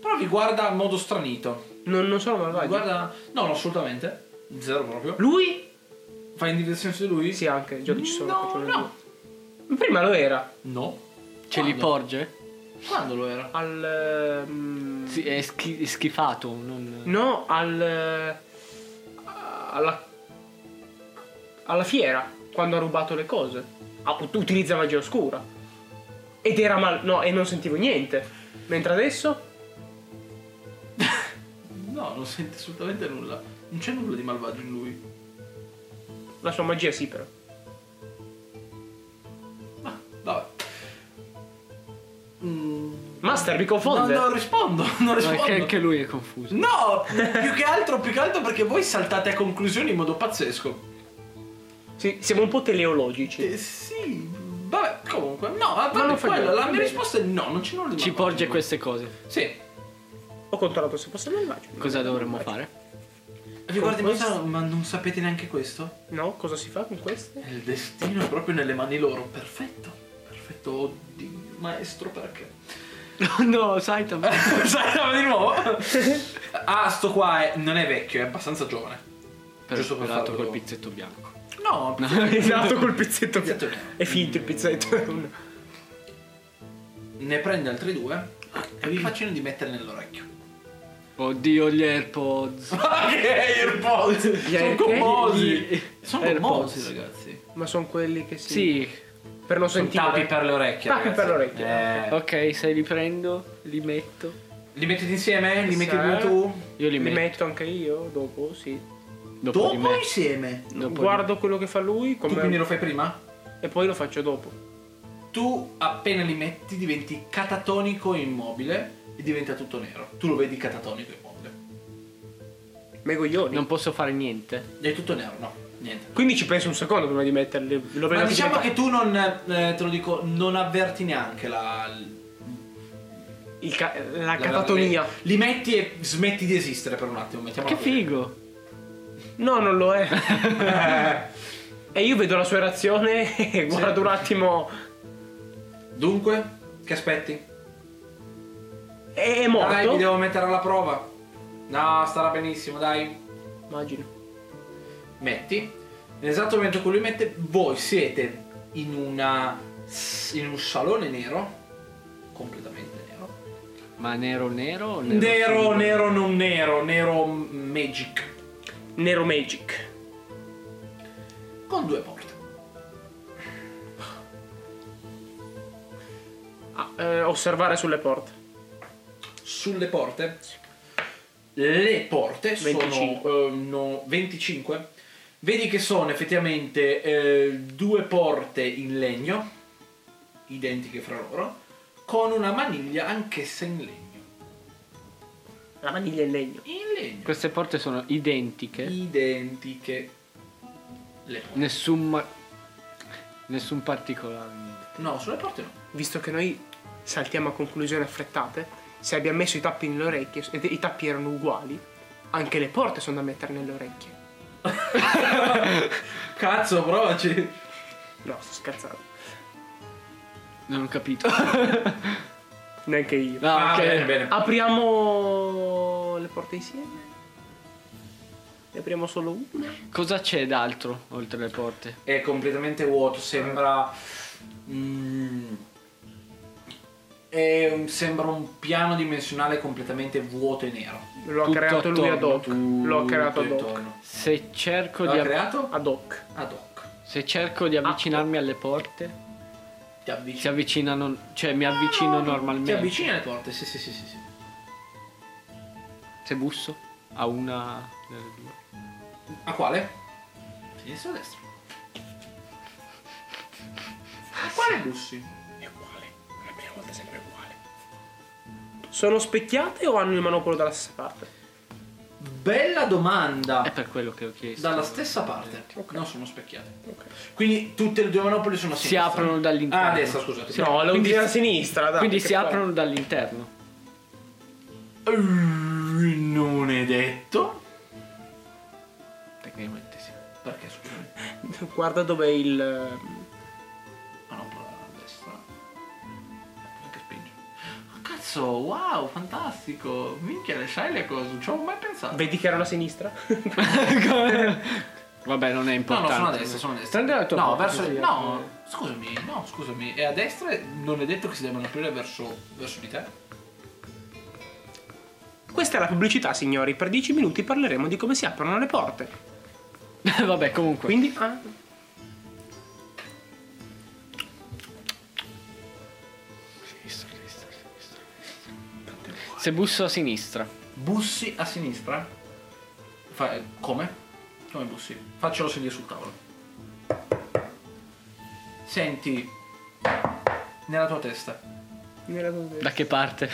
Speaker 1: Però vi guarda a modo stranito.
Speaker 3: Non, non sono
Speaker 1: Vi
Speaker 3: malvagio.
Speaker 1: guarda. No, no, assolutamente. Zero proprio.
Speaker 3: Lui?
Speaker 1: Fai in direzione su di lui?
Speaker 3: Sì, anche. Già che ci sono.
Speaker 1: No,
Speaker 3: faccio le
Speaker 1: no.
Speaker 3: due. Prima lo era.
Speaker 1: No.
Speaker 2: Ce li porge?
Speaker 1: Quando lo era?
Speaker 3: Al. ehm,
Speaker 2: Sì, è schi- schifato, non...
Speaker 3: No, al. eh, Alla. Alla fiera. Quando ha rubato le cose. Ah, ut- utilizza magia oscura. Ed era mal. No, e non sentivo niente. Mentre adesso.
Speaker 1: No, non sente assolutamente nulla. Non c'è nulla di malvagio in lui.
Speaker 3: La sua magia sì, però.
Speaker 1: Ma Ah, vabbè. Mm,
Speaker 3: Master, mi
Speaker 1: no,
Speaker 3: confonde.
Speaker 1: non rispondo, non rispondo.
Speaker 2: Anche, anche lui è confuso.
Speaker 1: No! più che altro, più che altro perché voi saltate a conclusioni in modo pazzesco.
Speaker 3: Sì, siamo un po' teleologici.
Speaker 1: Eh, sì. Vabbè, comunque. No, ma
Speaker 3: non
Speaker 1: vabbè,
Speaker 3: fa
Speaker 1: quello,
Speaker 3: niente,
Speaker 1: la
Speaker 3: va
Speaker 1: mia
Speaker 3: bene.
Speaker 1: risposta è no, non c'è nulla di malvagio.
Speaker 2: Ci porge queste cose.
Speaker 1: Sì.
Speaker 3: Ho controllato se fosse malvagio.
Speaker 2: Cosa dovremmo fare?
Speaker 1: Vi guardi in faccia, ma non sapete neanche questo?
Speaker 3: No, cosa si fa con queste?
Speaker 1: Il destino è proprio nelle mani loro. Perfetto. Perfetto, oddio, maestro, perché?
Speaker 2: no, sai tampoco.
Speaker 1: Saltava di nuovo. ah, sto qua è- non è vecchio, è abbastanza giovane.
Speaker 2: Per,
Speaker 1: Giusto per
Speaker 2: peraltro
Speaker 1: farlo.
Speaker 2: col pizzetto bianco.
Speaker 1: No,
Speaker 3: esatto, col pizzetto.
Speaker 1: Pizzetto
Speaker 3: bianco.
Speaker 1: nero.
Speaker 3: È finto il pizzetto.
Speaker 1: ne prende altri due e vi faccio uno di mettere nell'orecchio.
Speaker 2: Oddio, gli AirPods.
Speaker 1: Ma che AirPods? Sono
Speaker 3: Air-
Speaker 1: gommosi.
Speaker 2: gli-
Speaker 1: Sono
Speaker 2: AirPods.
Speaker 1: gommosi, ragazzi.
Speaker 3: Ma sono quelli che si.
Speaker 2: Sì,
Speaker 3: Per non sentire.
Speaker 1: per le orecchie.
Speaker 3: Tappi
Speaker 1: ragazzi.
Speaker 3: per le orecchie,
Speaker 1: Eh,
Speaker 2: ok, se li prendo, li metto.
Speaker 1: Li mettete insieme? Li
Speaker 3: Sì.
Speaker 1: metti due tu?
Speaker 2: Io li
Speaker 3: Li
Speaker 2: metto.
Speaker 3: metto anche io dopo, sì.
Speaker 2: Dopo, di me.
Speaker 1: insieme.
Speaker 2: Dopo di-
Speaker 3: Guardo quello che fa lui
Speaker 1: Tu
Speaker 3: come-
Speaker 1: quindi lo fai prima?
Speaker 3: e poi lo faccio dopo.
Speaker 1: Tu appena li metti diventi catatonico e immobile e diventa tutto nero. Tu lo vedi catatonico e immobile.
Speaker 3: Me coglioni.
Speaker 2: Non posso fare niente.
Speaker 1: È tutto nero, no? Niente.
Speaker 3: Quindi ci penso un secondo prima di metterli. Lo
Speaker 1: Ma
Speaker 3: vedo
Speaker 1: diciamo
Speaker 3: finito.
Speaker 1: che tu non, eh, te lo dico, non avverti neanche la...
Speaker 3: Il ca- la catatonia.
Speaker 1: Li metti e smetti di esistere per un attimo. mettiamola
Speaker 2: Che
Speaker 1: così.
Speaker 2: figo.
Speaker 3: No, non lo è. e io vedo la sua reazione e guardo un attimo.
Speaker 1: Dunque, che aspetti?
Speaker 3: È è
Speaker 1: Dai,
Speaker 3: morto.
Speaker 1: mi devo mettere alla prova. No, starà benissimo, dai.
Speaker 3: Immagino.
Speaker 1: metti. Nell'esatto momento in cui lui mette, voi siete in, una, in un salone nero, completamente nero.
Speaker 2: Ma nero nero? o
Speaker 1: Nero,
Speaker 2: scuro?
Speaker 1: nero, non nero, nero magic.
Speaker 3: Nero Magic.
Speaker 1: Con due porte.
Speaker 3: Ah, eh, osservare sulle porte.
Speaker 1: Sulle porte, le porte
Speaker 3: 25.
Speaker 1: sono eh, no, 25. Vedi che sono effettivamente eh, due porte in legno, identiche fra loro, con una maniglia anch'essa in legno.
Speaker 3: La maniglia in legno.
Speaker 1: In legno.
Speaker 2: Queste porte sono identiche.
Speaker 1: identiche. Le porte.
Speaker 2: Nessun ma- Nessun particolare. niente.
Speaker 1: No, sulle porte no.
Speaker 3: Visto che noi saltiamo a conclusioni affrettate, se abbiamo messo i tappi nelle orecchie e i tappi erano uguali, anche le porte sono da mettere nelle orecchie.
Speaker 1: Cazzo, provaci.
Speaker 3: No, sto scherzando.
Speaker 2: Non ho capito.
Speaker 3: Neanche io.
Speaker 2: No,
Speaker 1: Ah,
Speaker 2: ok.
Speaker 1: bene, bene.
Speaker 3: Apriamo le porte insieme. Ne apriamo solo una.
Speaker 2: Cosa c'è d'altro oltre le porte?
Speaker 1: È completamente vuoto, sembra... mm, è un- sembra un piano dimensionale completamente vuoto e nero.
Speaker 3: Lo ha
Speaker 2: Tutto
Speaker 3: creato lui ad
Speaker 2: attorno,
Speaker 3: hoc. Lo ha creato ad
Speaker 1: Tutto
Speaker 3: hoc.
Speaker 1: intorno.
Speaker 2: Se cerco
Speaker 1: Lo
Speaker 2: di
Speaker 1: ha
Speaker 2: av-
Speaker 1: creato
Speaker 3: Ad hoc.
Speaker 1: ad hoc.
Speaker 2: se cerco di avvicinarmi alle porte,
Speaker 1: Ti avvicini.
Speaker 2: si avvicinano, cioè mi avvicino normalmente.
Speaker 1: Ti avvicini alle porte, sì sì sì sì. sì.
Speaker 2: Se busso a una delle due.
Speaker 1: A quale? Sinistra o destra? A quale bussi?
Speaker 3: È uguale. La prima volta è sempre uguale. Sono specchiate o hanno il manopolo dalla stessa parte?
Speaker 1: Bella domanda.
Speaker 2: È per quello che ho chiesto.
Speaker 1: Dalla stessa parte. Non sono specchiate. Quindi tutte le due monopoli sono a
Speaker 2: Si
Speaker 1: sinistra.
Speaker 2: aprono dall'interno.
Speaker 1: Ah, a destra, scusate.
Speaker 3: No, la
Speaker 2: Quindi-
Speaker 3: a sinistra, dai.
Speaker 2: Quindi
Speaker 3: che
Speaker 2: si
Speaker 3: fa-
Speaker 2: aprono dall'interno.
Speaker 1: Eh, Non è detto.
Speaker 2: Tecnicamente sì.
Speaker 1: Perché scusate?
Speaker 3: Guarda dov'è il.
Speaker 1: Monopola a destra. Anche spinge. Ah, Cazzo, wow, fantastico. Minchia, le sai le cose, non ci avevo mai pensato.
Speaker 3: Vedi che era una sinistra?
Speaker 2: Vabbè, non è
Speaker 1: No, no,
Speaker 2: importante.
Speaker 1: sono a destra, sono a destra.
Speaker 2: Prendi la tua
Speaker 1: no,
Speaker 2: porta,
Speaker 1: verso.
Speaker 2: così,
Speaker 1: No, scusami, no, scusami. E a destra non è detto che si debbano aprire verso, verso di te.
Speaker 3: Questa è la pubblicità, signori. Per 10 minuti parleremo di come si aprono le porte.
Speaker 2: Vabbè, comunque.
Speaker 3: Quindi. Ah,
Speaker 2: Se busso a sinistra.
Speaker 1: Bussi a sinistra. Fa- eh, come? Come bussi? Faccelo sedere sul tavolo. Senti nella tua testa,
Speaker 3: nella tua destra.
Speaker 2: Da che parte?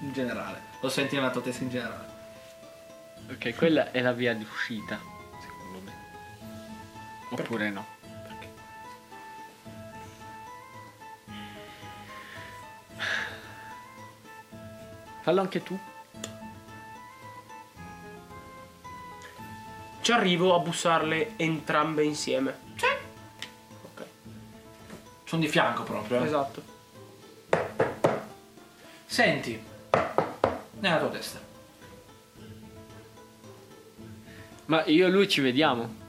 Speaker 1: in generale. Lo senti nella tua testa in generale.
Speaker 2: Ok, quella è la via di uscita, secondo me. Oppure no. Fallo anche tu.
Speaker 3: Ci arrivo a bussarle entrambe insieme. Sì. Ok,
Speaker 1: Sono Cioè, di fianco proprio. eh.
Speaker 3: esatto.
Speaker 1: Senti nella tua testa.
Speaker 2: Ma io e lui ci vediamo.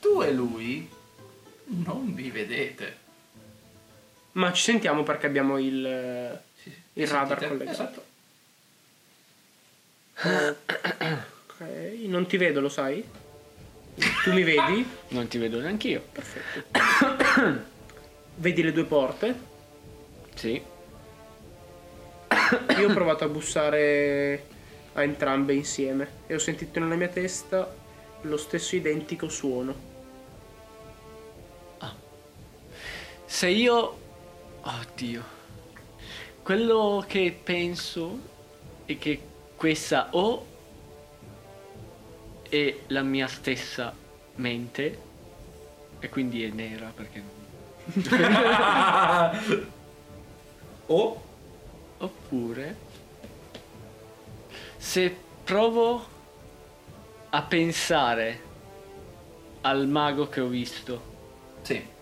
Speaker 1: Tu e lui non vi vedete.
Speaker 3: Ma ci sentiamo perché abbiamo il.
Speaker 1: Sì, sì.
Speaker 3: Il radar
Speaker 1: Sentite?
Speaker 3: collegato.
Speaker 1: Esatto.
Speaker 3: Ok, non ti vedo, lo sai? Tu mi vedi?
Speaker 2: Non ti vedo neanche io.
Speaker 3: Perfetto. Vedi le due porte?
Speaker 2: Sì.
Speaker 3: Io ho provato a bussare a entrambe insieme e ho sentito nella mia testa lo stesso identico suono.
Speaker 2: Se io... Oddio. Quello che penso è che questa o è la mia stessa mente e quindi è nera perché non...
Speaker 1: O
Speaker 2: Oppure se provo a pensare al mago che ho visto
Speaker 1: Sì.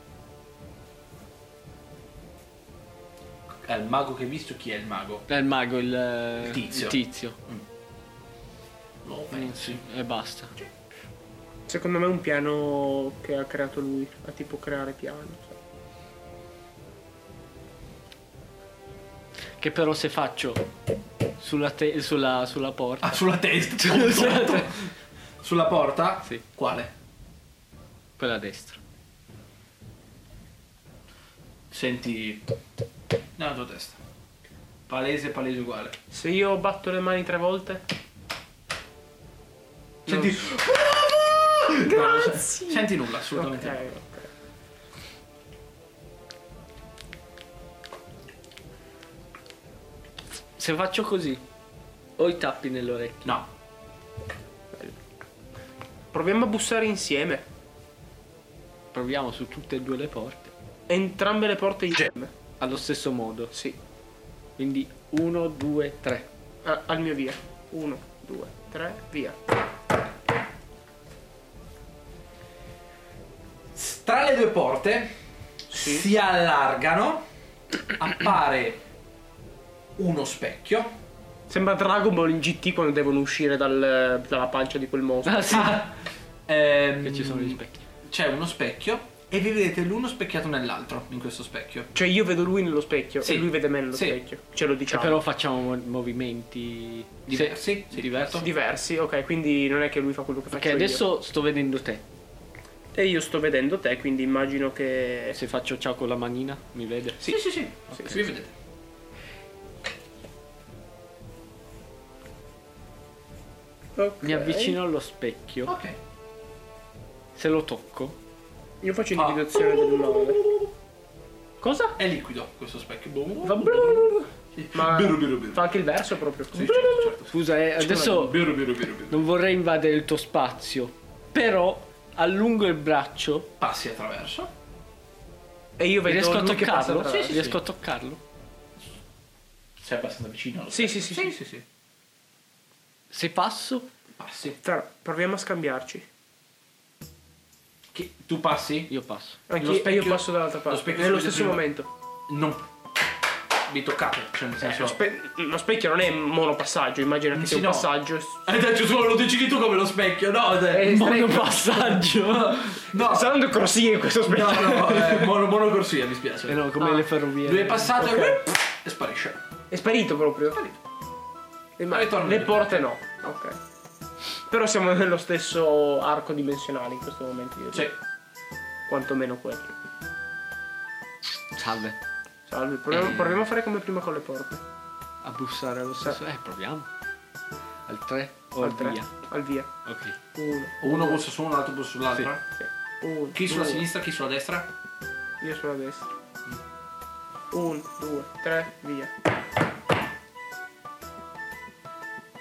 Speaker 1: È il mago che hai visto chi è il mago?
Speaker 2: Eh, il mago, il, eh,
Speaker 1: Il tizio. Eh,
Speaker 2: il tizio. Mm,
Speaker 1: Lo pensi.
Speaker 2: E basta.
Speaker 3: Secondo me è un piano che ha creato lui, a tipo creare piano. cioè. sai.
Speaker 2: Che però se faccio sulla, te- sulla, sulla porta.
Speaker 1: Ah, sulla testa. Sulla, te- sulla porta?
Speaker 2: Sì.
Speaker 1: Quale?
Speaker 2: Quella a destra.
Speaker 1: Senti. Nella tua testa. Palese, palese uguale.
Speaker 3: Se io batto le mani tre volte,
Speaker 1: Senti. No, non sen- Senti nulla,
Speaker 3: ok,
Speaker 1: assolutamente.
Speaker 3: ok.
Speaker 2: Se faccio così. Ho i tappi nell'orecchio.
Speaker 1: No.
Speaker 3: Proviamo a bussare insieme.
Speaker 2: Proviamo su tutte e due le porte.
Speaker 3: Entrambe le porte insieme.
Speaker 2: Allo stesso modo.
Speaker 3: Sì.
Speaker 2: Quindi 1, 2, 3.
Speaker 3: Ah, al mio via. Uno, due, tre, via.
Speaker 1: S- Tra le due porte
Speaker 3: Sì.
Speaker 1: si allargano. Appare uno specchio.
Speaker 3: Sembra Dragon Ball in GT quando devono uscire dal- dalla pancia di quel mostro.
Speaker 2: Ah, sì.
Speaker 1: Ehm,
Speaker 2: Che ci sono gli specchi.
Speaker 1: C'è uno specchio e vi vedete l'uno specchiato nell'altro in questo specchio.
Speaker 3: Cioè io vedo lui nello specchio
Speaker 1: Sì.
Speaker 3: e lui vede me nello
Speaker 1: Sì.
Speaker 3: specchio. Ce lo
Speaker 2: Cioè,
Speaker 3: diciamo.
Speaker 2: però facciamo mo- movimenti
Speaker 1: Diversi,
Speaker 2: Sì, diversi.
Speaker 3: Diversi, ok, quindi non è che lui fa quello che
Speaker 2: Ok,
Speaker 3: faccio
Speaker 2: adesso sto vedendo te.
Speaker 3: io. E io sto vedendo te, quindi immagino che...
Speaker 2: Se faccio ciao con la manina, mi vede.
Speaker 1: Sì, sì, sì. sì,
Speaker 3: Ok.
Speaker 1: vi vedete.
Speaker 3: Ok.
Speaker 2: Mi avvicino allo specchio.
Speaker 1: Ok.
Speaker 2: Se lo tocco.
Speaker 3: Io faccio individuazione del 9. Cosa?
Speaker 1: È liquido questo specchio. Boh.
Speaker 3: Fa brrr. Ma
Speaker 1: Biru, biru, biru.
Speaker 3: fa anche il verso proprio.
Speaker 1: Sì, certo, certo.
Speaker 2: Scusa, eh, adesso
Speaker 1: Biru, biru, biru, biru.
Speaker 2: non vorrei invadere il tuo spazio. Però allungo il braccio.
Speaker 1: Passi attraverso.
Speaker 3: E io vedo
Speaker 2: riesco a
Speaker 3: lui che passa
Speaker 2: toccarlo?
Speaker 3: tra-
Speaker 2: Sì, sì, riesco a toccarlo.
Speaker 1: Sei abbastanza vicino. allo
Speaker 3: Sì,
Speaker 1: specchio.
Speaker 3: sì, sì, sì.
Speaker 1: sì, sì.
Speaker 2: Se passo,
Speaker 1: Passi.
Speaker 3: Tra- proviamo a scambiarci.
Speaker 1: Chi- tu passi?
Speaker 2: io passo.
Speaker 3: Anche
Speaker 1: Lo specchio-
Speaker 3: io passo dall'altra
Speaker 1: lo
Speaker 3: parte.
Speaker 1: specchio
Speaker 3: Nello
Speaker 1: si vede
Speaker 3: stesso
Speaker 1: prima.
Speaker 3: momento. Eh,
Speaker 1: Non. Vi toccate. Cioè, nel senso.
Speaker 3: Lo, spe- lo specchio non è monopassaggio, immagina che
Speaker 1: Sì,
Speaker 3: sia un
Speaker 1: no.
Speaker 3: passaggio.
Speaker 1: Eh, dai, giusto, lo decidi tu come lo specchio, no? Dai.
Speaker 3: Eh,
Speaker 2: Buon
Speaker 3: stretto.
Speaker 2: passaggio.
Speaker 1: No,
Speaker 3: Sta dando crossie in questo specchio.
Speaker 1: no, no, eh, mono, monocorsia, mi spiace.
Speaker 2: Eh no, come
Speaker 3: Ah.
Speaker 2: le ferrovie.
Speaker 1: Lui è passato
Speaker 3: Ok.
Speaker 1: e sparisce.
Speaker 3: È sparito proprio. Le, ma-
Speaker 1: Ma ritorna
Speaker 3: le
Speaker 1: lì.
Speaker 3: porte no. Ok. Però siamo nello stesso arco dimensionale in questo momento. Io
Speaker 1: Sì.
Speaker 3: Quantomeno quello.
Speaker 2: Salve.
Speaker 3: Salve, proviamo, proviamo a fare come prima con le porte.
Speaker 2: A bussare allo stesso. Eh, proviamo. Al 3 o al
Speaker 3: Al tre.
Speaker 2: via.
Speaker 3: Al via.
Speaker 2: Ok.
Speaker 3: Uno.
Speaker 1: Uno bussa su uno, l'altro bussa sull'altro.
Speaker 3: Sì. Uno.
Speaker 1: Chi sulla
Speaker 3: due.
Speaker 1: sinistra, chi sulla destra?
Speaker 3: Io sulla destra. Uno, due, tre, via.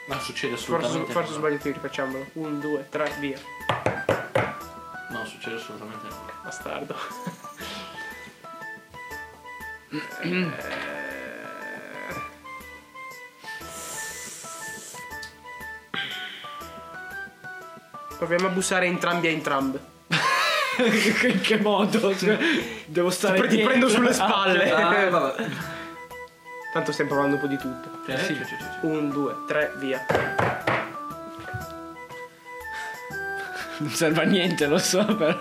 Speaker 1: Non succede
Speaker 3: Forse,
Speaker 1: assolutamente
Speaker 3: forse ho
Speaker 1: nulla.
Speaker 3: sbagliato io, rifacciamolo. Uno, due, tre, via.
Speaker 1: Non succede assolutamente nulla.
Speaker 3: Bastardo. Eh. Proviamo a bussare entrambi a entrambe.
Speaker 2: in che modo? Cioè, devo stare
Speaker 3: Ti
Speaker 2: dietro.
Speaker 3: prendo sulle spalle.
Speaker 1: Ah, vabbè.
Speaker 3: Tanto stiamo provando un po' di tutto.
Speaker 1: Eh, sì, sì, sì, sì.
Speaker 3: Un, due, tre, via.
Speaker 2: Non serve a niente, lo so, però.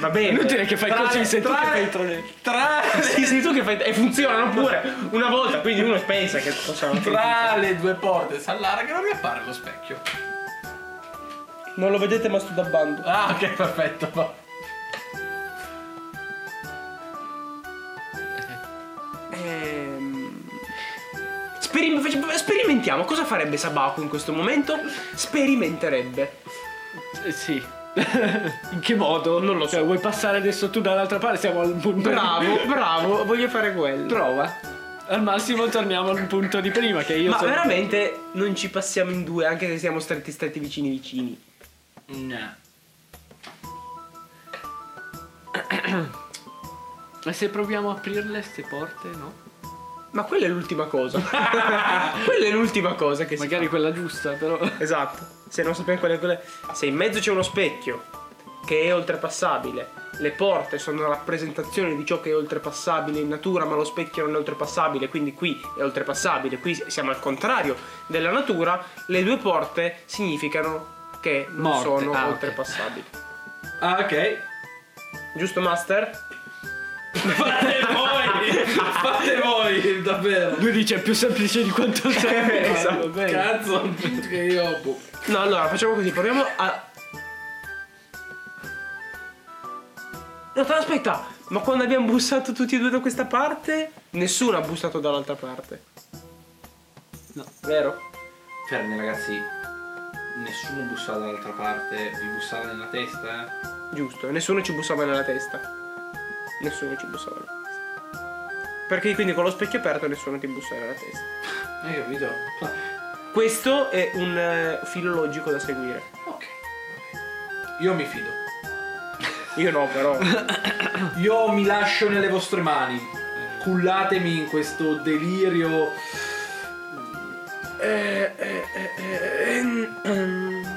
Speaker 3: Va bene.
Speaker 2: Inutile che fai così, sei tu che fai il trone.
Speaker 1: Tra,
Speaker 3: Sì, sei tu che fai. E funzionano pure una volta, quindi uno pensa che possiamo.
Speaker 1: tra le due porte si allargano e appare lo specchio.
Speaker 3: Non lo vedete, ma sto dabbando.
Speaker 1: Ah, ok, perfetto.
Speaker 3: Ehm... sperim- face- sperimentiamo. Cosa farebbe Sabaku in questo momento? Sperimenterebbe.
Speaker 2: Eh, sì. in che modo?
Speaker 3: Non lo so.
Speaker 2: Cioè, vuoi passare adesso tu dall'altra parte? Siamo al punto di...
Speaker 3: Bravo, bravo, voglio fare quello.
Speaker 2: Prova. Al massimo torniamo al punto di prima, che io
Speaker 3: Ma
Speaker 2: sono...
Speaker 3: veramente non ci passiamo in due, anche se siamo stretti stretti vicini vicini.
Speaker 1: No.
Speaker 2: Ma se proviamo a aprirle ste porte, no?
Speaker 3: Ma quella è l'ultima cosa. quella è l'ultima cosa che si
Speaker 2: Magari quella giusta, però...
Speaker 3: Esatto. Se non sappiamo qual è quella. Se in mezzo c'è uno specchio che è oltrepassabile, le porte sono la rappresentazione di ciò che è oltrepassabile in natura, ma lo specchio non è oltrepassabile, quindi qui è oltrepassabile, qui siamo al contrario della natura, le due porte significano che non
Speaker 2: Morte.
Speaker 3: sono
Speaker 2: Ah, ok.
Speaker 3: oltrepassabili.
Speaker 1: Ah, ok.
Speaker 3: Giusto, Master?
Speaker 1: Fate voi! Fate voi, davvero.
Speaker 2: Lui dice è più semplice di quanto sembra.
Speaker 3: Esatto.
Speaker 2: Va bene.
Speaker 1: Cazzo, che io... boh.
Speaker 3: No, allora facciamo così, proviamo a. No, però aspetta, ma quando abbiamo bussato tutti e due da questa parte, nessuno ha bussato dall'altra parte.
Speaker 2: No.
Speaker 3: Vero?
Speaker 1: Fermi ragazzi, nessuno bussava dall'altra parte, vi bussava nella testa? eh?
Speaker 3: Giusto, nessuno ci bussava nella testa. Nessuno ci bussava nella testa. Perché quindi con lo specchio aperto nessuno ti bussa nella testa.
Speaker 1: Hai capito? Ah,
Speaker 3: Questo è un eh, filo logico da seguire.
Speaker 1: Ok. Io mi fido.
Speaker 3: Io no, però.
Speaker 1: Io mi lascio nelle vostre mani. Cullatemi in questo delirio.
Speaker 3: Eh, eh, eh, eh, ehm, ehm.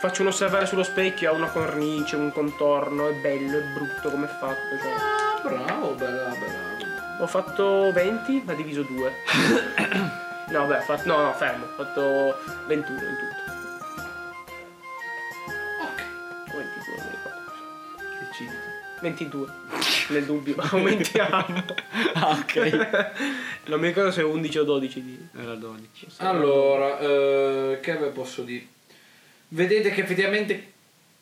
Speaker 3: Faccio un osservare sullo specchio, ha una cornice, un contorno, è bello, è brutto come è fatto. Cioè.
Speaker 1: Ah, bravo, bella, bravo.
Speaker 3: Ho fatto 20, ma diviso 2. No, beh, fa- no, no, fermo. Ho fatto 21 in tutto. Ok. 22, mi ricordo. 22. Nel dubbio, aumentiamo.
Speaker 2: Ah, ok.
Speaker 3: non mi ricordo se 11 o 12 di...
Speaker 2: Era 12.
Speaker 1: Allora, eh, che ve posso dire? Vedete che effettivamente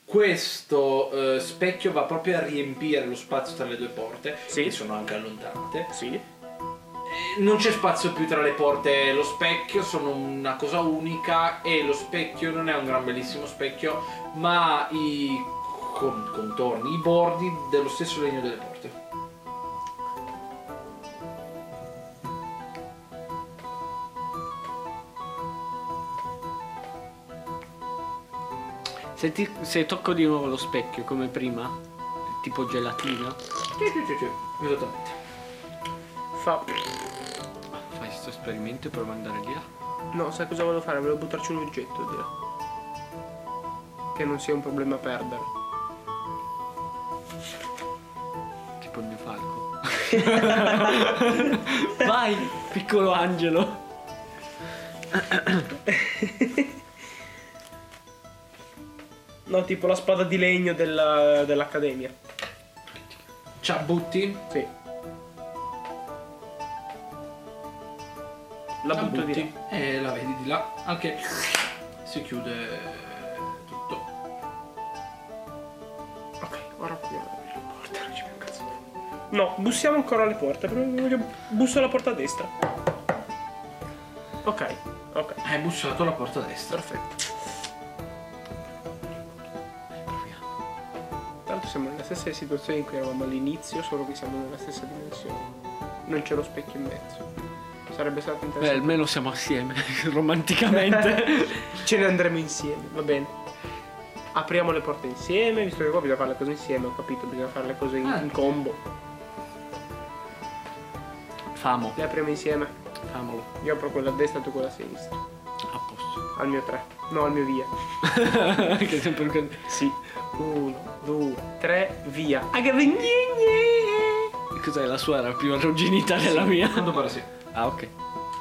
Speaker 1: questo eh, specchio va proprio a riempire lo spazio tra le due porte,
Speaker 3: Sì.
Speaker 1: che sono anche allontanate.
Speaker 3: Sì.
Speaker 1: Eh, Non c'è spazio più tra le porte e lo specchio, sono una cosa unica e lo specchio non è un gran bellissimo specchio, ma i con- contorni, i bordi dello stesso legno delle porte.
Speaker 2: Se, ti- se tocco di nuovo lo specchio come prima, tipo gelatina,
Speaker 1: Sì, sì, sì, sì, esattamente.
Speaker 3: Fa...
Speaker 2: fai questo esperimento e provo ad andare di là.
Speaker 3: No, sai cosa volevo fare? Volevo buttarci un oggetto di là. Che non sia un problema perdere.
Speaker 2: Tipo il mio falco. Vai, piccolo angelo.
Speaker 3: No, tipo la spada di legno della- dell'accademia.
Speaker 1: Ciao, butti?
Speaker 3: Sì. La
Speaker 1: La
Speaker 3: butto di
Speaker 1: butti
Speaker 3: là.
Speaker 1: e la vedi di là. Anche si chiude tutto.
Speaker 3: Ok, ora proviamo ad aprire la porta, non c'è più un cazzo. No, bussiamo ancora alle porte, però voglio... Busso alla porta a destra. Ok, ok,
Speaker 1: Hai bussato alla porta destra.
Speaker 3: perfetto. Tanto siamo nella stessa situazione in cui eravamo all'inizio, solo che siamo nella stessa dimensione. Non c'è lo specchio in mezzo. Sarebbe stato
Speaker 2: Beh,
Speaker 3: interessante.
Speaker 2: almeno siamo assieme, romanticamente.
Speaker 3: Ce ne andremo insieme, va bene. Apriamo le porte insieme, visto che qua bisogna fare le cose insieme, ho capito, bisogna fare le cose in, in combo.
Speaker 2: Famo,
Speaker 3: Le apriamo insieme.
Speaker 2: famolo.
Speaker 3: Io apro quella a destra e tu quella a sinistra.
Speaker 2: A posto.
Speaker 3: Al mio 3. No, al mio via.
Speaker 2: che è sempre un ca-
Speaker 3: Sì. 1, 2, 3, via. Aga gne, gne.
Speaker 2: Cos'è la sua era più arrugginita della mia?
Speaker 1: Quanto pare sì.
Speaker 2: Ah, ok.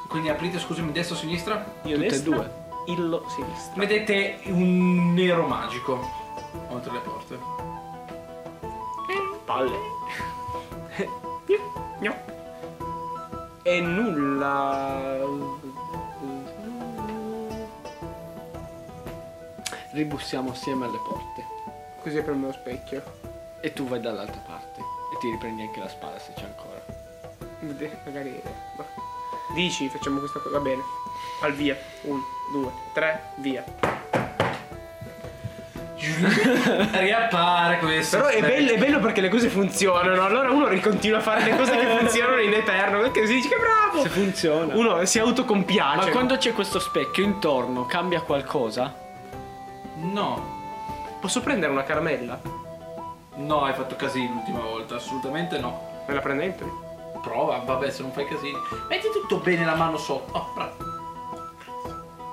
Speaker 1: Quindi aprite, scusami, destra o sinistra?
Speaker 3: Io
Speaker 2: Tutte e
Speaker 3: destra,
Speaker 2: due.
Speaker 3: Illo sinistra.
Speaker 1: Vedete un nero magico oltre le porte.
Speaker 3: Palle. no. E nulla.
Speaker 2: Ribussiamo assieme alle porte.
Speaker 3: Così apriamo lo specchio.
Speaker 2: E tu vai dall'altra parte. E ti riprendi anche la spada se c'è ancora.
Speaker 3: Vede, Magari. no. Dici, facciamo questa cosa. Va bene. Al via. 1, 2, 3, via.
Speaker 1: Riappare questo.
Speaker 3: Però è bello, è bello perché le cose funzionano. Allora uno ricontinua a fare le cose che funzionano in eterno. Perché si dice che bravo!
Speaker 2: Se funziona.
Speaker 3: Uno si autocompiace.
Speaker 2: Ma quando Ah, c'è questo specchio intorno cambia qualcosa?
Speaker 1: No.
Speaker 3: Posso prendere una caramella?
Speaker 1: No, hai fatto casino l'ultima volta, assolutamente no.
Speaker 3: Me la prendo dentro?
Speaker 1: Prova, vabbè, se non fai casini. Metti tutto bene la mano sotto. Oh, bravo.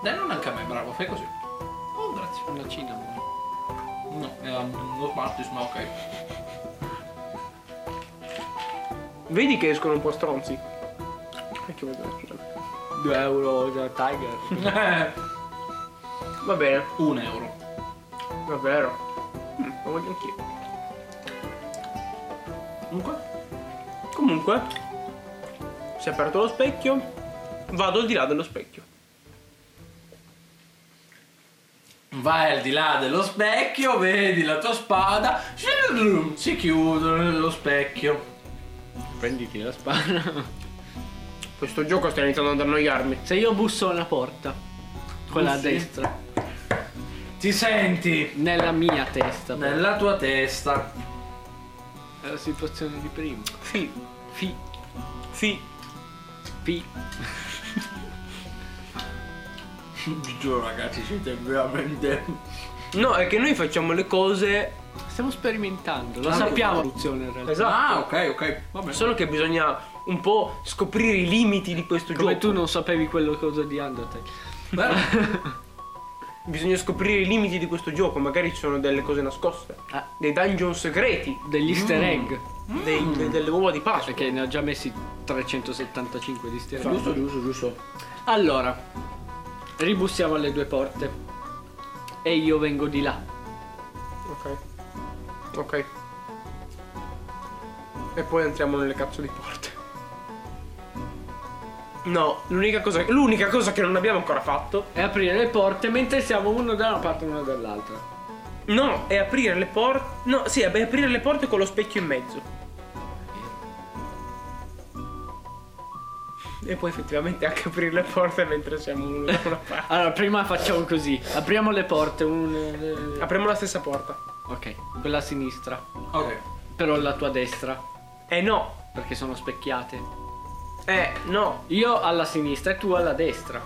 Speaker 1: Dai, non anche a me, bravo, fai così. Oh, grazie.
Speaker 2: Una cinnamon.
Speaker 1: No, era uno smartis, ma ok.
Speaker 3: Vedi che escono un po' stronzi. E che vuol dire, scusami.
Speaker 2: 2 euro da Tiger.
Speaker 3: Va bene,
Speaker 1: Un euro.
Speaker 3: davvero. Mm, lo voglio anch'io.
Speaker 1: Comunque?
Speaker 3: Comunque, si è aperto lo specchio. Vado al di là dello specchio.
Speaker 1: Vai al di là dello specchio, vedi la tua spada, si chiude nello specchio.
Speaker 2: Prenditi la spada.
Speaker 3: Questo gioco sta iniziando ad annoiarmi.
Speaker 2: Se io busso alla porta, quella a
Speaker 1: Bussi?
Speaker 2: destra,
Speaker 1: Ti senti
Speaker 2: nella mia testa,
Speaker 1: nella tua testa.
Speaker 2: è la situazione di prima.
Speaker 3: Sì,
Speaker 2: Fi,
Speaker 3: sì.
Speaker 2: fi.
Speaker 1: Vi giuro ragazzi, siete veramente...
Speaker 3: No, è che noi facciamo le cose.
Speaker 2: Stiamo sperimentando, lo
Speaker 3: Ah,
Speaker 2: sappiamo.
Speaker 3: no.
Speaker 2: Evoluzione in realtà.
Speaker 3: Esatto.
Speaker 1: Ah, ok, ok, va bene.
Speaker 3: Solo che bisogna un po' scoprire i limiti di questo
Speaker 2: Come
Speaker 3: gioco.
Speaker 2: tu non sapevi quello cosa di Undertale.
Speaker 1: Bene.
Speaker 3: Bisogna scoprire i limiti di questo gioco, magari ci sono delle cose nascoste,
Speaker 2: Ah.
Speaker 3: dei dungeon segreti,
Speaker 2: Degli easter egg.
Speaker 3: dei- de- delle uova di Pasqua.
Speaker 2: Perché ne ho già messi 375 di easter egg.
Speaker 1: Giusto, giusto, giusto.
Speaker 2: Allora, ribussiamo alle due porte. E io vengo di là.
Speaker 3: Ok. Ok. E poi entriamo nelle cazzo di porte. No, l'unica cosa, l'unica cosa che non abbiamo ancora fatto.
Speaker 2: E aprire le porte mentre siamo uno da una parte e uno dall'altra.
Speaker 3: No, è aprire le porte. No, sì, è aprire le porte con lo specchio in mezzo. E poi effettivamente anche aprire le porte mentre siamo uno da una parte.
Speaker 2: Allora, prima facciamo così. Apriamo le porte. un- eh,
Speaker 3: Apriamo la stessa porta.
Speaker 2: Ok, quella a sinistra.
Speaker 1: Ok.
Speaker 2: Però la tua destra.
Speaker 3: Eh no,
Speaker 2: Perché sono specchiate.
Speaker 3: eh no.
Speaker 2: Io alla sinistra e tu alla destra.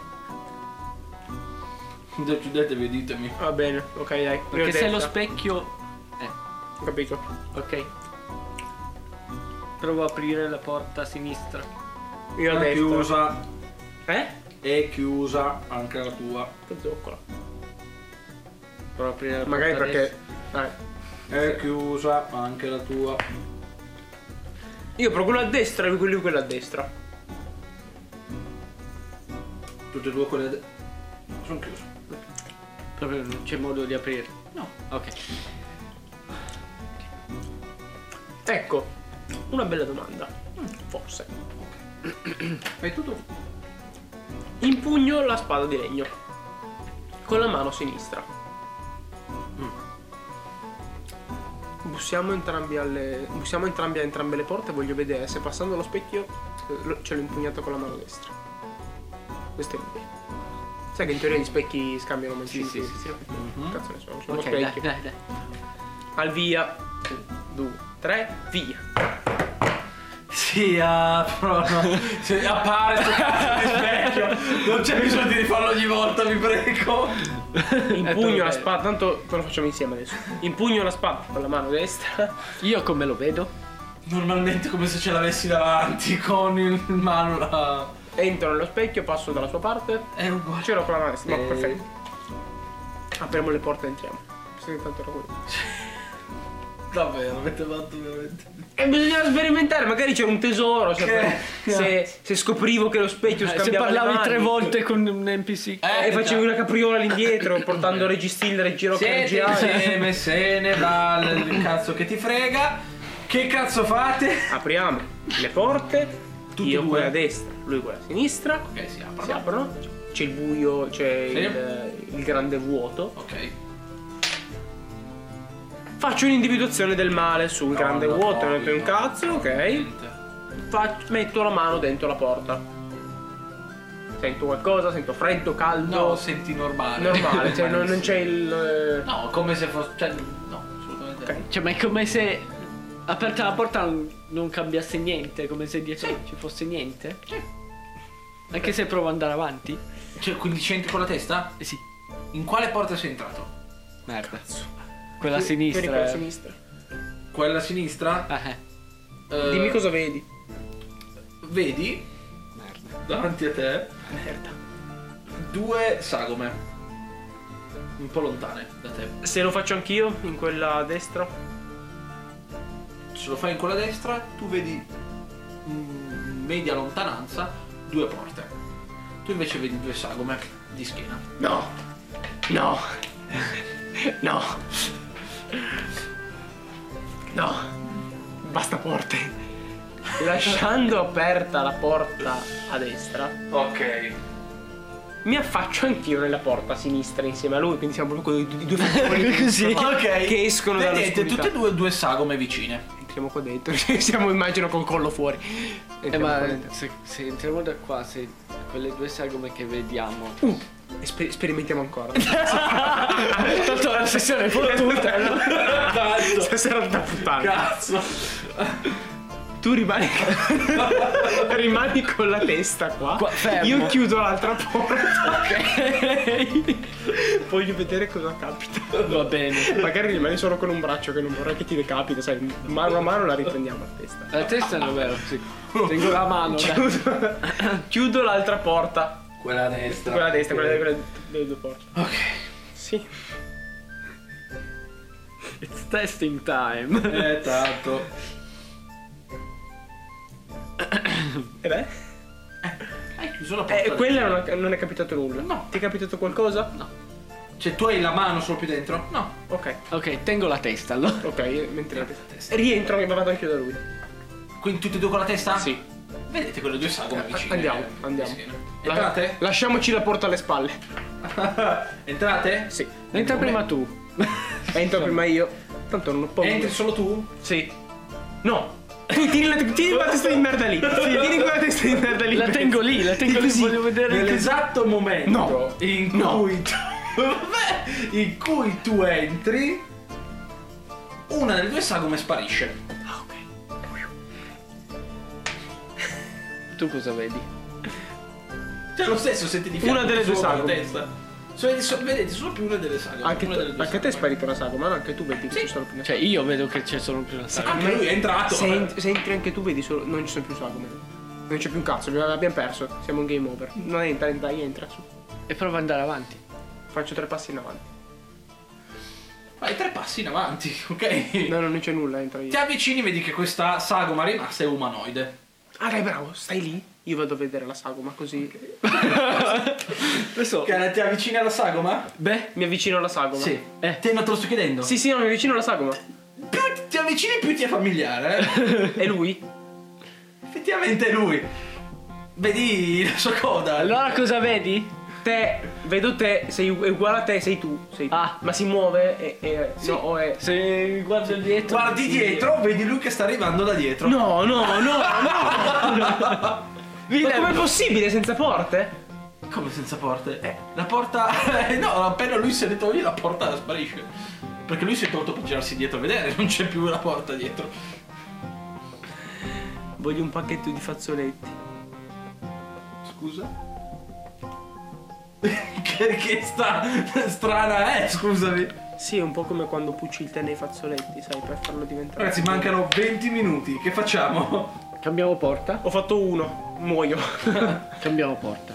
Speaker 1: Chiudetevi, ditemi.
Speaker 3: Va bene, ok dai.
Speaker 2: Perché
Speaker 3: Io
Speaker 2: se lo
Speaker 3: destra.
Speaker 2: specchio... Eh,
Speaker 3: Capito.
Speaker 2: ok. Provo a aprire la porta a sinistra.
Speaker 3: Io a
Speaker 1: È
Speaker 3: destra.
Speaker 1: chiusa,
Speaker 3: Eh?
Speaker 1: è chiusa anche la tua.
Speaker 3: Che zoccola.
Speaker 2: Provo a aprire la porta
Speaker 3: Magari
Speaker 2: a
Speaker 3: perché.
Speaker 2: destra.
Speaker 3: Dai.
Speaker 1: È chiusa anche la tua.
Speaker 3: Io però quello a destra e lui quello a destra.
Speaker 1: Tutte e due quelle. de- Sono chiuse.
Speaker 2: Proprio non c'è modo di aprire. No. Ok.
Speaker 3: Ecco, una bella domanda. Mm, Forse.
Speaker 1: Fai tutto.
Speaker 3: Impugno la spada di legno. Con la mano sinistra. Mm. Bussiamo entrambi alle. Bussiamo entrambi a entrambe le porte. Voglio vedere se passando lo specchio eh, lo- ce l'ho impugnato con la mano destra. Questo è l'idea. Sai che in teoria gli specchi scambiano mancini?
Speaker 2: sì, sì, Mhm.
Speaker 3: Cazzo ne so, c'è uno
Speaker 2: Ok,
Speaker 3: specchio.
Speaker 2: dai, dai, dai.
Speaker 3: Al via. 2, 3, via.
Speaker 6: Sì, ah, però no. Se appare sto cazzo di specchio. Non c'è bisogno di rifarlo ogni volta, vi prego.
Speaker 3: Impugno la spada, tanto lo facciamo insieme adesso. Impugno la spada con la mano destra.
Speaker 2: Io come lo vedo?
Speaker 6: Normalmente come se ce l'avessi davanti con il in mano la...
Speaker 3: Entro nello specchio, passo dalla sua parte.
Speaker 6: È uguale.
Speaker 3: Ce l'ho con la mano destra. No,
Speaker 6: Eh.
Speaker 3: perfetto. Apriamo le porte e entriamo. Sì, tanto era quello.
Speaker 6: Davvero, avete fatto veramente...
Speaker 3: E bisognava sperimentare, magari c'era un tesoro. cioè,
Speaker 6: Che-
Speaker 3: se, se scoprivo che lo specchio
Speaker 2: Eh, se
Speaker 3: scambiava le
Speaker 2: parlavi
Speaker 3: mani,
Speaker 2: tre volte con un NPC.
Speaker 6: Eh,
Speaker 3: E facevi una capriola all'indietro, portando registiller e giro per
Speaker 6: Siete
Speaker 3: girare.
Speaker 6: insieme, se ne va il cazzo che ti frega. Che cazzo fate?
Speaker 3: Apriamo le porte.
Speaker 6: Tutti
Speaker 3: io
Speaker 6: e due?
Speaker 3: quella a destra, lui quella a sinistra.
Speaker 6: Ok, si apre.
Speaker 3: Si aprono, c'è il buio, c'è
Speaker 6: Sì.
Speaker 3: il, eh, il grande vuoto.
Speaker 6: Ok.
Speaker 3: Faccio un'individuazione del male sul grande
Speaker 6: no,
Speaker 3: vuoto,
Speaker 6: no,
Speaker 3: metto un
Speaker 6: no.
Speaker 3: cazzo, ok.
Speaker 6: Niente.
Speaker 3: Fac- metto la mano dentro la porta. Sento qualcosa, sento freddo, caldo.
Speaker 6: No, senti normale.
Speaker 3: normale, cioè non, non c'è il. eh,
Speaker 6: No, come se fosse... Cioè, no, assolutamente
Speaker 3: Ok.
Speaker 6: no.
Speaker 2: Cioè, ma è come se aperta la porta non, non cambiasse niente, come se dietro ci fosse niente. Anche se provo ad andare avanti.
Speaker 6: Cioè, quindi senti con la testa?
Speaker 2: Eh sì.
Speaker 6: In quale porta sei entrato?
Speaker 2: Merda. Quella a
Speaker 3: Vieni
Speaker 2: sinistra.
Speaker 3: con la
Speaker 2: eh.
Speaker 3: sinistra.
Speaker 6: Quella a sinistra?
Speaker 2: Ah, eh.
Speaker 6: eh,
Speaker 3: Dimmi cosa vedi.
Speaker 6: Vedi
Speaker 2: Merda.
Speaker 6: davanti a te
Speaker 3: Merda.
Speaker 6: due sagome. Un po' lontane da te.
Speaker 3: Se lo faccio anch'io, in quella a destra.
Speaker 6: Se lo fai in quella destra, tu vedi in media lontananza due porte. Tu invece vedi due sagome di schiena.
Speaker 3: No. No. No. No. Basta porte. Lasciando aperta la porta a destra,
Speaker 1: Ok.
Speaker 3: mi affaccio anch'io nella porta a sinistra insieme a lui, quindi siamo proprio i due figuri così che escono dalla
Speaker 6: Vedete tutte e due due sagome vicine.
Speaker 3: Entriamo qua dentro, siamo immagino col collo fuori.
Speaker 2: Eh,
Speaker 3: Entriamo qua
Speaker 2: ma
Speaker 3: dentro.
Speaker 2: se, se entriamo da qua, se quelle due sagome che vediamo.
Speaker 3: Uh, esper- sperimentiamo ancora.
Speaker 2: Tanto la sessione è fottuta. no?
Speaker 3: Stasera da puttana. Cazzo. Tu rimani, rimani con la testa qua.
Speaker 2: Qua, fermo.
Speaker 3: Io chiudo l'altra porta. Ok. Voglio vedere cosa capita.
Speaker 2: Va bene.
Speaker 3: Magari rimani solo con un braccio che non vorrei che ti decapita, sai, mano a mano la riprendiamo la testa.
Speaker 2: La testa non è vero, sì. Tengo la mano. dai.
Speaker 3: Chiudo, chiudo l'altra porta.
Speaker 1: Quella a destra.
Speaker 3: Quella a destra, quella, quella delle due porte.
Speaker 6: Ok.
Speaker 3: Sì.
Speaker 2: It's testing time.
Speaker 1: Eh, tanto.
Speaker 3: E beh?
Speaker 1: Hai chiuso la porta.
Speaker 3: Eh, quella non, è- non è capitato nulla. No. Ti è capitato qualcosa?
Speaker 1: Cioè, tu hai la mano solo più dentro? No.
Speaker 3: Ok.
Speaker 2: ok, tengo la testa allora.
Speaker 3: Ok, io- mentre rientro e vado anch'io da lui.
Speaker 1: Quindi tutti e due con la testa?
Speaker 3: Sì.
Speaker 1: Vedete quelle due sagome vicine.
Speaker 3: Andiamo, andiamo.
Speaker 1: Vicine. Entrate?
Speaker 3: Lasciamoci la porta alle spalle.
Speaker 1: Entrate?
Speaker 3: Sì. Ecco,
Speaker 2: Entra
Speaker 1: Come?
Speaker 2: prima tu.
Speaker 3: Entro prima io. Tanto non ho paura.
Speaker 1: Entri solo tu?
Speaker 3: Sì. No. Tu tieni, la, tieni quella testa di merda lì. Sì, tieni quella testa di merda lì.
Speaker 2: La tengo lì, la tengo lì,
Speaker 3: Così.
Speaker 2: voglio vedere che
Speaker 1: Nell'esatto momento
Speaker 3: No.
Speaker 1: in
Speaker 3: No.
Speaker 1: cui tu, Vabbè, in cui tu entri, una delle due sagome sparisce.
Speaker 3: Ah,
Speaker 2: tu cosa vedi?
Speaker 1: Cioè lo stesso senti di fianco
Speaker 3: Una delle due
Speaker 1: solo la
Speaker 3: sagome.
Speaker 1: testa. So- vedi so- vedete solo più una delle sagome.
Speaker 3: Anche,
Speaker 1: una
Speaker 3: tu-
Speaker 1: delle due
Speaker 3: anche a te è
Speaker 1: sagome.
Speaker 3: sparita una sagoma, no? Anche tu vedi che ci sono più una
Speaker 2: Cioè, io vedo che c'è solo più una saga.
Speaker 1: Anche lui è entrato.
Speaker 3: Se, ent- se entri anche tu vedi solo. Non ci sono più sagome. Non c'è più un cazzo, abbiamo abbiamo perso. Siamo un game over. Non entra, entra, entra. Su.
Speaker 2: E prova ad andare avanti.
Speaker 3: Faccio tre passi in avanti.
Speaker 1: Fai tre passi in avanti, ok?
Speaker 3: No, no, non c'è nulla, entra io.
Speaker 1: Ti avvicini vedi che questa sagoma rimasta è umanoide.
Speaker 3: Ah, dai, bravo, stai lì. Io vado a vedere la sagoma così.
Speaker 2: Adesso.
Speaker 1: Cara, ti avvicini alla sagoma?
Speaker 3: Beh, mi avvicino alla sagoma.
Speaker 1: Sì.
Speaker 2: Eh.
Speaker 1: Te non te lo sto chiedendo.
Speaker 3: Sì, sì, no, mi avvicino alla sagoma.
Speaker 1: Più ti avvicini più ti è familiare. eh.
Speaker 3: È lui?
Speaker 1: Effettivamente è lui. Vedi la sua coda.
Speaker 2: Allora cosa vedi?
Speaker 3: Te, vedo te, sei u- è uguale a te, sei tu. Sei tu.
Speaker 2: Ah.
Speaker 3: Ma si muove e. e- No, o è.
Speaker 2: Se guardo dietro.
Speaker 1: Guardi dietro, vedi lui che sta arrivando da dietro.
Speaker 3: No, no, no, no! Ma com'è possibile senza porte?
Speaker 1: Come senza porte? Eh, la porta. eh, no, appena lui se ne toglie la porta sparisce. Perché lui si è tolto per girarsi dietro a vedere, non c'è più la porta dietro.
Speaker 3: Voglio un pacchetto di fazzoletti.
Speaker 1: Scusa? che, che sta strana è, scusami.
Speaker 3: Sì, è un po' come quando pucci il tè nei fazzoletti, sai, per farlo diventare.
Speaker 1: Ragazzi, mancano 20 minuti, che facciamo?
Speaker 2: Cambiamo porta.
Speaker 3: Ho fatto uno, muoio.
Speaker 2: Cambiamo porta.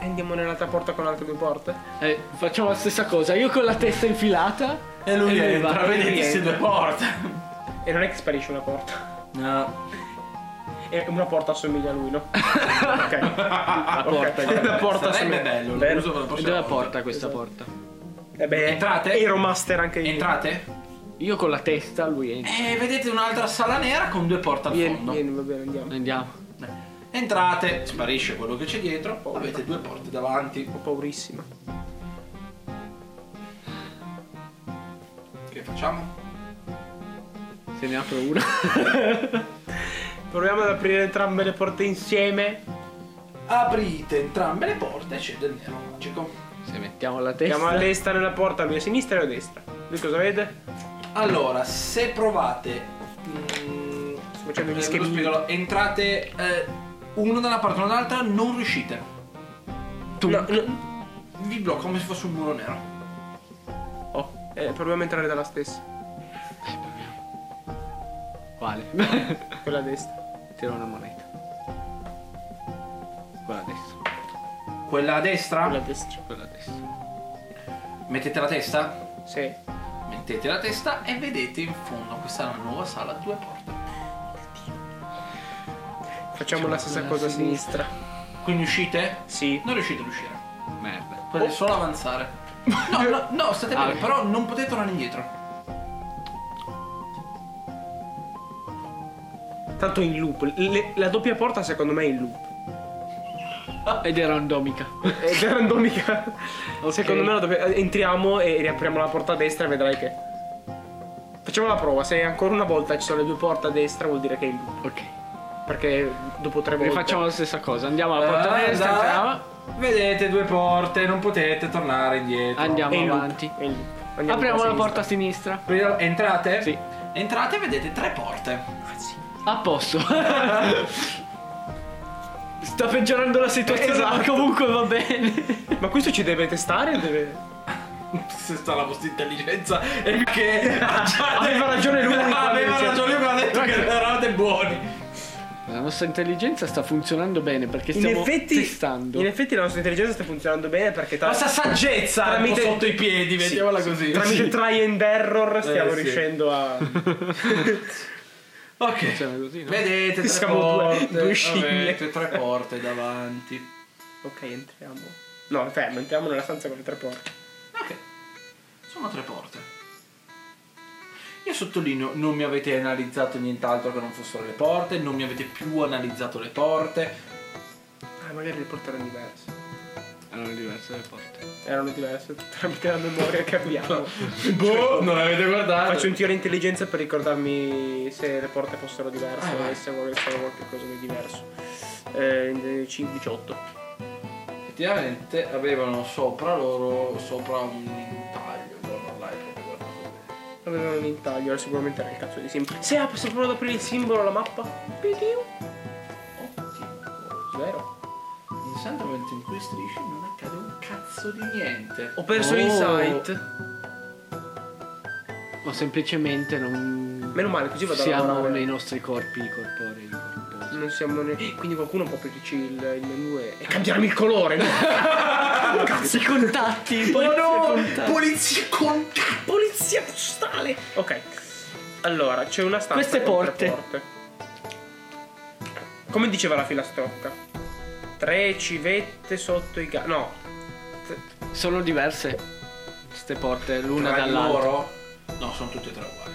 Speaker 3: e andiamo nell'altra porta con altre due porte?
Speaker 2: Eh, facciamo la stessa cosa. Io con la testa infilata.
Speaker 1: E lui entra,
Speaker 2: va.
Speaker 1: vedete
Speaker 3: lui
Speaker 1: queste
Speaker 3: entra.
Speaker 1: due porte.
Speaker 3: E non è che sparisce una porta.
Speaker 1: No.
Speaker 3: E una porta assomiglia a lui, no? ok.
Speaker 2: La porta.
Speaker 3: Ok. Una porta
Speaker 1: Sarebbe
Speaker 3: assomiglia-
Speaker 1: bello,
Speaker 3: Vero.
Speaker 1: lo uso per la prossima
Speaker 2: Dove la
Speaker 1: volta.
Speaker 2: porta questa porta?
Speaker 3: Eh beh,
Speaker 1: Entrate.
Speaker 3: Ero master anche io.
Speaker 1: Entrate?
Speaker 2: Io con la testa, lui entra.
Speaker 1: E vedete un'altra sala nera con due porte al
Speaker 3: Vieni,
Speaker 1: fondo.
Speaker 3: vieni, va bene, andiamo.
Speaker 2: Andiamo.
Speaker 1: Entrate, sparisce quello che c'è dietro, avete due porte davanti.
Speaker 3: Ho paurissima.
Speaker 1: Che facciamo?
Speaker 2: Se ne apre una.
Speaker 3: Proviamo ad aprire entrambe le porte insieme.
Speaker 1: Aprite entrambe le porte e c'è del nero magico.
Speaker 2: Se mettiamo la
Speaker 3: Andiamo a
Speaker 2: testa.
Speaker 3: destra nella porta, lui a sinistra e io a destra. Lui cosa vede?
Speaker 1: Allora, se provate... mm,
Speaker 3: Sto facendo
Speaker 1: eh, ve
Speaker 3: gli
Speaker 1: lo
Speaker 3: schemi.
Speaker 1: spiego, allora, entrate eh, uno da una parte e uno dall'altra, non riuscite.
Speaker 3: No, no.
Speaker 1: Vi blocca come se fosse un muro nero.
Speaker 3: Oh, eh, proviamo a entrare dalla stessa.
Speaker 2: Quale?
Speaker 3: Quella a destra.
Speaker 2: Tiro una moneta. Quella a destra.
Speaker 1: Quella a
Speaker 3: Quella a
Speaker 1: destra?
Speaker 3: destra.
Speaker 2: Quella a destra.
Speaker 1: Mettete la testa?
Speaker 3: Sì.
Speaker 1: Mettete la testa e vedete in fondo questa è una nuova sala, due porte.
Speaker 3: Facciamo la stessa
Speaker 2: quella
Speaker 3: cosa a
Speaker 2: a sinistra.
Speaker 3: sinistra.
Speaker 1: Quindi uscite?
Speaker 3: Sì. Oh.
Speaker 1: Non riuscite ad uscire.
Speaker 2: Merda.
Speaker 1: Potete solo avanzare. No, no, no, state
Speaker 2: Ah,
Speaker 1: bene,
Speaker 2: ok.
Speaker 1: però non potete tornare indietro.
Speaker 3: Tanto in loop. Le- la doppia porta secondo me è in loop.
Speaker 2: Ed è randomica.
Speaker 3: È randomica.
Speaker 2: Ok.
Speaker 3: Secondo me la doppia... entriamo e riapriamo la porta a destra e vedrai che... Facciamo la prova. Se ancora una volta ci sono le due porte a destra vuol dire che è in loop.
Speaker 2: Ok.
Speaker 3: Perché dopo tre volte...
Speaker 2: Rifacciamo la stessa cosa. Andiamo alla porta
Speaker 3: Ah,
Speaker 1: Eh,
Speaker 2: destra,
Speaker 1: dai.
Speaker 2: entriamo.
Speaker 1: Vedete due porte, non potete tornare indietro.
Speaker 2: Andiamo
Speaker 3: È in loop,
Speaker 2: avanti.
Speaker 3: è in loop. Andiamo
Speaker 2: Apriamo
Speaker 3: alla
Speaker 2: la
Speaker 3: sinistra.
Speaker 2: porta a sinistra.
Speaker 1: Prima- Entrate?
Speaker 2: Sì.
Speaker 1: Entrate e vedete tre porte.
Speaker 2: A posto. Sta peggiorando la situazione,
Speaker 3: Esatto.
Speaker 2: ma comunque va bene.
Speaker 3: Ma questo ci deve testare? o Deve...
Speaker 1: Se sta la vostra intelligenza e che
Speaker 3: Aveva ragione lui,
Speaker 1: aveva
Speaker 3: quando dice-
Speaker 1: ragione lui quando ha detto che eravate buoni.
Speaker 2: la nostra intelligenza sta funzionando bene perché
Speaker 3: In
Speaker 2: stiamo
Speaker 3: effetti,
Speaker 2: testando.
Speaker 3: in effetti la nostra intelligenza sta funzionando bene perché tra-
Speaker 1: La sa saggezza
Speaker 3: Tramite-
Speaker 1: tramite... sotto i piedi, mettiamola così.
Speaker 3: tramite try and error stiamo
Speaker 1: sì.
Speaker 3: riuscendo a...
Speaker 1: Ok.
Speaker 2: Funziona così, no?
Speaker 1: Vedete, tre
Speaker 3: Siamo due-
Speaker 1: porte,
Speaker 3: due scimmie.
Speaker 1: avete tre porte davanti.
Speaker 3: ok, entriamo. No, fermo, entriamo nella stanza con le tre porte.
Speaker 1: Ok. Sono tre porte. Io sottolineo, non mi avete analizzato nient'altro che non fossero le porte, non mi avete più analizzato le porte.
Speaker 3: Ah, magari le porte erano diverse.
Speaker 2: Erano diverse le porte.
Speaker 3: Erano diverse tramite la memoria che abbiamo.
Speaker 1: Boh, non avete guardato.
Speaker 3: Faccio un tiro di intelligenza per ricordarmi se le porte fossero diverse o se volessero qualcosa di diverso. Eh, 5, 18.
Speaker 1: Effettivamente avevano sopra loro, sopra un intaglio, guarda là, è proprio guardato bene.
Speaker 3: Avevano un intaglio, era sicuramente era il cazzo di simbolo. Se, ap- se provo ad aprire il simbolo la mappa. pidiu,
Speaker 1: Ottimo.
Speaker 3: Vero.
Speaker 1: Nel santo momento in cui strisci non accade un cazzo di niente.
Speaker 3: Ho perso
Speaker 1: Oh.
Speaker 3: l'insight.
Speaker 2: Ma semplicemente non.
Speaker 3: Meno male, così vado a
Speaker 2: Siamo
Speaker 3: lavorare.
Speaker 2: nei nostri corpi corporei. corposi.
Speaker 3: Non siamo ne... Quindi qualcuno può aprirci il, il menu e... e cambiarmi il colore. No?
Speaker 2: Cazzi contatti!
Speaker 3: Oh no!
Speaker 1: Polizia conta!
Speaker 3: Polizia postale. Ok. Allora, c'è una stanza.
Speaker 2: Queste
Speaker 3: con tre
Speaker 2: porte.
Speaker 3: porte. Come diceva la filastrocca. Tre civette sotto i gatti. No.
Speaker 2: Sono diverse queste porte, l'una
Speaker 1: Tra di
Speaker 2: dall'altra.
Speaker 1: loro? No, sono tutte e tre uguali.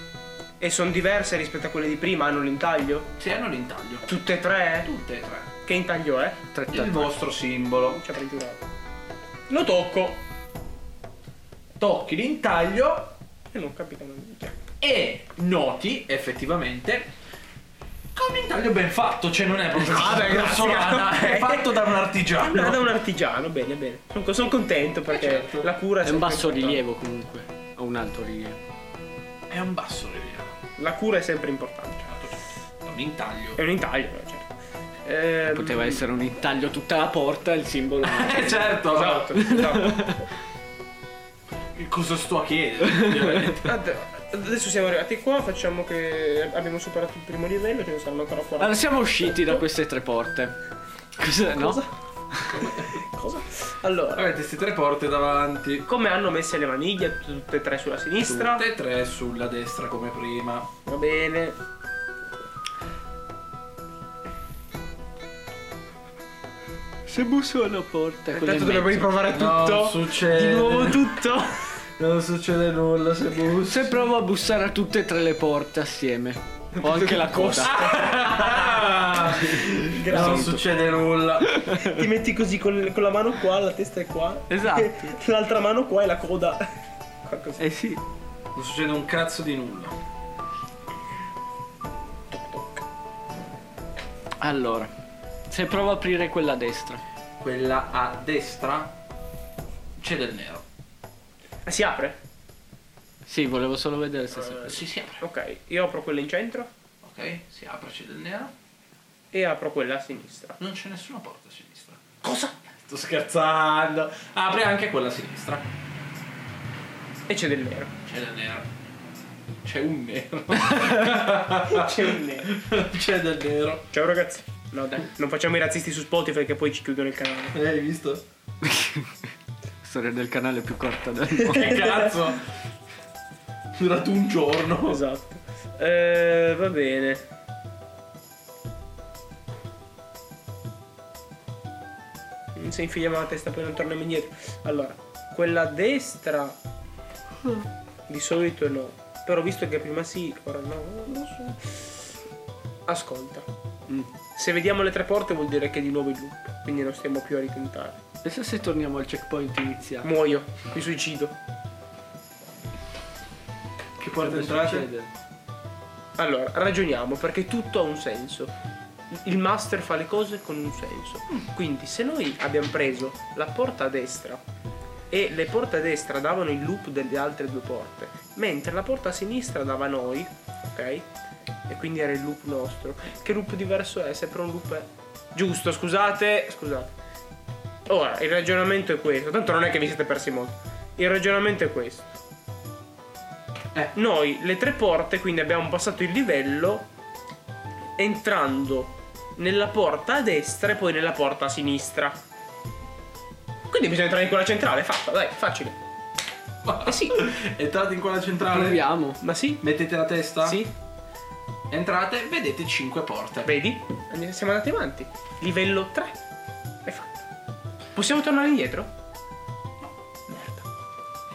Speaker 3: E sono diverse rispetto a quelle di prima, hanno l'intaglio?
Speaker 1: Se hanno l'intaglio.
Speaker 3: Tutte e tre?
Speaker 1: Tutte e tre.
Speaker 3: Che intaglio è?
Speaker 2: Tre, tre,
Speaker 1: Il
Speaker 2: tre.
Speaker 1: vostro simbolo.
Speaker 3: Non ci avrei giurato. Lo tocco.
Speaker 1: Tocchi l'intaglio
Speaker 3: E non capito non
Speaker 1: e noti effettivamente che è un intaglio ben fatto, cioè non è proprio
Speaker 3: Ah, beh, grazie.
Speaker 1: grossolana, è fatto da un
Speaker 3: Da, da
Speaker 1: artigiano.
Speaker 3: un artigiano, Eh, bene, bene. Sono, co- sono contento perché
Speaker 1: certo.
Speaker 3: la cura
Speaker 2: È un
Speaker 3: sempre
Speaker 2: basso
Speaker 3: importante.
Speaker 2: rilievo comunque. O un alto rilievo.
Speaker 1: È un basso rilievo.
Speaker 3: La cura è sempre importante.
Speaker 1: È un intaglio.
Speaker 3: È un intaglio, però, certo. Ehm,
Speaker 2: Poteva essere un intaglio tutta la porta, il simbolo.
Speaker 1: Eh certo, esatto. no.
Speaker 3: Esatto, esatto.
Speaker 1: cosa sto a chiedere?
Speaker 3: Ad- Adesso siamo arrivati qua, facciamo che abbiamo superato il primo livello, ce ne saranno ancora fuori.
Speaker 2: Allora siamo usciti da queste tre porte. Cosa?
Speaker 3: Cosa?
Speaker 2: No?
Speaker 3: Cosa? Allora,
Speaker 1: Avete queste tre porte davanti,
Speaker 3: come hanno messe le maniglie, tutte e tre sulla sinistra.
Speaker 1: tutte e tre sulla destra come prima.
Speaker 3: Va bene.
Speaker 2: Se busso alla porta, quella
Speaker 3: Intanto
Speaker 2: in
Speaker 3: dobbiamo
Speaker 2: mezzo.
Speaker 3: riprovare tutto.
Speaker 1: Non succede.
Speaker 3: Di nuovo tutto.
Speaker 1: Non succede nulla se bussi.
Speaker 2: Se provo a bussare a tutte e tre le porte assieme. Ho anche la costa.
Speaker 1: non succede nulla.
Speaker 3: Ti metti così con, con la mano qua, la testa è qua.
Speaker 2: Esatto.
Speaker 3: L'altra mano qua e la coda. Qua così.
Speaker 2: Eh sì.
Speaker 1: Non succede un cazzo di nulla.
Speaker 2: Allora, se provo a aprire quella a destra.
Speaker 1: Quella a destra c'è del nero.
Speaker 3: Ah, Si apre?
Speaker 2: Sì, volevo solo vedere se si
Speaker 1: Si, Eh, si apre.
Speaker 3: Ok, io apro quella in centro
Speaker 1: Ok, si apre, c'è del nero.
Speaker 3: e apro quella a sinistra.
Speaker 1: Non c'è nessuna porta a sinistra. Cosa? Sto scherzando. Apre anche quella a sinistra.
Speaker 3: E c'è del nero.
Speaker 1: C'è del nero. C'è un nero.
Speaker 3: Ah, C'è un nero.
Speaker 1: c'è del nero.
Speaker 3: Ciao ragazzi. No dai, non facciamo i razzisti su Spotify che poi ci chiudono il canale.
Speaker 1: Eh, hai visto?
Speaker 2: Storia del canale più corta del mondo.
Speaker 1: Che cazzo? Durato un giorno.
Speaker 3: Esatto. Eh, va bene. Non si infiliamo la testa poi non torniamo indietro. Allora, quella a destra di solito no. Però visto che prima sì, ora no, non lo so. Ascolta.
Speaker 2: Mm.
Speaker 3: Se vediamo le tre porte vuol dire che è di nuovo il loop, quindi non stiamo più a ritentare.
Speaker 2: Adesso se torniamo al checkpoint iniziale.
Speaker 3: Muoio, mi suicido.
Speaker 1: Che porta
Speaker 3: Allora, ragioniamo perché tutto ha un senso. Il master fa le cose con un senso. Quindi, se noi abbiamo preso la porta a destra e le porte a destra davano il loop delle altre due porte, mentre la porta a sinistra dava noi, ok? E quindi era il loop nostro. Che loop diverso è? Sempre un loop è. Giusto, scusate, scusate. Ora, il ragionamento è questo. Tanto non è che vi siete persi molto. Il ragionamento è questo. Noi le tre porte, quindi abbiamo passato il livello entrando nella porta a destra e poi nella porta a sinistra. Quindi bisogna entrare in quella centrale, fatta, dai, facile. Eh sì,
Speaker 1: Entrate in quella centrale.
Speaker 2: Proviamo.
Speaker 3: ma sì,
Speaker 1: Mettete la testa?
Speaker 3: sì,
Speaker 1: Entrate, vedete 5 porte.
Speaker 3: vedi? Andi- Siamo andati avanti. Livello 3. È fatto. Possiamo tornare indietro?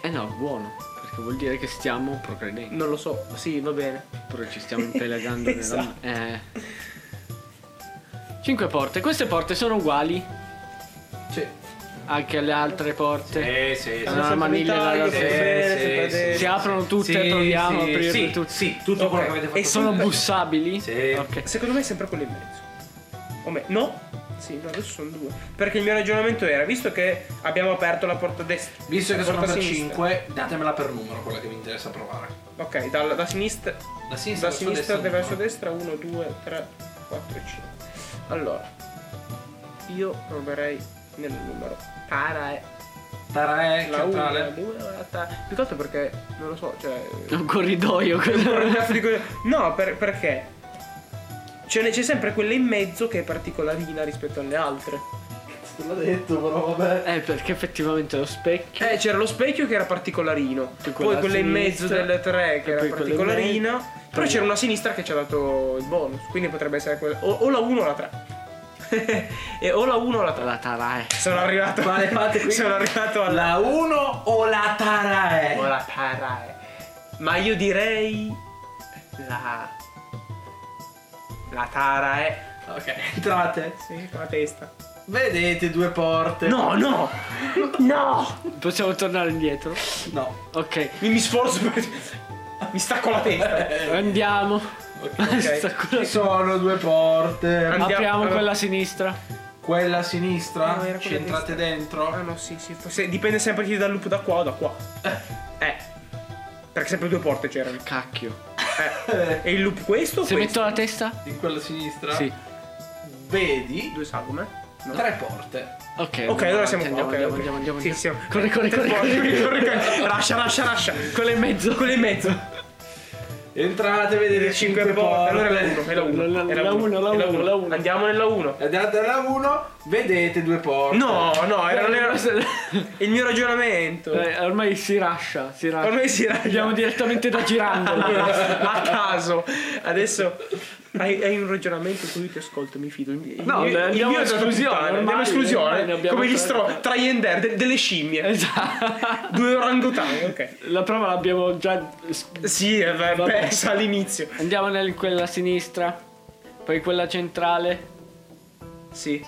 Speaker 2: Eh no, buono. Perché vuol dire che stiamo progredendo.
Speaker 3: Non lo so, ma sì, va bene.
Speaker 2: Oppure ci stiamo impelagando nella...
Speaker 3: Esatto.
Speaker 2: Eh. Cinque porte. Queste porte sono uguali
Speaker 1: Sì.
Speaker 2: anche alle altre porte.
Speaker 1: Eh, sì,
Speaker 2: Sono al maniglia e alla-
Speaker 1: sì, sì, sì,
Speaker 2: Si aprono tutte,
Speaker 1: Sì,
Speaker 2: proviamo
Speaker 1: sì,
Speaker 2: a aprirle
Speaker 1: sì,
Speaker 2: tutte.
Speaker 1: Sì, tutto
Speaker 3: Ok.
Speaker 1: quello che avete fatto.
Speaker 3: E
Speaker 2: Sono
Speaker 3: Sempre.
Speaker 2: bussabili?
Speaker 1: Sì.
Speaker 2: Ok.
Speaker 3: Eh, Secondo me è sempre quello in mezzo. O me- no? Sì, no, adesso sono due. Perché il mio ragionamento era, visto che abbiamo aperto la porta destra.
Speaker 1: Visto
Speaker 3: la
Speaker 1: che sono
Speaker 3: porta
Speaker 1: per
Speaker 3: sinistra-
Speaker 1: 5, datemela per numero quella che vi interessa provare.
Speaker 3: Ok, dalla- da sinistra.
Speaker 1: Da sinistra
Speaker 3: Da
Speaker 1: verso
Speaker 3: sinistra
Speaker 1: destra,
Speaker 3: verso
Speaker 1: no?
Speaker 3: destra 1, 2, 3, 4 e 5. Allora, io proverei nel numero. Para è
Speaker 1: Tara è
Speaker 3: la 1, la
Speaker 1: centrale.
Speaker 3: 2, la ta- Più che altro perché, non lo so, cioè.
Speaker 2: Un corridoio.
Speaker 3: Ancora un cazzo di co- No, per- perché? C'è, ne- c'è sempre quella in mezzo che è particolarina rispetto alle altre.
Speaker 1: Te l'ho detto, però vabbè.
Speaker 2: eh, perché effettivamente lo specchio.
Speaker 3: Eh, c'era lo specchio che era particolarino. poi
Speaker 2: Poi quella
Speaker 3: quella in
Speaker 2: a
Speaker 3: mezzo
Speaker 2: sinistra,
Speaker 3: delle tre che
Speaker 2: e
Speaker 3: era
Speaker 2: poi quella in
Speaker 3: particolarina.
Speaker 2: mezzo.
Speaker 3: Però
Speaker 2: Poi-
Speaker 3: c'era una a sinistra che ci ha dato il bonus. Quindi potrebbe essere quella. O, o la 1 o la 3. e o la 1 o
Speaker 1: Eh.
Speaker 3: la 3.
Speaker 2: La tarae.
Speaker 3: Sono arrivato.
Speaker 1: Quale fate qui?
Speaker 3: Sono arrivato alla.
Speaker 1: La 1 o la Tara eh? è?
Speaker 3: O la tarae. eh. Ma io direi. La. La eh. tarae.
Speaker 1: Ok, entrate.
Speaker 3: Sì, con la testa.
Speaker 1: Vedete due porte.
Speaker 3: No, no! No!
Speaker 2: Possiamo tornare indietro?
Speaker 1: No.
Speaker 2: Ok.
Speaker 3: Mi, mi sforzo per... Mi stacco la testa.
Speaker 2: Andiamo. Sta cosa-
Speaker 1: Eh, Ci sono due porte.
Speaker 3: Ah. Andiamo,
Speaker 2: Apriamo
Speaker 3: allora.
Speaker 2: quella a sinistra.
Speaker 1: Quella a
Speaker 3: No,
Speaker 1: sinistra,
Speaker 3: era
Speaker 1: ci
Speaker 3: quella
Speaker 1: entrate
Speaker 3: destra. Ah
Speaker 1: dentro.
Speaker 3: no, sì, sì. forse- dipende sempre chi dal loop da qua o da qua. Eh. Perché sempre due porte c'erano.
Speaker 2: Cacchio.
Speaker 3: Eh. E il loop questo o
Speaker 2: Se
Speaker 3: questo?
Speaker 2: metto la testa?
Speaker 1: In quella a sinistra
Speaker 2: Sì.
Speaker 1: vedi
Speaker 3: Due salme? No.
Speaker 1: tre porte.
Speaker 2: Ok.
Speaker 3: Ok, allora siamo qua.
Speaker 2: andiamo,
Speaker 3: ok,
Speaker 2: andiamo,
Speaker 3: ok.
Speaker 2: andiamo, andiamo,
Speaker 3: Sì, siamo.
Speaker 2: andiamo. Corre, corre,
Speaker 3: Tre
Speaker 2: corre.
Speaker 3: porte,
Speaker 2: corre.
Speaker 3: corre, corre. Rascia, rascia, rascia.
Speaker 2: Quella in mezzo.
Speaker 3: Quella in mezzo.
Speaker 1: Entrate, vedete cinque porte.
Speaker 3: Eh, Allora è la 1, è la 1.
Speaker 2: La uno, la uno, la uno.
Speaker 3: Andiamo nella 1.
Speaker 1: Andate alla 1, vedete due porte.
Speaker 3: No, no, era, non era
Speaker 2: Eh,
Speaker 3: il mio ragionamento.
Speaker 2: Ormai si lascia, si lascia.
Speaker 3: Ormai si raggia.
Speaker 2: Andiamo direttamente da girando.
Speaker 3: a caso. Adesso hai, hai un ragionamento su cui ti ascolto, mi fido. Il,
Speaker 2: No,
Speaker 3: il-
Speaker 2: andiamo
Speaker 3: il mio è dato
Speaker 2: esclusione,
Speaker 3: puttane,
Speaker 2: ormai,
Speaker 3: andiamo esclusione,
Speaker 2: ormai ne abbiamo
Speaker 3: come gli
Speaker 2: tre.
Speaker 3: stro tra gli ender, de- delle scimmie.
Speaker 2: esatto.
Speaker 3: Due orangutani, ok.
Speaker 2: La prova l'abbiamo già.
Speaker 3: Sì, eh, beh,
Speaker 2: Vabbè.
Speaker 3: persa all'inizio.
Speaker 2: Andiamo nel- in quella a sinistra. Poi quella centrale.
Speaker 3: Sì.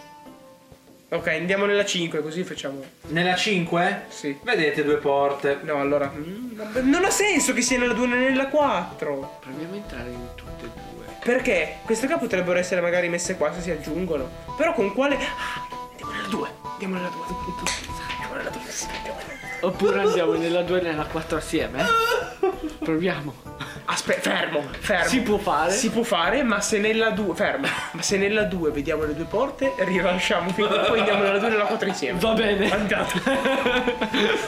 Speaker 3: Ok, andiamo nella 5, così facciamo.
Speaker 1: Nella 5
Speaker 3: Sì.
Speaker 1: vedete due porte.
Speaker 3: No, allora. mm, vabbè, Non ha senso che sia nella 2 né nella 4.
Speaker 2: Proviamo a entrare in tutte e due.
Speaker 3: Perché queste qua potrebbero essere magari messe qua se si aggiungono. Però con quale. Ah, andiamo nella 2. Andiamo nella 2. Andiamo nella 2. Andiamo nella 2.
Speaker 2: Oppure andiamo nella 2 e nella 4 assieme. eh? Proviamo.
Speaker 3: Aspetta, fermo, fermo.
Speaker 2: Si può fare.
Speaker 3: Si può fare, ma se nella 2. Fermo. Ma se nella 2 vediamo le due porte, rilasciamo fin qui, poi andiamo nella 2 e nella 4 insieme.
Speaker 2: Va bene.
Speaker 3: Andate.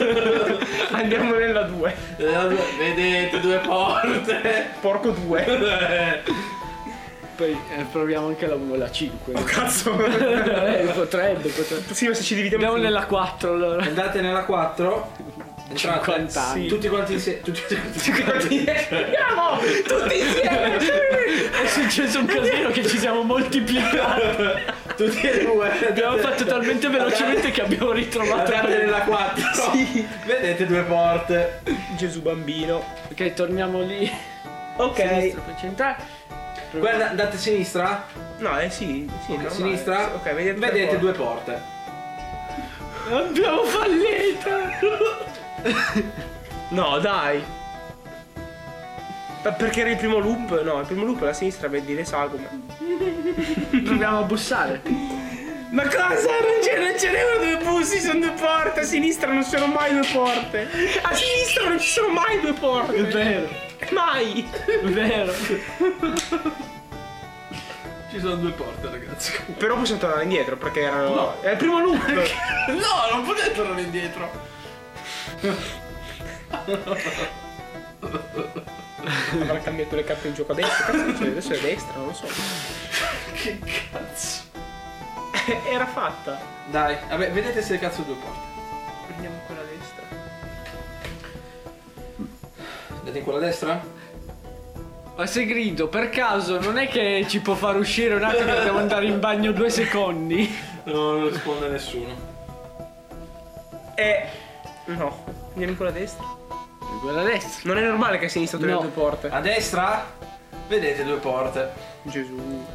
Speaker 3: andiamo nella 2.
Speaker 1: Eh, Vedete due porte.
Speaker 3: Porco 2.
Speaker 2: Poi eh, proviamo anche la, la 5.
Speaker 3: Oh cazzo.
Speaker 2: eh, potrebbe, potrebbe.
Speaker 3: sì, ma se ci dividiamo.
Speaker 2: Andiamo
Speaker 3: fin-
Speaker 2: nella 4 allora.
Speaker 1: Andate nella 4. Entrate
Speaker 2: 50 anni.
Speaker 1: tutti quanti insieme. Tutti quanti
Speaker 3: Andiamo! Tutti insieme!
Speaker 2: È successo un casino che ci siamo moltiplicati.
Speaker 1: Tutti e due.
Speaker 2: Abbiamo fatto talmente velocemente che abbiamo ritrovato.
Speaker 1: Andate nella 4.
Speaker 3: Sì.
Speaker 1: Vedete due porte.
Speaker 3: Gesù bambino.
Speaker 2: Ok, torniamo lì.
Speaker 3: Ok.
Speaker 2: Sinistra per centrale.
Speaker 1: Guarda, andate a sinistra.
Speaker 3: No, eh sì, sì,
Speaker 1: A
Speaker 3: normale.
Speaker 1: sinistra.
Speaker 3: Ok, vedete,
Speaker 1: due porte.
Speaker 2: Abbiamo fallito.
Speaker 3: No, dai. Ma perché era il primo loop? No, il primo loop alla sinistra vedi le sagome.
Speaker 2: Proviamo a bussare.
Speaker 3: Ma cosa? Non c'è, non ce n'erano due bussi, sono due porte. A sinistra non ci sono mai due porte. A sinistra non ci sono mai due
Speaker 2: È
Speaker 3: porte.
Speaker 2: vero,
Speaker 3: Mai.
Speaker 2: è vero.
Speaker 1: Ci sono due porte, ragazzi.
Speaker 3: Però possiamo tornare indietro perché erano... No. È il primo loop.
Speaker 1: No, non potete tornare indietro.
Speaker 3: Ah, Avrà cambiato le carte in gioco a destra. Cazzo, adesso è a destra, non lo so.
Speaker 1: che cazzo.
Speaker 3: Era fatta.
Speaker 1: Dai, vabbè, vedete se cazzo due porte.
Speaker 3: Prendiamo quella destra.
Speaker 1: Andate in quella destra?
Speaker 2: Ma se grido, per caso, non è che ci può far uscire un attimo e devo andare in bagno due secondi?
Speaker 1: No, non risponde nessuno.
Speaker 3: E. No. Andiamo in quella destra.
Speaker 2: Quella destra.
Speaker 3: Non è normale che a sinistra tu le
Speaker 2: No.
Speaker 3: due porte.
Speaker 1: A destra? Vedete due porte.
Speaker 3: Gesù.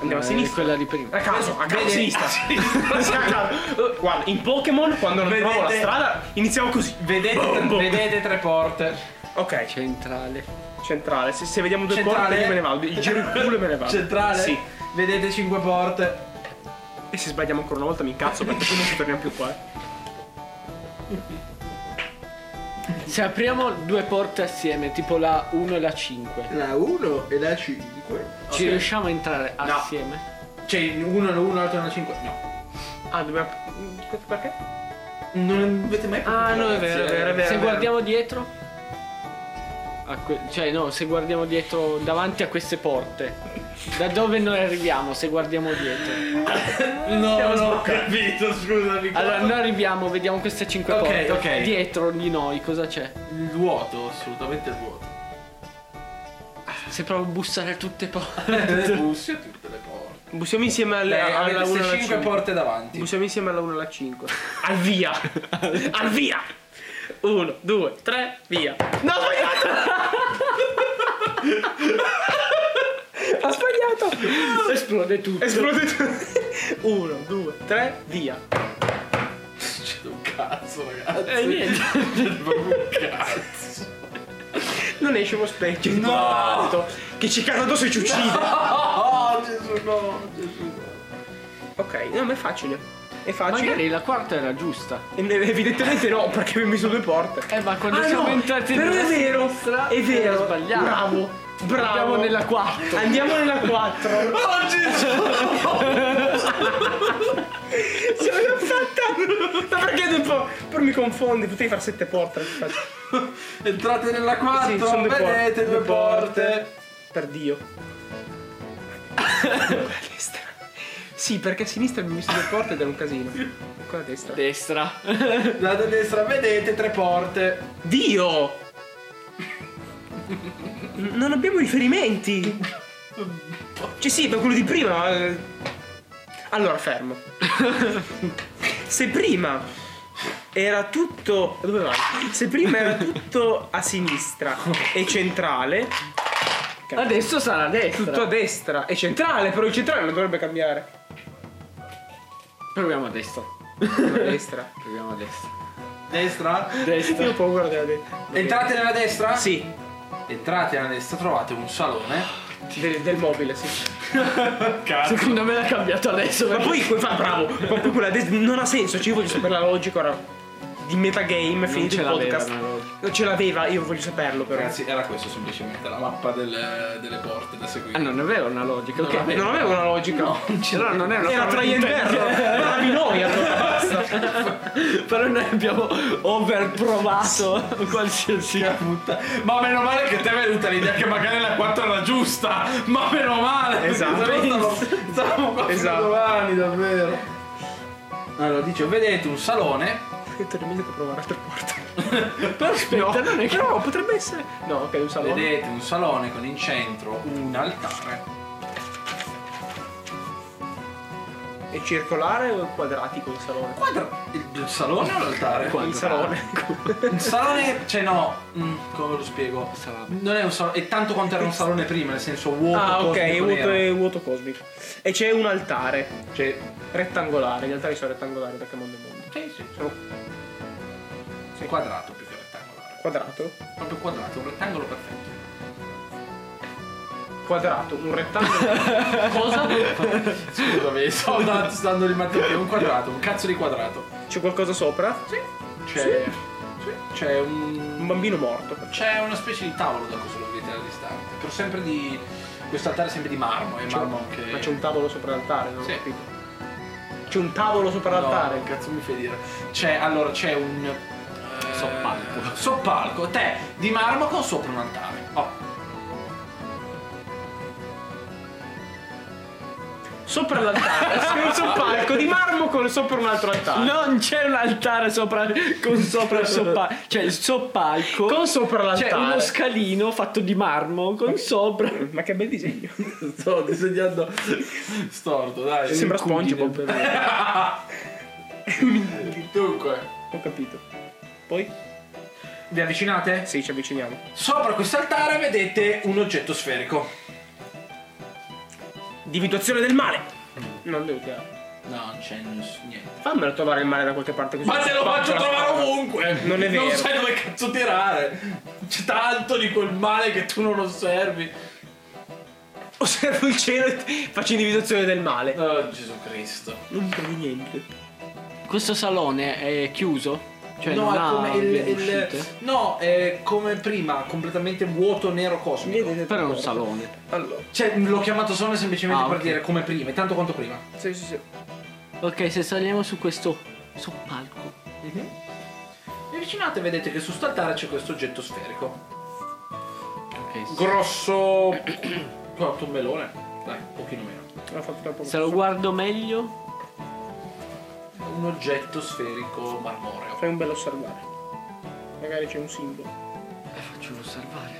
Speaker 3: Andiamo a
Speaker 2: Eh,
Speaker 3: sinistra.
Speaker 2: Quella di prima.
Speaker 3: A caso, a caso a
Speaker 1: Vedi-
Speaker 3: sinistra. A caso. Eh, Guarda, in Pokémon quando non
Speaker 1: Vedete-
Speaker 3: trovo la strada iniziamo così.
Speaker 1: Vedete,
Speaker 3: Boom, boom.
Speaker 1: vedete tre porte.
Speaker 3: Ok,
Speaker 2: Centrale.
Speaker 3: centrale. Se, se vediamo due
Speaker 1: Centrale.
Speaker 3: porte io me ne vado. Giro il culo e me ne vado.
Speaker 1: Centrale?
Speaker 3: Sì.
Speaker 1: Vedete cinque porte.
Speaker 3: E se sbagliamo ancora una volta mi incazzo perché poi non ci torniamo più qua. eh.
Speaker 2: Se apriamo due porte assieme, tipo la 1 e la 5,
Speaker 1: La 1 e la 5.
Speaker 2: ci riusciamo a entrare
Speaker 1: No.
Speaker 2: assieme?
Speaker 1: Cioè, uno è la 1, l'altro è la 5. No.
Speaker 3: Ah, dobbiamo. aspetta, Perché?
Speaker 1: Non avete mai potuto,
Speaker 3: Ah, no, è
Speaker 1: ragazzi,
Speaker 3: vero, è
Speaker 1: eh.
Speaker 3: vero, è vero.
Speaker 2: se guardiamo dietro? a que- cioè no, se guardiamo dietro davanti a queste porte. Da dove noi arriviamo se guardiamo dietro?
Speaker 1: No, no, ho capito, scusami.
Speaker 2: Allora noi arriviamo, vediamo queste 5
Speaker 1: Ok,
Speaker 2: porte.
Speaker 1: ok.
Speaker 2: Dietro di noi cosa c'è?
Speaker 1: Il vuoto, assolutamente il vuoto.
Speaker 2: Se provo a bussare tutte porte.
Speaker 1: Le busse a tutte le porte.
Speaker 3: Bussiamo insieme Eh, alle,
Speaker 1: Lei
Speaker 3: alla
Speaker 1: avete
Speaker 3: 1
Speaker 1: queste
Speaker 3: alla
Speaker 1: 5
Speaker 3: 5.
Speaker 1: porte davanti.
Speaker 3: Bussiamo insieme alla 1 alla 5. Al via! Al via! 1, 2, 3, via! No, ho sbagliato! ho sbagliato!
Speaker 2: Esplode tutto.
Speaker 3: Esplode tutto. 1, 2, 3, via!
Speaker 1: C'è un cazzo, ragazzi.
Speaker 3: Eh,
Speaker 2: E niente.
Speaker 1: un cazzo.
Speaker 3: Non esce uno specchio tipo
Speaker 1: No!
Speaker 3: alto, che ci cade addosso e ci uccide. Ah.
Speaker 1: Oh, Gesù, no, Gesù. no.
Speaker 3: Ok, no, ma è facile. È facile.
Speaker 2: Magari la quarta era giusta.
Speaker 3: E- Evidentemente no, perché mi ho messo due porte.
Speaker 2: Eh, ma quando
Speaker 3: Ah, no,
Speaker 2: siamo entrati
Speaker 3: però
Speaker 2: nella
Speaker 3: è vero,
Speaker 2: sinistra,
Speaker 3: è
Speaker 2: era
Speaker 3: vero,
Speaker 2: sbagliato.
Speaker 3: bravo, bravo.
Speaker 2: Andiamo nella quarta.
Speaker 3: Andiamo nella 4.
Speaker 1: Oh, Gesù.
Speaker 3: Ce l'abbiamo fatta! Ma perché dopo? Però mi confondi, potevi fare sette porte. Faccio-
Speaker 1: Entrate nella
Speaker 3: Sì,
Speaker 1: 4,
Speaker 3: sono due porte,
Speaker 1: vedete due
Speaker 3: due porte.
Speaker 1: porte.
Speaker 3: Per Dio. Quella a destra. Sì, perché a sinistra abbiamo visto due porte ed era un casino. Quella a destra.
Speaker 2: Destra.
Speaker 1: Da destra vedete tre porte.
Speaker 3: Dio! N- Non abbiamo riferimenti! Cioè sì, ma quello di prima... ma- Allora, fermo. Se prima era tutto... Dove vai? Se prima era tutto a sinistra e centrale...
Speaker 2: Adesso sarà destra.
Speaker 3: Tutto a destra e centrale, però il centrale non dovrebbe cambiare.
Speaker 2: Proviamo a destra.
Speaker 3: A destra.
Speaker 2: Proviamo a destra.
Speaker 1: Destra?
Speaker 3: Io ho
Speaker 2: Destra.
Speaker 3: paura della destra.
Speaker 1: Entrate nella destra?
Speaker 3: Sì,
Speaker 1: Entrate nella destra, trovate un salone.
Speaker 3: del, del mobile, sì.
Speaker 2: Secondo me l'ha cambiato adesso.
Speaker 3: Ma
Speaker 2: perché-
Speaker 3: poi que- fa bravo, ma poi quella des- non ha senso, cioè io voglio sapere la logica ora di metagame, finito
Speaker 2: ce
Speaker 3: il
Speaker 2: l'aveva
Speaker 3: podcast.
Speaker 2: una logica.
Speaker 3: Non ce l'aveva, io voglio saperlo però.
Speaker 1: Ragazzi, era questo semplicemente la mappa delle, delle porte da seguire.
Speaker 2: Ah, non aveva una logica. ok.
Speaker 1: aveva.
Speaker 3: Non aveva una logica.
Speaker 2: Allora non è una
Speaker 3: Era
Speaker 2: forma
Speaker 3: tra
Speaker 2: di
Speaker 3: gli interno,
Speaker 2: intelligenza.
Speaker 3: era noi allora basta.
Speaker 2: Però noi abbiamo overprovato qualsiasi.
Speaker 1: Puttana. Ma meno male che ti è venuta l'idea che magari la 4 era giusta. Ma meno male. perché
Speaker 3: Esatto.
Speaker 1: sennò stavo- Stavo qua fino
Speaker 3: Esatto.
Speaker 1: domani, davvero. Allora, dice, vedete un salone.
Speaker 3: Io termino per provare altre porte.
Speaker 2: Però aspetta, Cioè, non è che.
Speaker 3: Però potrebbe essere. No, ok, un salone.
Speaker 1: Vedete un salone con in centro un altare.
Speaker 3: È circolare o quadratico il salone?
Speaker 1: Quadra- Il, il salone o l'altare?
Speaker 3: Il salone.
Speaker 1: Un salone, cioè no, mm, come lo spiego?
Speaker 2: Salame.
Speaker 1: Non è un salone, è tanto quanto era un salone prima, nel senso vuoto.
Speaker 3: Ah, ok, è
Speaker 1: cosmico
Speaker 3: vuoto,
Speaker 1: nero.
Speaker 3: è vuoto cosmico. E c'è un altare
Speaker 1: Cioè,
Speaker 3: rettangolare, gli altari sono rettangolari da che mondo è mondo.
Speaker 1: sì, sì,
Speaker 3: Sono
Speaker 1: è quadrato più che rettangolare.
Speaker 3: quadrato?
Speaker 1: Proprio quadrato, un rettangolo perfetto.
Speaker 3: Quadrato, un rettangolo. Cosa?
Speaker 1: Scusami, sto andando, sto andando di matematica, un quadrato, un cazzo di quadrato.
Speaker 3: C'è qualcosa sopra?
Speaker 1: Sì. C'è. C'è un.
Speaker 3: Un bambino morto.
Speaker 1: C'è una specie di tavolo da cosa lo vedete alla distanza. Però sempre di. Questo altare è sempre di marmo, è
Speaker 3: C'è-
Speaker 1: marmo anche.
Speaker 3: Ma c'è un tavolo sopra l'altare, non ho
Speaker 1: Sì.
Speaker 3: capito. C'è un tavolo sopra
Speaker 1: No,
Speaker 3: l'altare.
Speaker 1: che cazzo mi fai dire? C'è, allora, c'è un... eh,
Speaker 2: Soppalco.
Speaker 1: Soppalco, te, di marmo con sopra un altare. Oh.
Speaker 3: sopra l'altare, su un palco di marmo con sopra un altro altare.
Speaker 2: Non c'è un altare sopra con sopra il soppalco. Cioè il soppalco.
Speaker 3: Con sopra l'altare.
Speaker 1: Cioè,
Speaker 2: C'è uno scalino fatto di marmo con sopra.
Speaker 3: Ma che bel disegno.
Speaker 1: Sto disegnando storto, dai.
Speaker 3: Sembra SpongeBob.
Speaker 1: Dunque,
Speaker 3: Ho capito. Poi?
Speaker 1: vi avvicinate?
Speaker 3: Sì, ci avviciniamo.
Speaker 1: Sopra quest'altare vedete un oggetto sferico.
Speaker 3: Individuazione del male. Non devo tirare.
Speaker 1: No, non c'è niente.
Speaker 3: Fammelo trovare il male da qualche parte così.
Speaker 1: Ma te lo faccio trovare ovunque!
Speaker 3: Non è
Speaker 1: Non
Speaker 3: vero.
Speaker 1: sai dove cazzo tirare! C'è tanto di quel male che tu non osservi.
Speaker 3: Osservo il cielo e t- faccio individuazione del male.
Speaker 1: Oh Gesù Cristo.
Speaker 3: Non vedo niente.
Speaker 2: Questo salone è chiuso? Cioè
Speaker 1: no,
Speaker 2: non
Speaker 1: è
Speaker 2: ha
Speaker 1: come il,
Speaker 2: vie
Speaker 1: il-
Speaker 2: d'uscita?
Speaker 1: no, è come prima, completamente vuoto nero cosmico.
Speaker 2: Però è un salone.
Speaker 3: Allora.
Speaker 1: Cioè, l'ho chiamato solo semplicemente
Speaker 2: Ah,
Speaker 1: per
Speaker 2: ok.
Speaker 1: dire come prima, è tanto quanto prima.
Speaker 3: Sì, sì, sì.
Speaker 2: Ok, se saliamo su questo soppalco.
Speaker 1: Vi avvicinate e vedete che su st'altare c'è questo oggetto sferico.
Speaker 2: Ok.
Speaker 1: Grosso. quanto un melone. Dai, un pochino meno.
Speaker 3: L'ho fatto troppo.
Speaker 2: Se lo guardo meglio.
Speaker 1: Un oggetto sferico marmoreo.
Speaker 3: Fai un bello osservare. Magari c'è un simbolo.
Speaker 2: eh, Faccio osservare.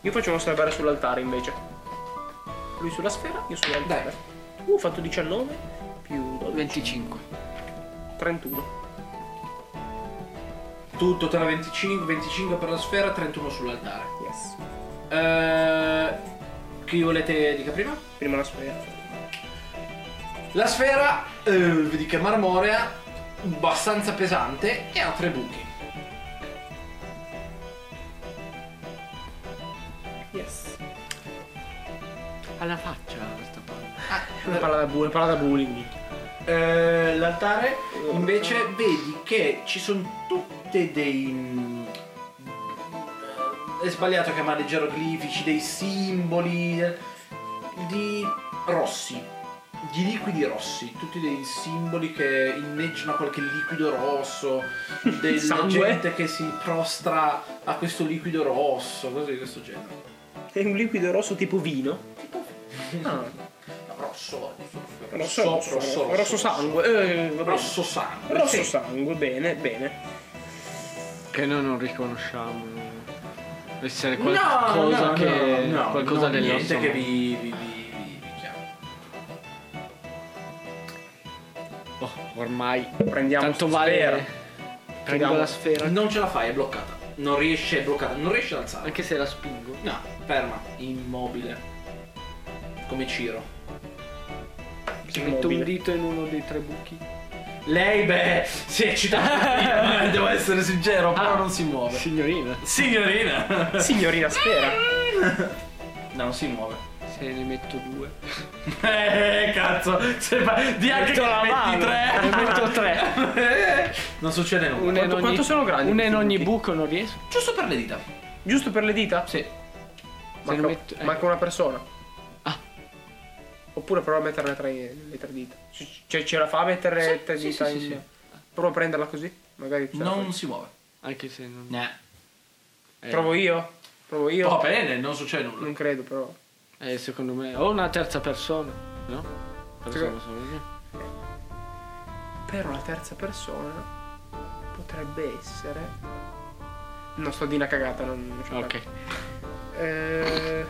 Speaker 3: Io faccio un osservare sull'altare invece. Lui sulla sfera, io sull'altare. Uh, ho fatto 19 più 12,
Speaker 2: 25.
Speaker 3: 31.
Speaker 1: Tutto tra 25, 25 per la sfera, 31 sull'altare.
Speaker 3: Yes.
Speaker 1: Eh, chi volete dica prima?
Speaker 3: Prima la sfera.
Speaker 1: La sfera, eh, vedi che è marmorea, abbastanza pesante e ha tre buchi.
Speaker 3: Yes.
Speaker 2: Alla faccia questa palla.
Speaker 3: Parla da, bu- parla da bullying.
Speaker 1: Eh, l'altare invece vedi che ci sono tutte dei mm, è sbagliato chiamare geroglifici dei simboli eh, di rossi di liquidi rossi tutti dei simboli che inneggiano a qualche liquido rosso della
Speaker 3: Sangue?
Speaker 1: gente che si prostra a questo liquido rosso cose di questo genere
Speaker 3: È un liquido rosso tipo vino. Ah,
Speaker 1: No, rosso eh,
Speaker 3: rosso, rosso, rosso, sangue. Eh, va bene.
Speaker 1: rosso sangue
Speaker 3: Rosso
Speaker 1: sì.
Speaker 3: sangue, bene, bene.
Speaker 2: Che noi non riconosciamo. Deve essere
Speaker 1: No,
Speaker 2: qualcosa
Speaker 1: no,
Speaker 2: che.
Speaker 1: no, no,
Speaker 2: qualcosa
Speaker 1: no,
Speaker 2: del
Speaker 1: niente
Speaker 2: nostro.
Speaker 1: che vi, vi, vi, vi- vi chiama.
Speaker 2: Oh, ormai.
Speaker 3: Prendiamo
Speaker 2: Tanto
Speaker 3: sta
Speaker 2: vale.
Speaker 3: sfera.
Speaker 2: Prendo
Speaker 3: Prendiamo-
Speaker 2: la sfera.
Speaker 1: Non ce la fai, è bloccata. Non riesce, è bloccata, non riesce ad alzare.
Speaker 2: Anche se la spingo.
Speaker 1: No, ferma, immobile. Come Ciro.
Speaker 2: Ci metto un
Speaker 3: Immobile.
Speaker 2: dito in uno dei tre buchi.
Speaker 1: Lei, beh, si è eccitata. Devo essere sincero, però non si muove.
Speaker 2: Signorina.
Speaker 1: Signorina!
Speaker 3: Signorina sfera.
Speaker 1: No, non si muove.
Speaker 2: Se ne metto due.
Speaker 1: Eh, cazzo, se fa... di anche che
Speaker 2: Metto la
Speaker 1: ne metti
Speaker 2: mano.
Speaker 1: tre.
Speaker 2: Ne metto tre.
Speaker 1: Eh, non succede nulla.
Speaker 2: Una in
Speaker 3: Quanto-
Speaker 2: ogni-
Speaker 3: quanto sono grandi
Speaker 2: Una in
Speaker 3: questi
Speaker 2: ogni
Speaker 3: buchi?
Speaker 2: buco non riesco.
Speaker 1: Giusto per le dita. Cioè,
Speaker 3: Giusto per le dita? Sì.
Speaker 2: Se ne
Speaker 3: Manca,
Speaker 2: metto- eh.
Speaker 3: manca una persona.
Speaker 2: Ah.
Speaker 3: Oppure prova a metterle tra i- le tre dita. C- Cioè, ce la fa a mettere
Speaker 2: Sì,
Speaker 3: tre
Speaker 2: sì,
Speaker 3: dita
Speaker 2: sì,
Speaker 3: in.
Speaker 2: sì,
Speaker 3: Prova a prenderla così? Magari ce la
Speaker 1: Non
Speaker 3: fai.
Speaker 1: si muove.
Speaker 2: Anche se non.
Speaker 1: Ne.
Speaker 2: eh, Oh,
Speaker 3: Provo io? Provo io?
Speaker 1: Va Oh, bene, non succede nulla.
Speaker 3: Non credo, però.
Speaker 2: eh, secondo me. O una terza persona. No? Persona
Speaker 3: Secondo-
Speaker 2: solo io.
Speaker 3: Però la terza persona potrebbe essere. Non sto di una cagata, non, non ce la
Speaker 2: Ok.
Speaker 3: faccio. Eh,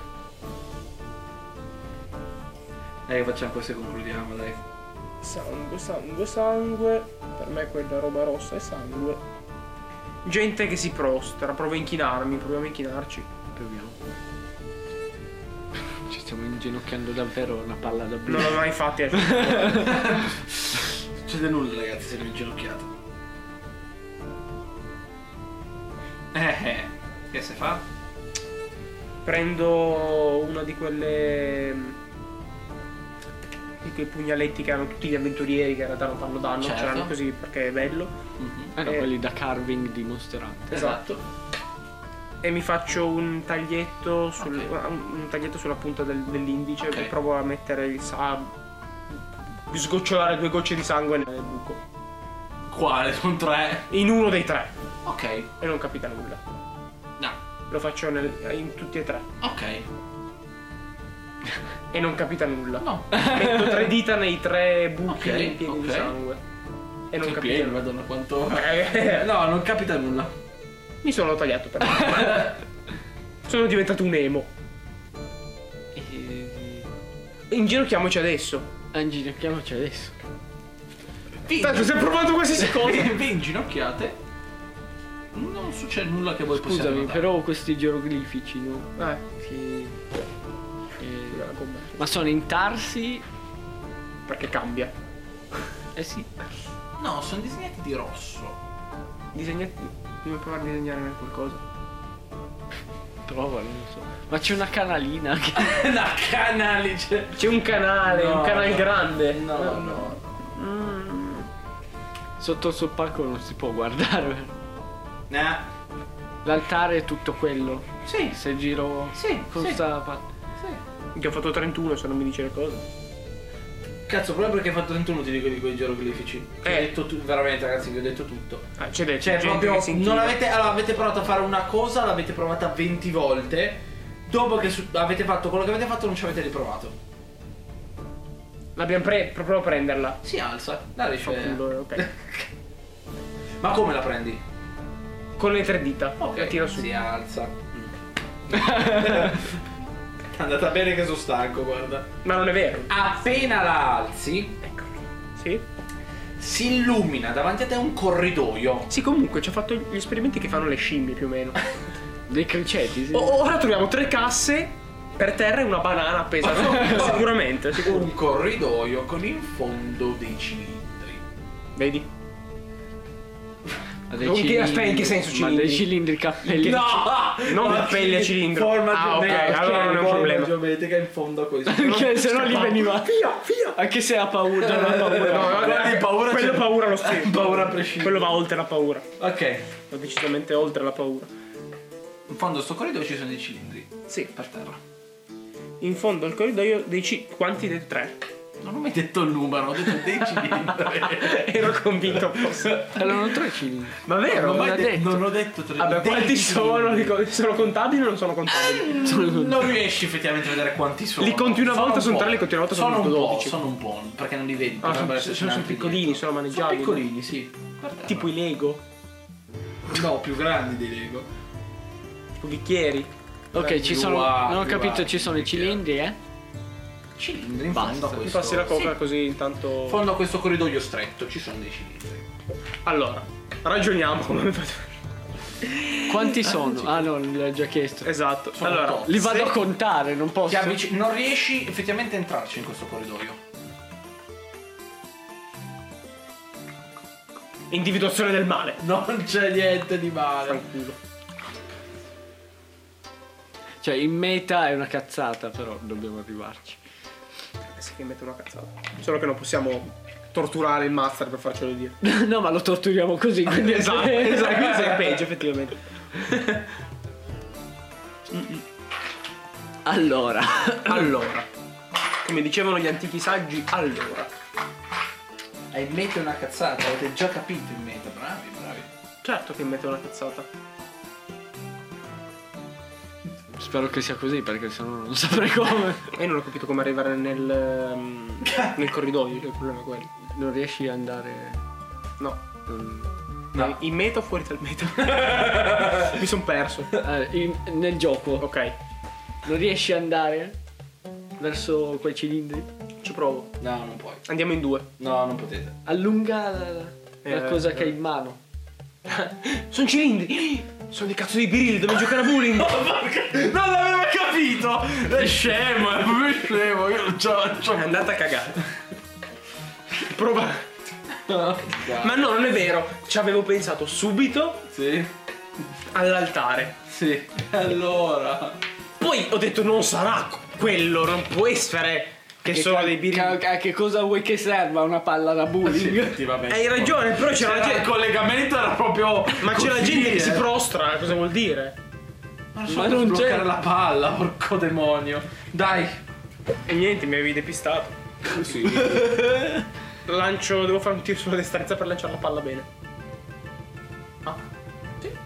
Speaker 1: Dai, Eh, facciamo questo e concludiamo, dai.
Speaker 3: sangue, sangue, sangue. Per me quella roba rossa è sangue. Gente che si prostra, provo a inchinarmi, proviamo a inchinarci.
Speaker 2: Proviamo. Ci stiamo inginocchiando davvero una palla da blu.
Speaker 3: Non l'ho mai eh. fatta.
Speaker 1: Non succede nulla, ragazzi, se non inginocchiate. Eh, eh, che se fa?
Speaker 3: Prendo una di quelle. mm, di quei pugnaletti che hanno tutti gli avventurieri che in realtà non fanno danno,
Speaker 1: Certo.
Speaker 3: ce l'hanno così perché è bello.
Speaker 1: Mhm.
Speaker 2: Eh no,
Speaker 3: Eh.
Speaker 2: quelli da carving di Monster Hunter.
Speaker 3: Esatto. E mi faccio un taglietto, sul- un un taglietto sulla punta del- dell'indice
Speaker 1: Ok.
Speaker 3: e provo a mettere il sa. Sgocciolare due gocce di sangue nel buco.
Speaker 1: Quale? Sono tre.
Speaker 3: In uno dei tre.
Speaker 1: Ok.
Speaker 3: E non capita nulla.
Speaker 1: No.
Speaker 3: Lo faccio nel- in tutti e tre.
Speaker 1: Ok.
Speaker 3: E non capita nulla.
Speaker 1: No.
Speaker 3: Metto tre dita nei tre buchi
Speaker 1: Ok,
Speaker 3: pieni di
Speaker 1: ok.
Speaker 3: sangue. E non
Speaker 1: Che
Speaker 3: capita
Speaker 1: pieno,
Speaker 3: nulla.
Speaker 1: madonna quanto...
Speaker 3: Eh,
Speaker 1: No, non capita nulla.
Speaker 3: Mi sono tagliato però. sono diventato un emo.
Speaker 2: Eh,
Speaker 3: Inginocchiamoci adesso.
Speaker 2: Anginocchiamoci eh, adesso.
Speaker 1: Vi,
Speaker 3: Tanto stiamo provando qualsiasi cosa.
Speaker 1: vi- vi inginocchiate. Non succede nulla che voi possiate
Speaker 2: Scusami,
Speaker 1: notare.
Speaker 2: però questi geroglifici, no?
Speaker 3: Eh,
Speaker 2: Che... che-
Speaker 3: la gomma.
Speaker 2: Ma sono intarsi?
Speaker 3: Perché cambia.
Speaker 2: Eh sì.
Speaker 1: No, sono disegnati di rosso.
Speaker 3: Disegnati. Devo provare a disegnare qualcosa.
Speaker 2: Provalo, non so. Ma c'è una canalina che...
Speaker 1: Una canalice.
Speaker 3: C'è un canale,
Speaker 1: No, Mm.
Speaker 3: un canale
Speaker 1: no.
Speaker 3: grande.
Speaker 1: No, no.
Speaker 2: Sotto sul palco non si può guardare.
Speaker 1: Nah.
Speaker 2: L'altare è tutto quello.
Speaker 1: Sì,
Speaker 2: Se giro...
Speaker 1: sì,
Speaker 2: Con
Speaker 1: sì.
Speaker 2: sta pa-
Speaker 1: sì.
Speaker 3: Che ho fatto 31 se non mi dice le cose.
Speaker 1: Eh, Cazzo, proprio perché hai fatto 31 ti dico di quei geroglifici. Ti
Speaker 3: Eh.
Speaker 1: Ho detto tu- veramente ragazzi, vi ho detto tutto.
Speaker 3: Ah, c'è del
Speaker 1: Cioè,
Speaker 3: gente
Speaker 1: proprio
Speaker 3: che si inchina.
Speaker 1: non avete allora avete provato a fare una cosa, l'avete provata 20 volte. Dopo che su- avete fatto quello che avete fatto non ci avete riprovato.
Speaker 3: L'abbiamo pre- proprio a prenderla.
Speaker 1: Si alza, la riesce.
Speaker 3: Fa culo, eh, ok.
Speaker 1: Ma come la prendi?
Speaker 3: Con le tre dita. La tiro su.
Speaker 1: Si alza. È andata bene che sono stanco, guarda.
Speaker 3: Ma non è vero.
Speaker 1: Appena la alzi,
Speaker 3: Ecco. Sì?
Speaker 1: si illumina davanti a te un corridoio.
Speaker 3: Sì, comunque ci ho fatto gli esperimenti che fanno le scimmie più o meno.
Speaker 2: Dei criceti,
Speaker 1: Oh,
Speaker 2: sì.
Speaker 3: O- ora troviamo tre casse per terra e una banana appesa. No, sicuramente, sicuro.
Speaker 1: Un corridoio con in fondo dei cilindri.
Speaker 3: Vedi?
Speaker 2: Ma dei
Speaker 3: Non che-
Speaker 2: cilindri-
Speaker 3: aspetta, in che senso
Speaker 2: Ma
Speaker 3: cilindri?
Speaker 2: dei cilindri cappelli.
Speaker 3: Non
Speaker 1: Ah, Ma
Speaker 3: cappelli a
Speaker 1: sì,
Speaker 3: cilindro.
Speaker 1: Forma
Speaker 3: Ah, ok,
Speaker 1: geometrica,
Speaker 3: allora non è un
Speaker 1: forma
Speaker 3: problema.
Speaker 1: geometrica in fondo a questo.
Speaker 2: Anche se no li veniva.
Speaker 3: Via, via!
Speaker 2: Anche se ha paura, non ha paura.
Speaker 3: No, no,
Speaker 1: Guardi, paura
Speaker 3: quello
Speaker 1: c'è.
Speaker 3: paura lo stesso.
Speaker 1: Paura a prescindere.
Speaker 3: Quello va oltre la paura.
Speaker 1: Ok.
Speaker 3: Va decisamente oltre la paura.
Speaker 1: In fondo a sto corridoio ci sono dei cilindri.
Speaker 3: Sì.
Speaker 1: Per terra.
Speaker 3: In fondo al corridoio dei C. Quanti del 3?
Speaker 1: Non ho mai detto il numero, ho detto dei cilindri.
Speaker 3: Ero convinto fosse.
Speaker 2: Erano tre cilindri.
Speaker 3: Ma vero?
Speaker 1: non, ho mai
Speaker 2: l'ha
Speaker 1: de-
Speaker 2: detto.
Speaker 1: non ho detto tre
Speaker 3: Vabbè,
Speaker 1: dei
Speaker 3: quanti sono?
Speaker 1: cilindri.
Speaker 3: Dico, Sono contabili o non sono contabili?
Speaker 1: Non riesci effettivamente a vedere quanti sono.
Speaker 3: Li conti una
Speaker 1: Sono
Speaker 3: volta,
Speaker 1: un
Speaker 3: sono
Speaker 1: po'.
Speaker 3: tre, li conti una volta, sono
Speaker 1: sono un po',
Speaker 3: 12.
Speaker 1: Sono un po', perché non li vedi.
Speaker 3: Ah, sono,
Speaker 1: potrebbero
Speaker 3: sono-
Speaker 1: esserci
Speaker 3: sono
Speaker 1: tanti
Speaker 3: piccolini,
Speaker 1: dietro.
Speaker 3: sono
Speaker 1: Sono
Speaker 3: maneggiabili.
Speaker 1: piccolini, sì. Per terra.
Speaker 3: Tipo i Lego,
Speaker 1: No, più grandi dei Lego.
Speaker 3: tipo bicchieri.
Speaker 2: Ok, ci sono.
Speaker 1: Dua,
Speaker 2: Non ho
Speaker 1: dua,
Speaker 2: capito, ci sono i cilindri, eh?
Speaker 1: Cilindri in
Speaker 2: Basta.
Speaker 1: fondo a
Speaker 3: Mi
Speaker 1: questo.
Speaker 3: passi la coca
Speaker 1: Sì,
Speaker 3: così intanto.
Speaker 1: in fondo a questo corridoio stretto ci sono dei cilindri.
Speaker 3: Allora, ragioniamo come
Speaker 2: Quanti sono? Ah no, l'ho già chiesto.
Speaker 3: Esatto.
Speaker 1: Sono
Speaker 3: allora,
Speaker 1: otto.
Speaker 2: Li vado
Speaker 1: Se-
Speaker 2: a contare, non
Speaker 1: Ti
Speaker 2: posso.
Speaker 1: avvic- non riesci effettivamente a entrarci in questo corridoio.
Speaker 3: individuazione del male.
Speaker 1: Non c'è niente di male.
Speaker 3: Tranquillo.
Speaker 2: Cioè, in meta è una cazzata, però dobbiamo arrivarci.
Speaker 3: Adesso che metto Eh, una cazzata. Solo che non possiamo torturare il master per farcelo dire.
Speaker 2: no, ma lo torturiamo così, quindi
Speaker 3: esatto, esatto, questo è peggio effettivamente.
Speaker 2: Allora,
Speaker 3: Allora, come dicevano gli antichi saggi, allora.
Speaker 1: Hai in meta una cazzata, avete già capito in meta, bravi, bravi.
Speaker 3: Certo che metto una cazzata.
Speaker 2: spero che sia così perché sennò non saprei come.
Speaker 3: E non ho capito come arrivare nel, ehm, nel corridoio, cioè il problema è quello.
Speaker 2: Non riesci ad andare.
Speaker 3: No,
Speaker 2: non-
Speaker 1: No.
Speaker 3: in meta o fuori dal meta? Mi sono perso.
Speaker 2: eh, in- nel gioco,
Speaker 3: Ok,
Speaker 2: non riesci ad andare verso quei cilindri?
Speaker 3: ci provo.
Speaker 1: No, non puoi.
Speaker 3: Andiamo in due.
Speaker 1: No, non potete.
Speaker 2: Allunga la, la- la
Speaker 3: Eh,
Speaker 2: cosa
Speaker 3: eh.
Speaker 2: che hai in mano.
Speaker 3: Sono cilindri! Sono dei cazzo di birilli, dobbiamo giocare a bowling!
Speaker 1: Non l'aveva capito! È scemo, è proprio scemo, io non ce la faccio.
Speaker 3: È andata a cagare. Prova. Ma no, non è vero. Ci avevo pensato subito
Speaker 1: Sì?
Speaker 3: all'altare.
Speaker 1: Sì. Allora.
Speaker 3: Poi ho detto non sarà quello, non può essere che sono
Speaker 2: ca-
Speaker 3: dei Ah, birilli.
Speaker 2: ca- ca- che cosa vuoi che serva una palla da bowling?
Speaker 1: effettivamente.
Speaker 3: Hai ragione, però c'era la
Speaker 1: Il
Speaker 3: gente.
Speaker 1: collegamento era proprio. eh.
Speaker 3: Ma c'è la gente che si prostra, cosa vuol dire?
Speaker 1: Ma non,
Speaker 2: Ma
Speaker 1: so
Speaker 2: non
Speaker 1: non
Speaker 2: c'è-
Speaker 1: c'è la palla, porco demonio. Dai.
Speaker 3: E niente, mi avevi depistato. Lancio, devo fare un tiro sulla destrezza per lanciare la palla bene. Ah, Certo.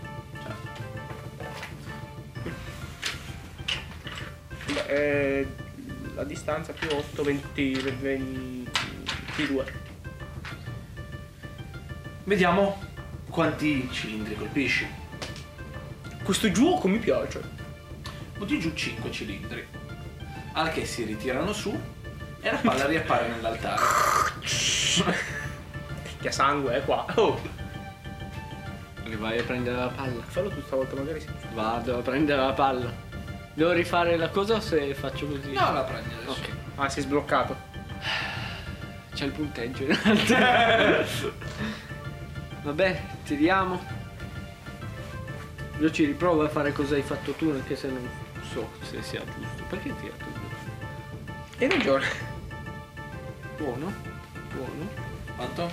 Speaker 3: sì. Beh, eh, la distanza più 8, 20, 22.
Speaker 1: Vediamo quanti cilindri colpisci.
Speaker 3: Questo gioco mi piace.
Speaker 1: Butti giù 5 cilindri. Al che si ritirano su e la palla riappare nell'altare.
Speaker 3: Che sangue è qua. Oh,
Speaker 2: Vai a prendere la palla.
Speaker 3: fallo tu stavolta, magari si.
Speaker 2: Vado a prendere la palla. Devo rifare la cosa o se faccio così?
Speaker 1: No, la prendi adesso.
Speaker 2: Ok.
Speaker 3: Ah, si è sbloccato.
Speaker 2: C'è il punteggio in realtà. Vabbè, tiriamo. Io ci riprovo a fare cosa hai fatto tu, anche se non so se sia giusto. Perché tira tu?
Speaker 3: Hai ragione.
Speaker 2: Buono, buono.
Speaker 1: Quanto?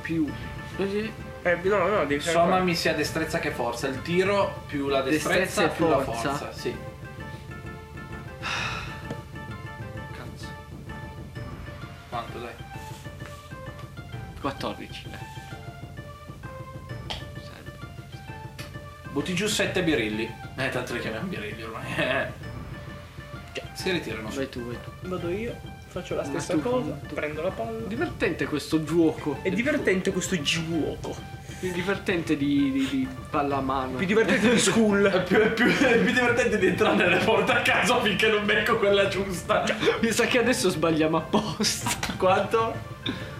Speaker 2: Più. Così.
Speaker 3: Eh, no, no, devi fare.
Speaker 1: Sommami sia destrezza che forza. Il tiro più la destrezza,
Speaker 2: Destrezza e
Speaker 1: più
Speaker 2: forza.
Speaker 1: la forza. Sì.
Speaker 2: Cazzo.
Speaker 1: Quanto dai?
Speaker 2: 14. dai. Serve.
Speaker 1: Butti giù 7 birilli. Eh, tanto li chiamiamo birilli ormai. Cioè, si ritirano su.
Speaker 2: Vai tu, vai tu.
Speaker 3: Vado io, faccio la
Speaker 2: Ma
Speaker 3: stessa
Speaker 2: tu,
Speaker 3: cosa,
Speaker 2: tu.
Speaker 3: prendo la palla.
Speaker 2: Divertente questo gioco.
Speaker 3: È divertente questo gioco.
Speaker 2: Più divertente di, di, di pallamano.
Speaker 3: Più divertente di school.
Speaker 1: Più, è più, è più divertente di entrare nelle porte a caso finché non becco quella giusta.
Speaker 2: Mi sa che adesso sbagliamo apposta. Quanto?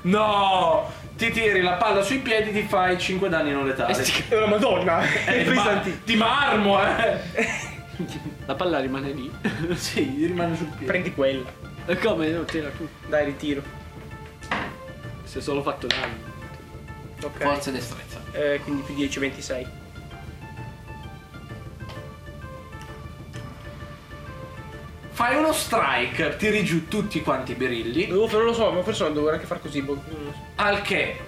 Speaker 1: No! Ti tiri la palla sui piedi, ti fai 5 danni non letali.
Speaker 2: Eh sì.
Speaker 3: È una madonna.
Speaker 1: Eh,
Speaker 3: È
Speaker 1: ma-
Speaker 3: pesante.
Speaker 1: di marmo, eh!
Speaker 2: La palla rimane lì.
Speaker 1: sì, gli rimane sul piede.
Speaker 3: Prendi quella.
Speaker 2: E come? No, tira tu.
Speaker 3: Dai, ritiro.
Speaker 2: Se solo fatto danno.
Speaker 3: Ok.
Speaker 1: Forza e destrezza.
Speaker 3: Eh, quindi più 10, 26.
Speaker 1: Fai uno strike, tiri giù tutti quanti i birilli.
Speaker 3: Dovevo fare, non lo so, ma forse non dovevo neanche far così. boh, non lo so.
Speaker 1: Al che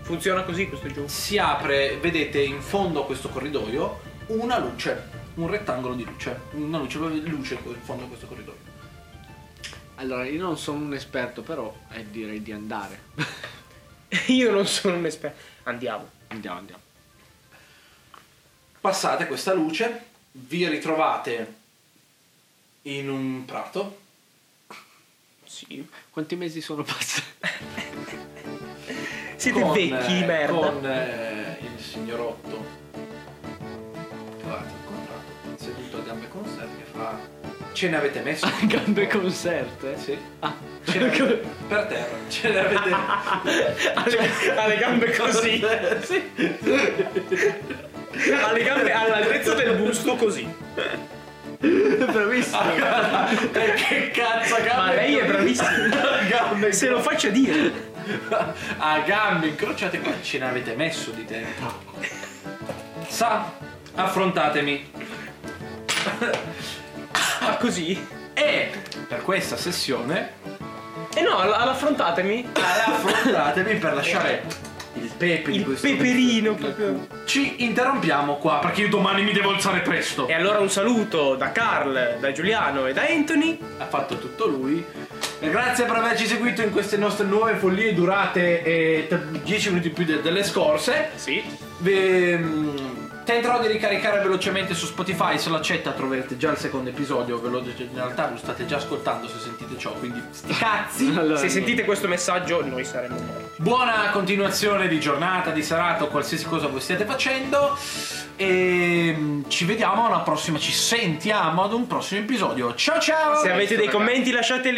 Speaker 3: Funziona così questo gioco.
Speaker 1: si apre, vedete in fondo a questo corridoio, una luce. Un rettangolo di luce. Una luce, proprio luce in fondo a questo corridoio.
Speaker 2: Allora, io non sono un esperto, però eh, direi di andare.
Speaker 3: Io non sono un esperto. Andiamo.
Speaker 2: Andiamo, andiamo.
Speaker 1: Passate questa luce, vi ritrovate in un prato.
Speaker 3: Sì.
Speaker 2: Quanti mesi sono passati?
Speaker 3: Siete
Speaker 1: con,
Speaker 3: vecchi di
Speaker 1: eh,
Speaker 3: merda.
Speaker 1: Con eh, il signorotto. Guardate, incontrato, seduto a gambe conserte che fa. Ce ne avete messo?
Speaker 2: Gambe concerte?
Speaker 1: Sì.
Speaker 2: Ah,
Speaker 1: Ce ne avete- per terra. Ce ne avete.
Speaker 3: Ha le- ha le gambe così.
Speaker 1: sì.
Speaker 3: Ha le gambe all'altezza del busto così. Ah,
Speaker 2: bravissimo.
Speaker 1: Eh, che cazzo, gambe.
Speaker 3: Ma lei è bravissima.
Speaker 1: gambe.
Speaker 3: Se lo faccia dire.
Speaker 1: A gambe incrociate qua. Ce ne avete messo di tempo. Sa, affrontatemi.
Speaker 3: Ah, così.
Speaker 1: E per questa sessione
Speaker 3: E no, all- all'affrontatemi.
Speaker 1: Allora, affrontatemi per lasciare il pepe di
Speaker 3: Il
Speaker 1: questo
Speaker 3: peperino proprio.
Speaker 1: Ci interrompiamo qua perché io domani mi devo alzare presto.
Speaker 3: E allora un saluto da Carl, da Giuliano e da Anthony.
Speaker 1: Ha fatto tutto lui. E Grazie per averci seguito in queste nostre nuove follie durate eh, t- 10 minuti più de- delle scorse.
Speaker 3: Sì.
Speaker 1: Ve- mh, tenterò Ehm, di ricaricare velocemente su Spotify, se lo accetta troverete già il secondo episodio, ve lo in realtà lo state già ascoltando se sentite ciò, quindi sti cazzi.
Speaker 2: Allora,
Speaker 3: Se sentite questo messaggio, noi saremo morti.
Speaker 1: Buona continuazione di giornata, di serata o qualsiasi cosa voi stiate facendo. E mm, ci vediamo alla prossima, ci sentiamo ad un prossimo episodio. Ciao ciao!
Speaker 3: Se avete dei commenti, lasciateli.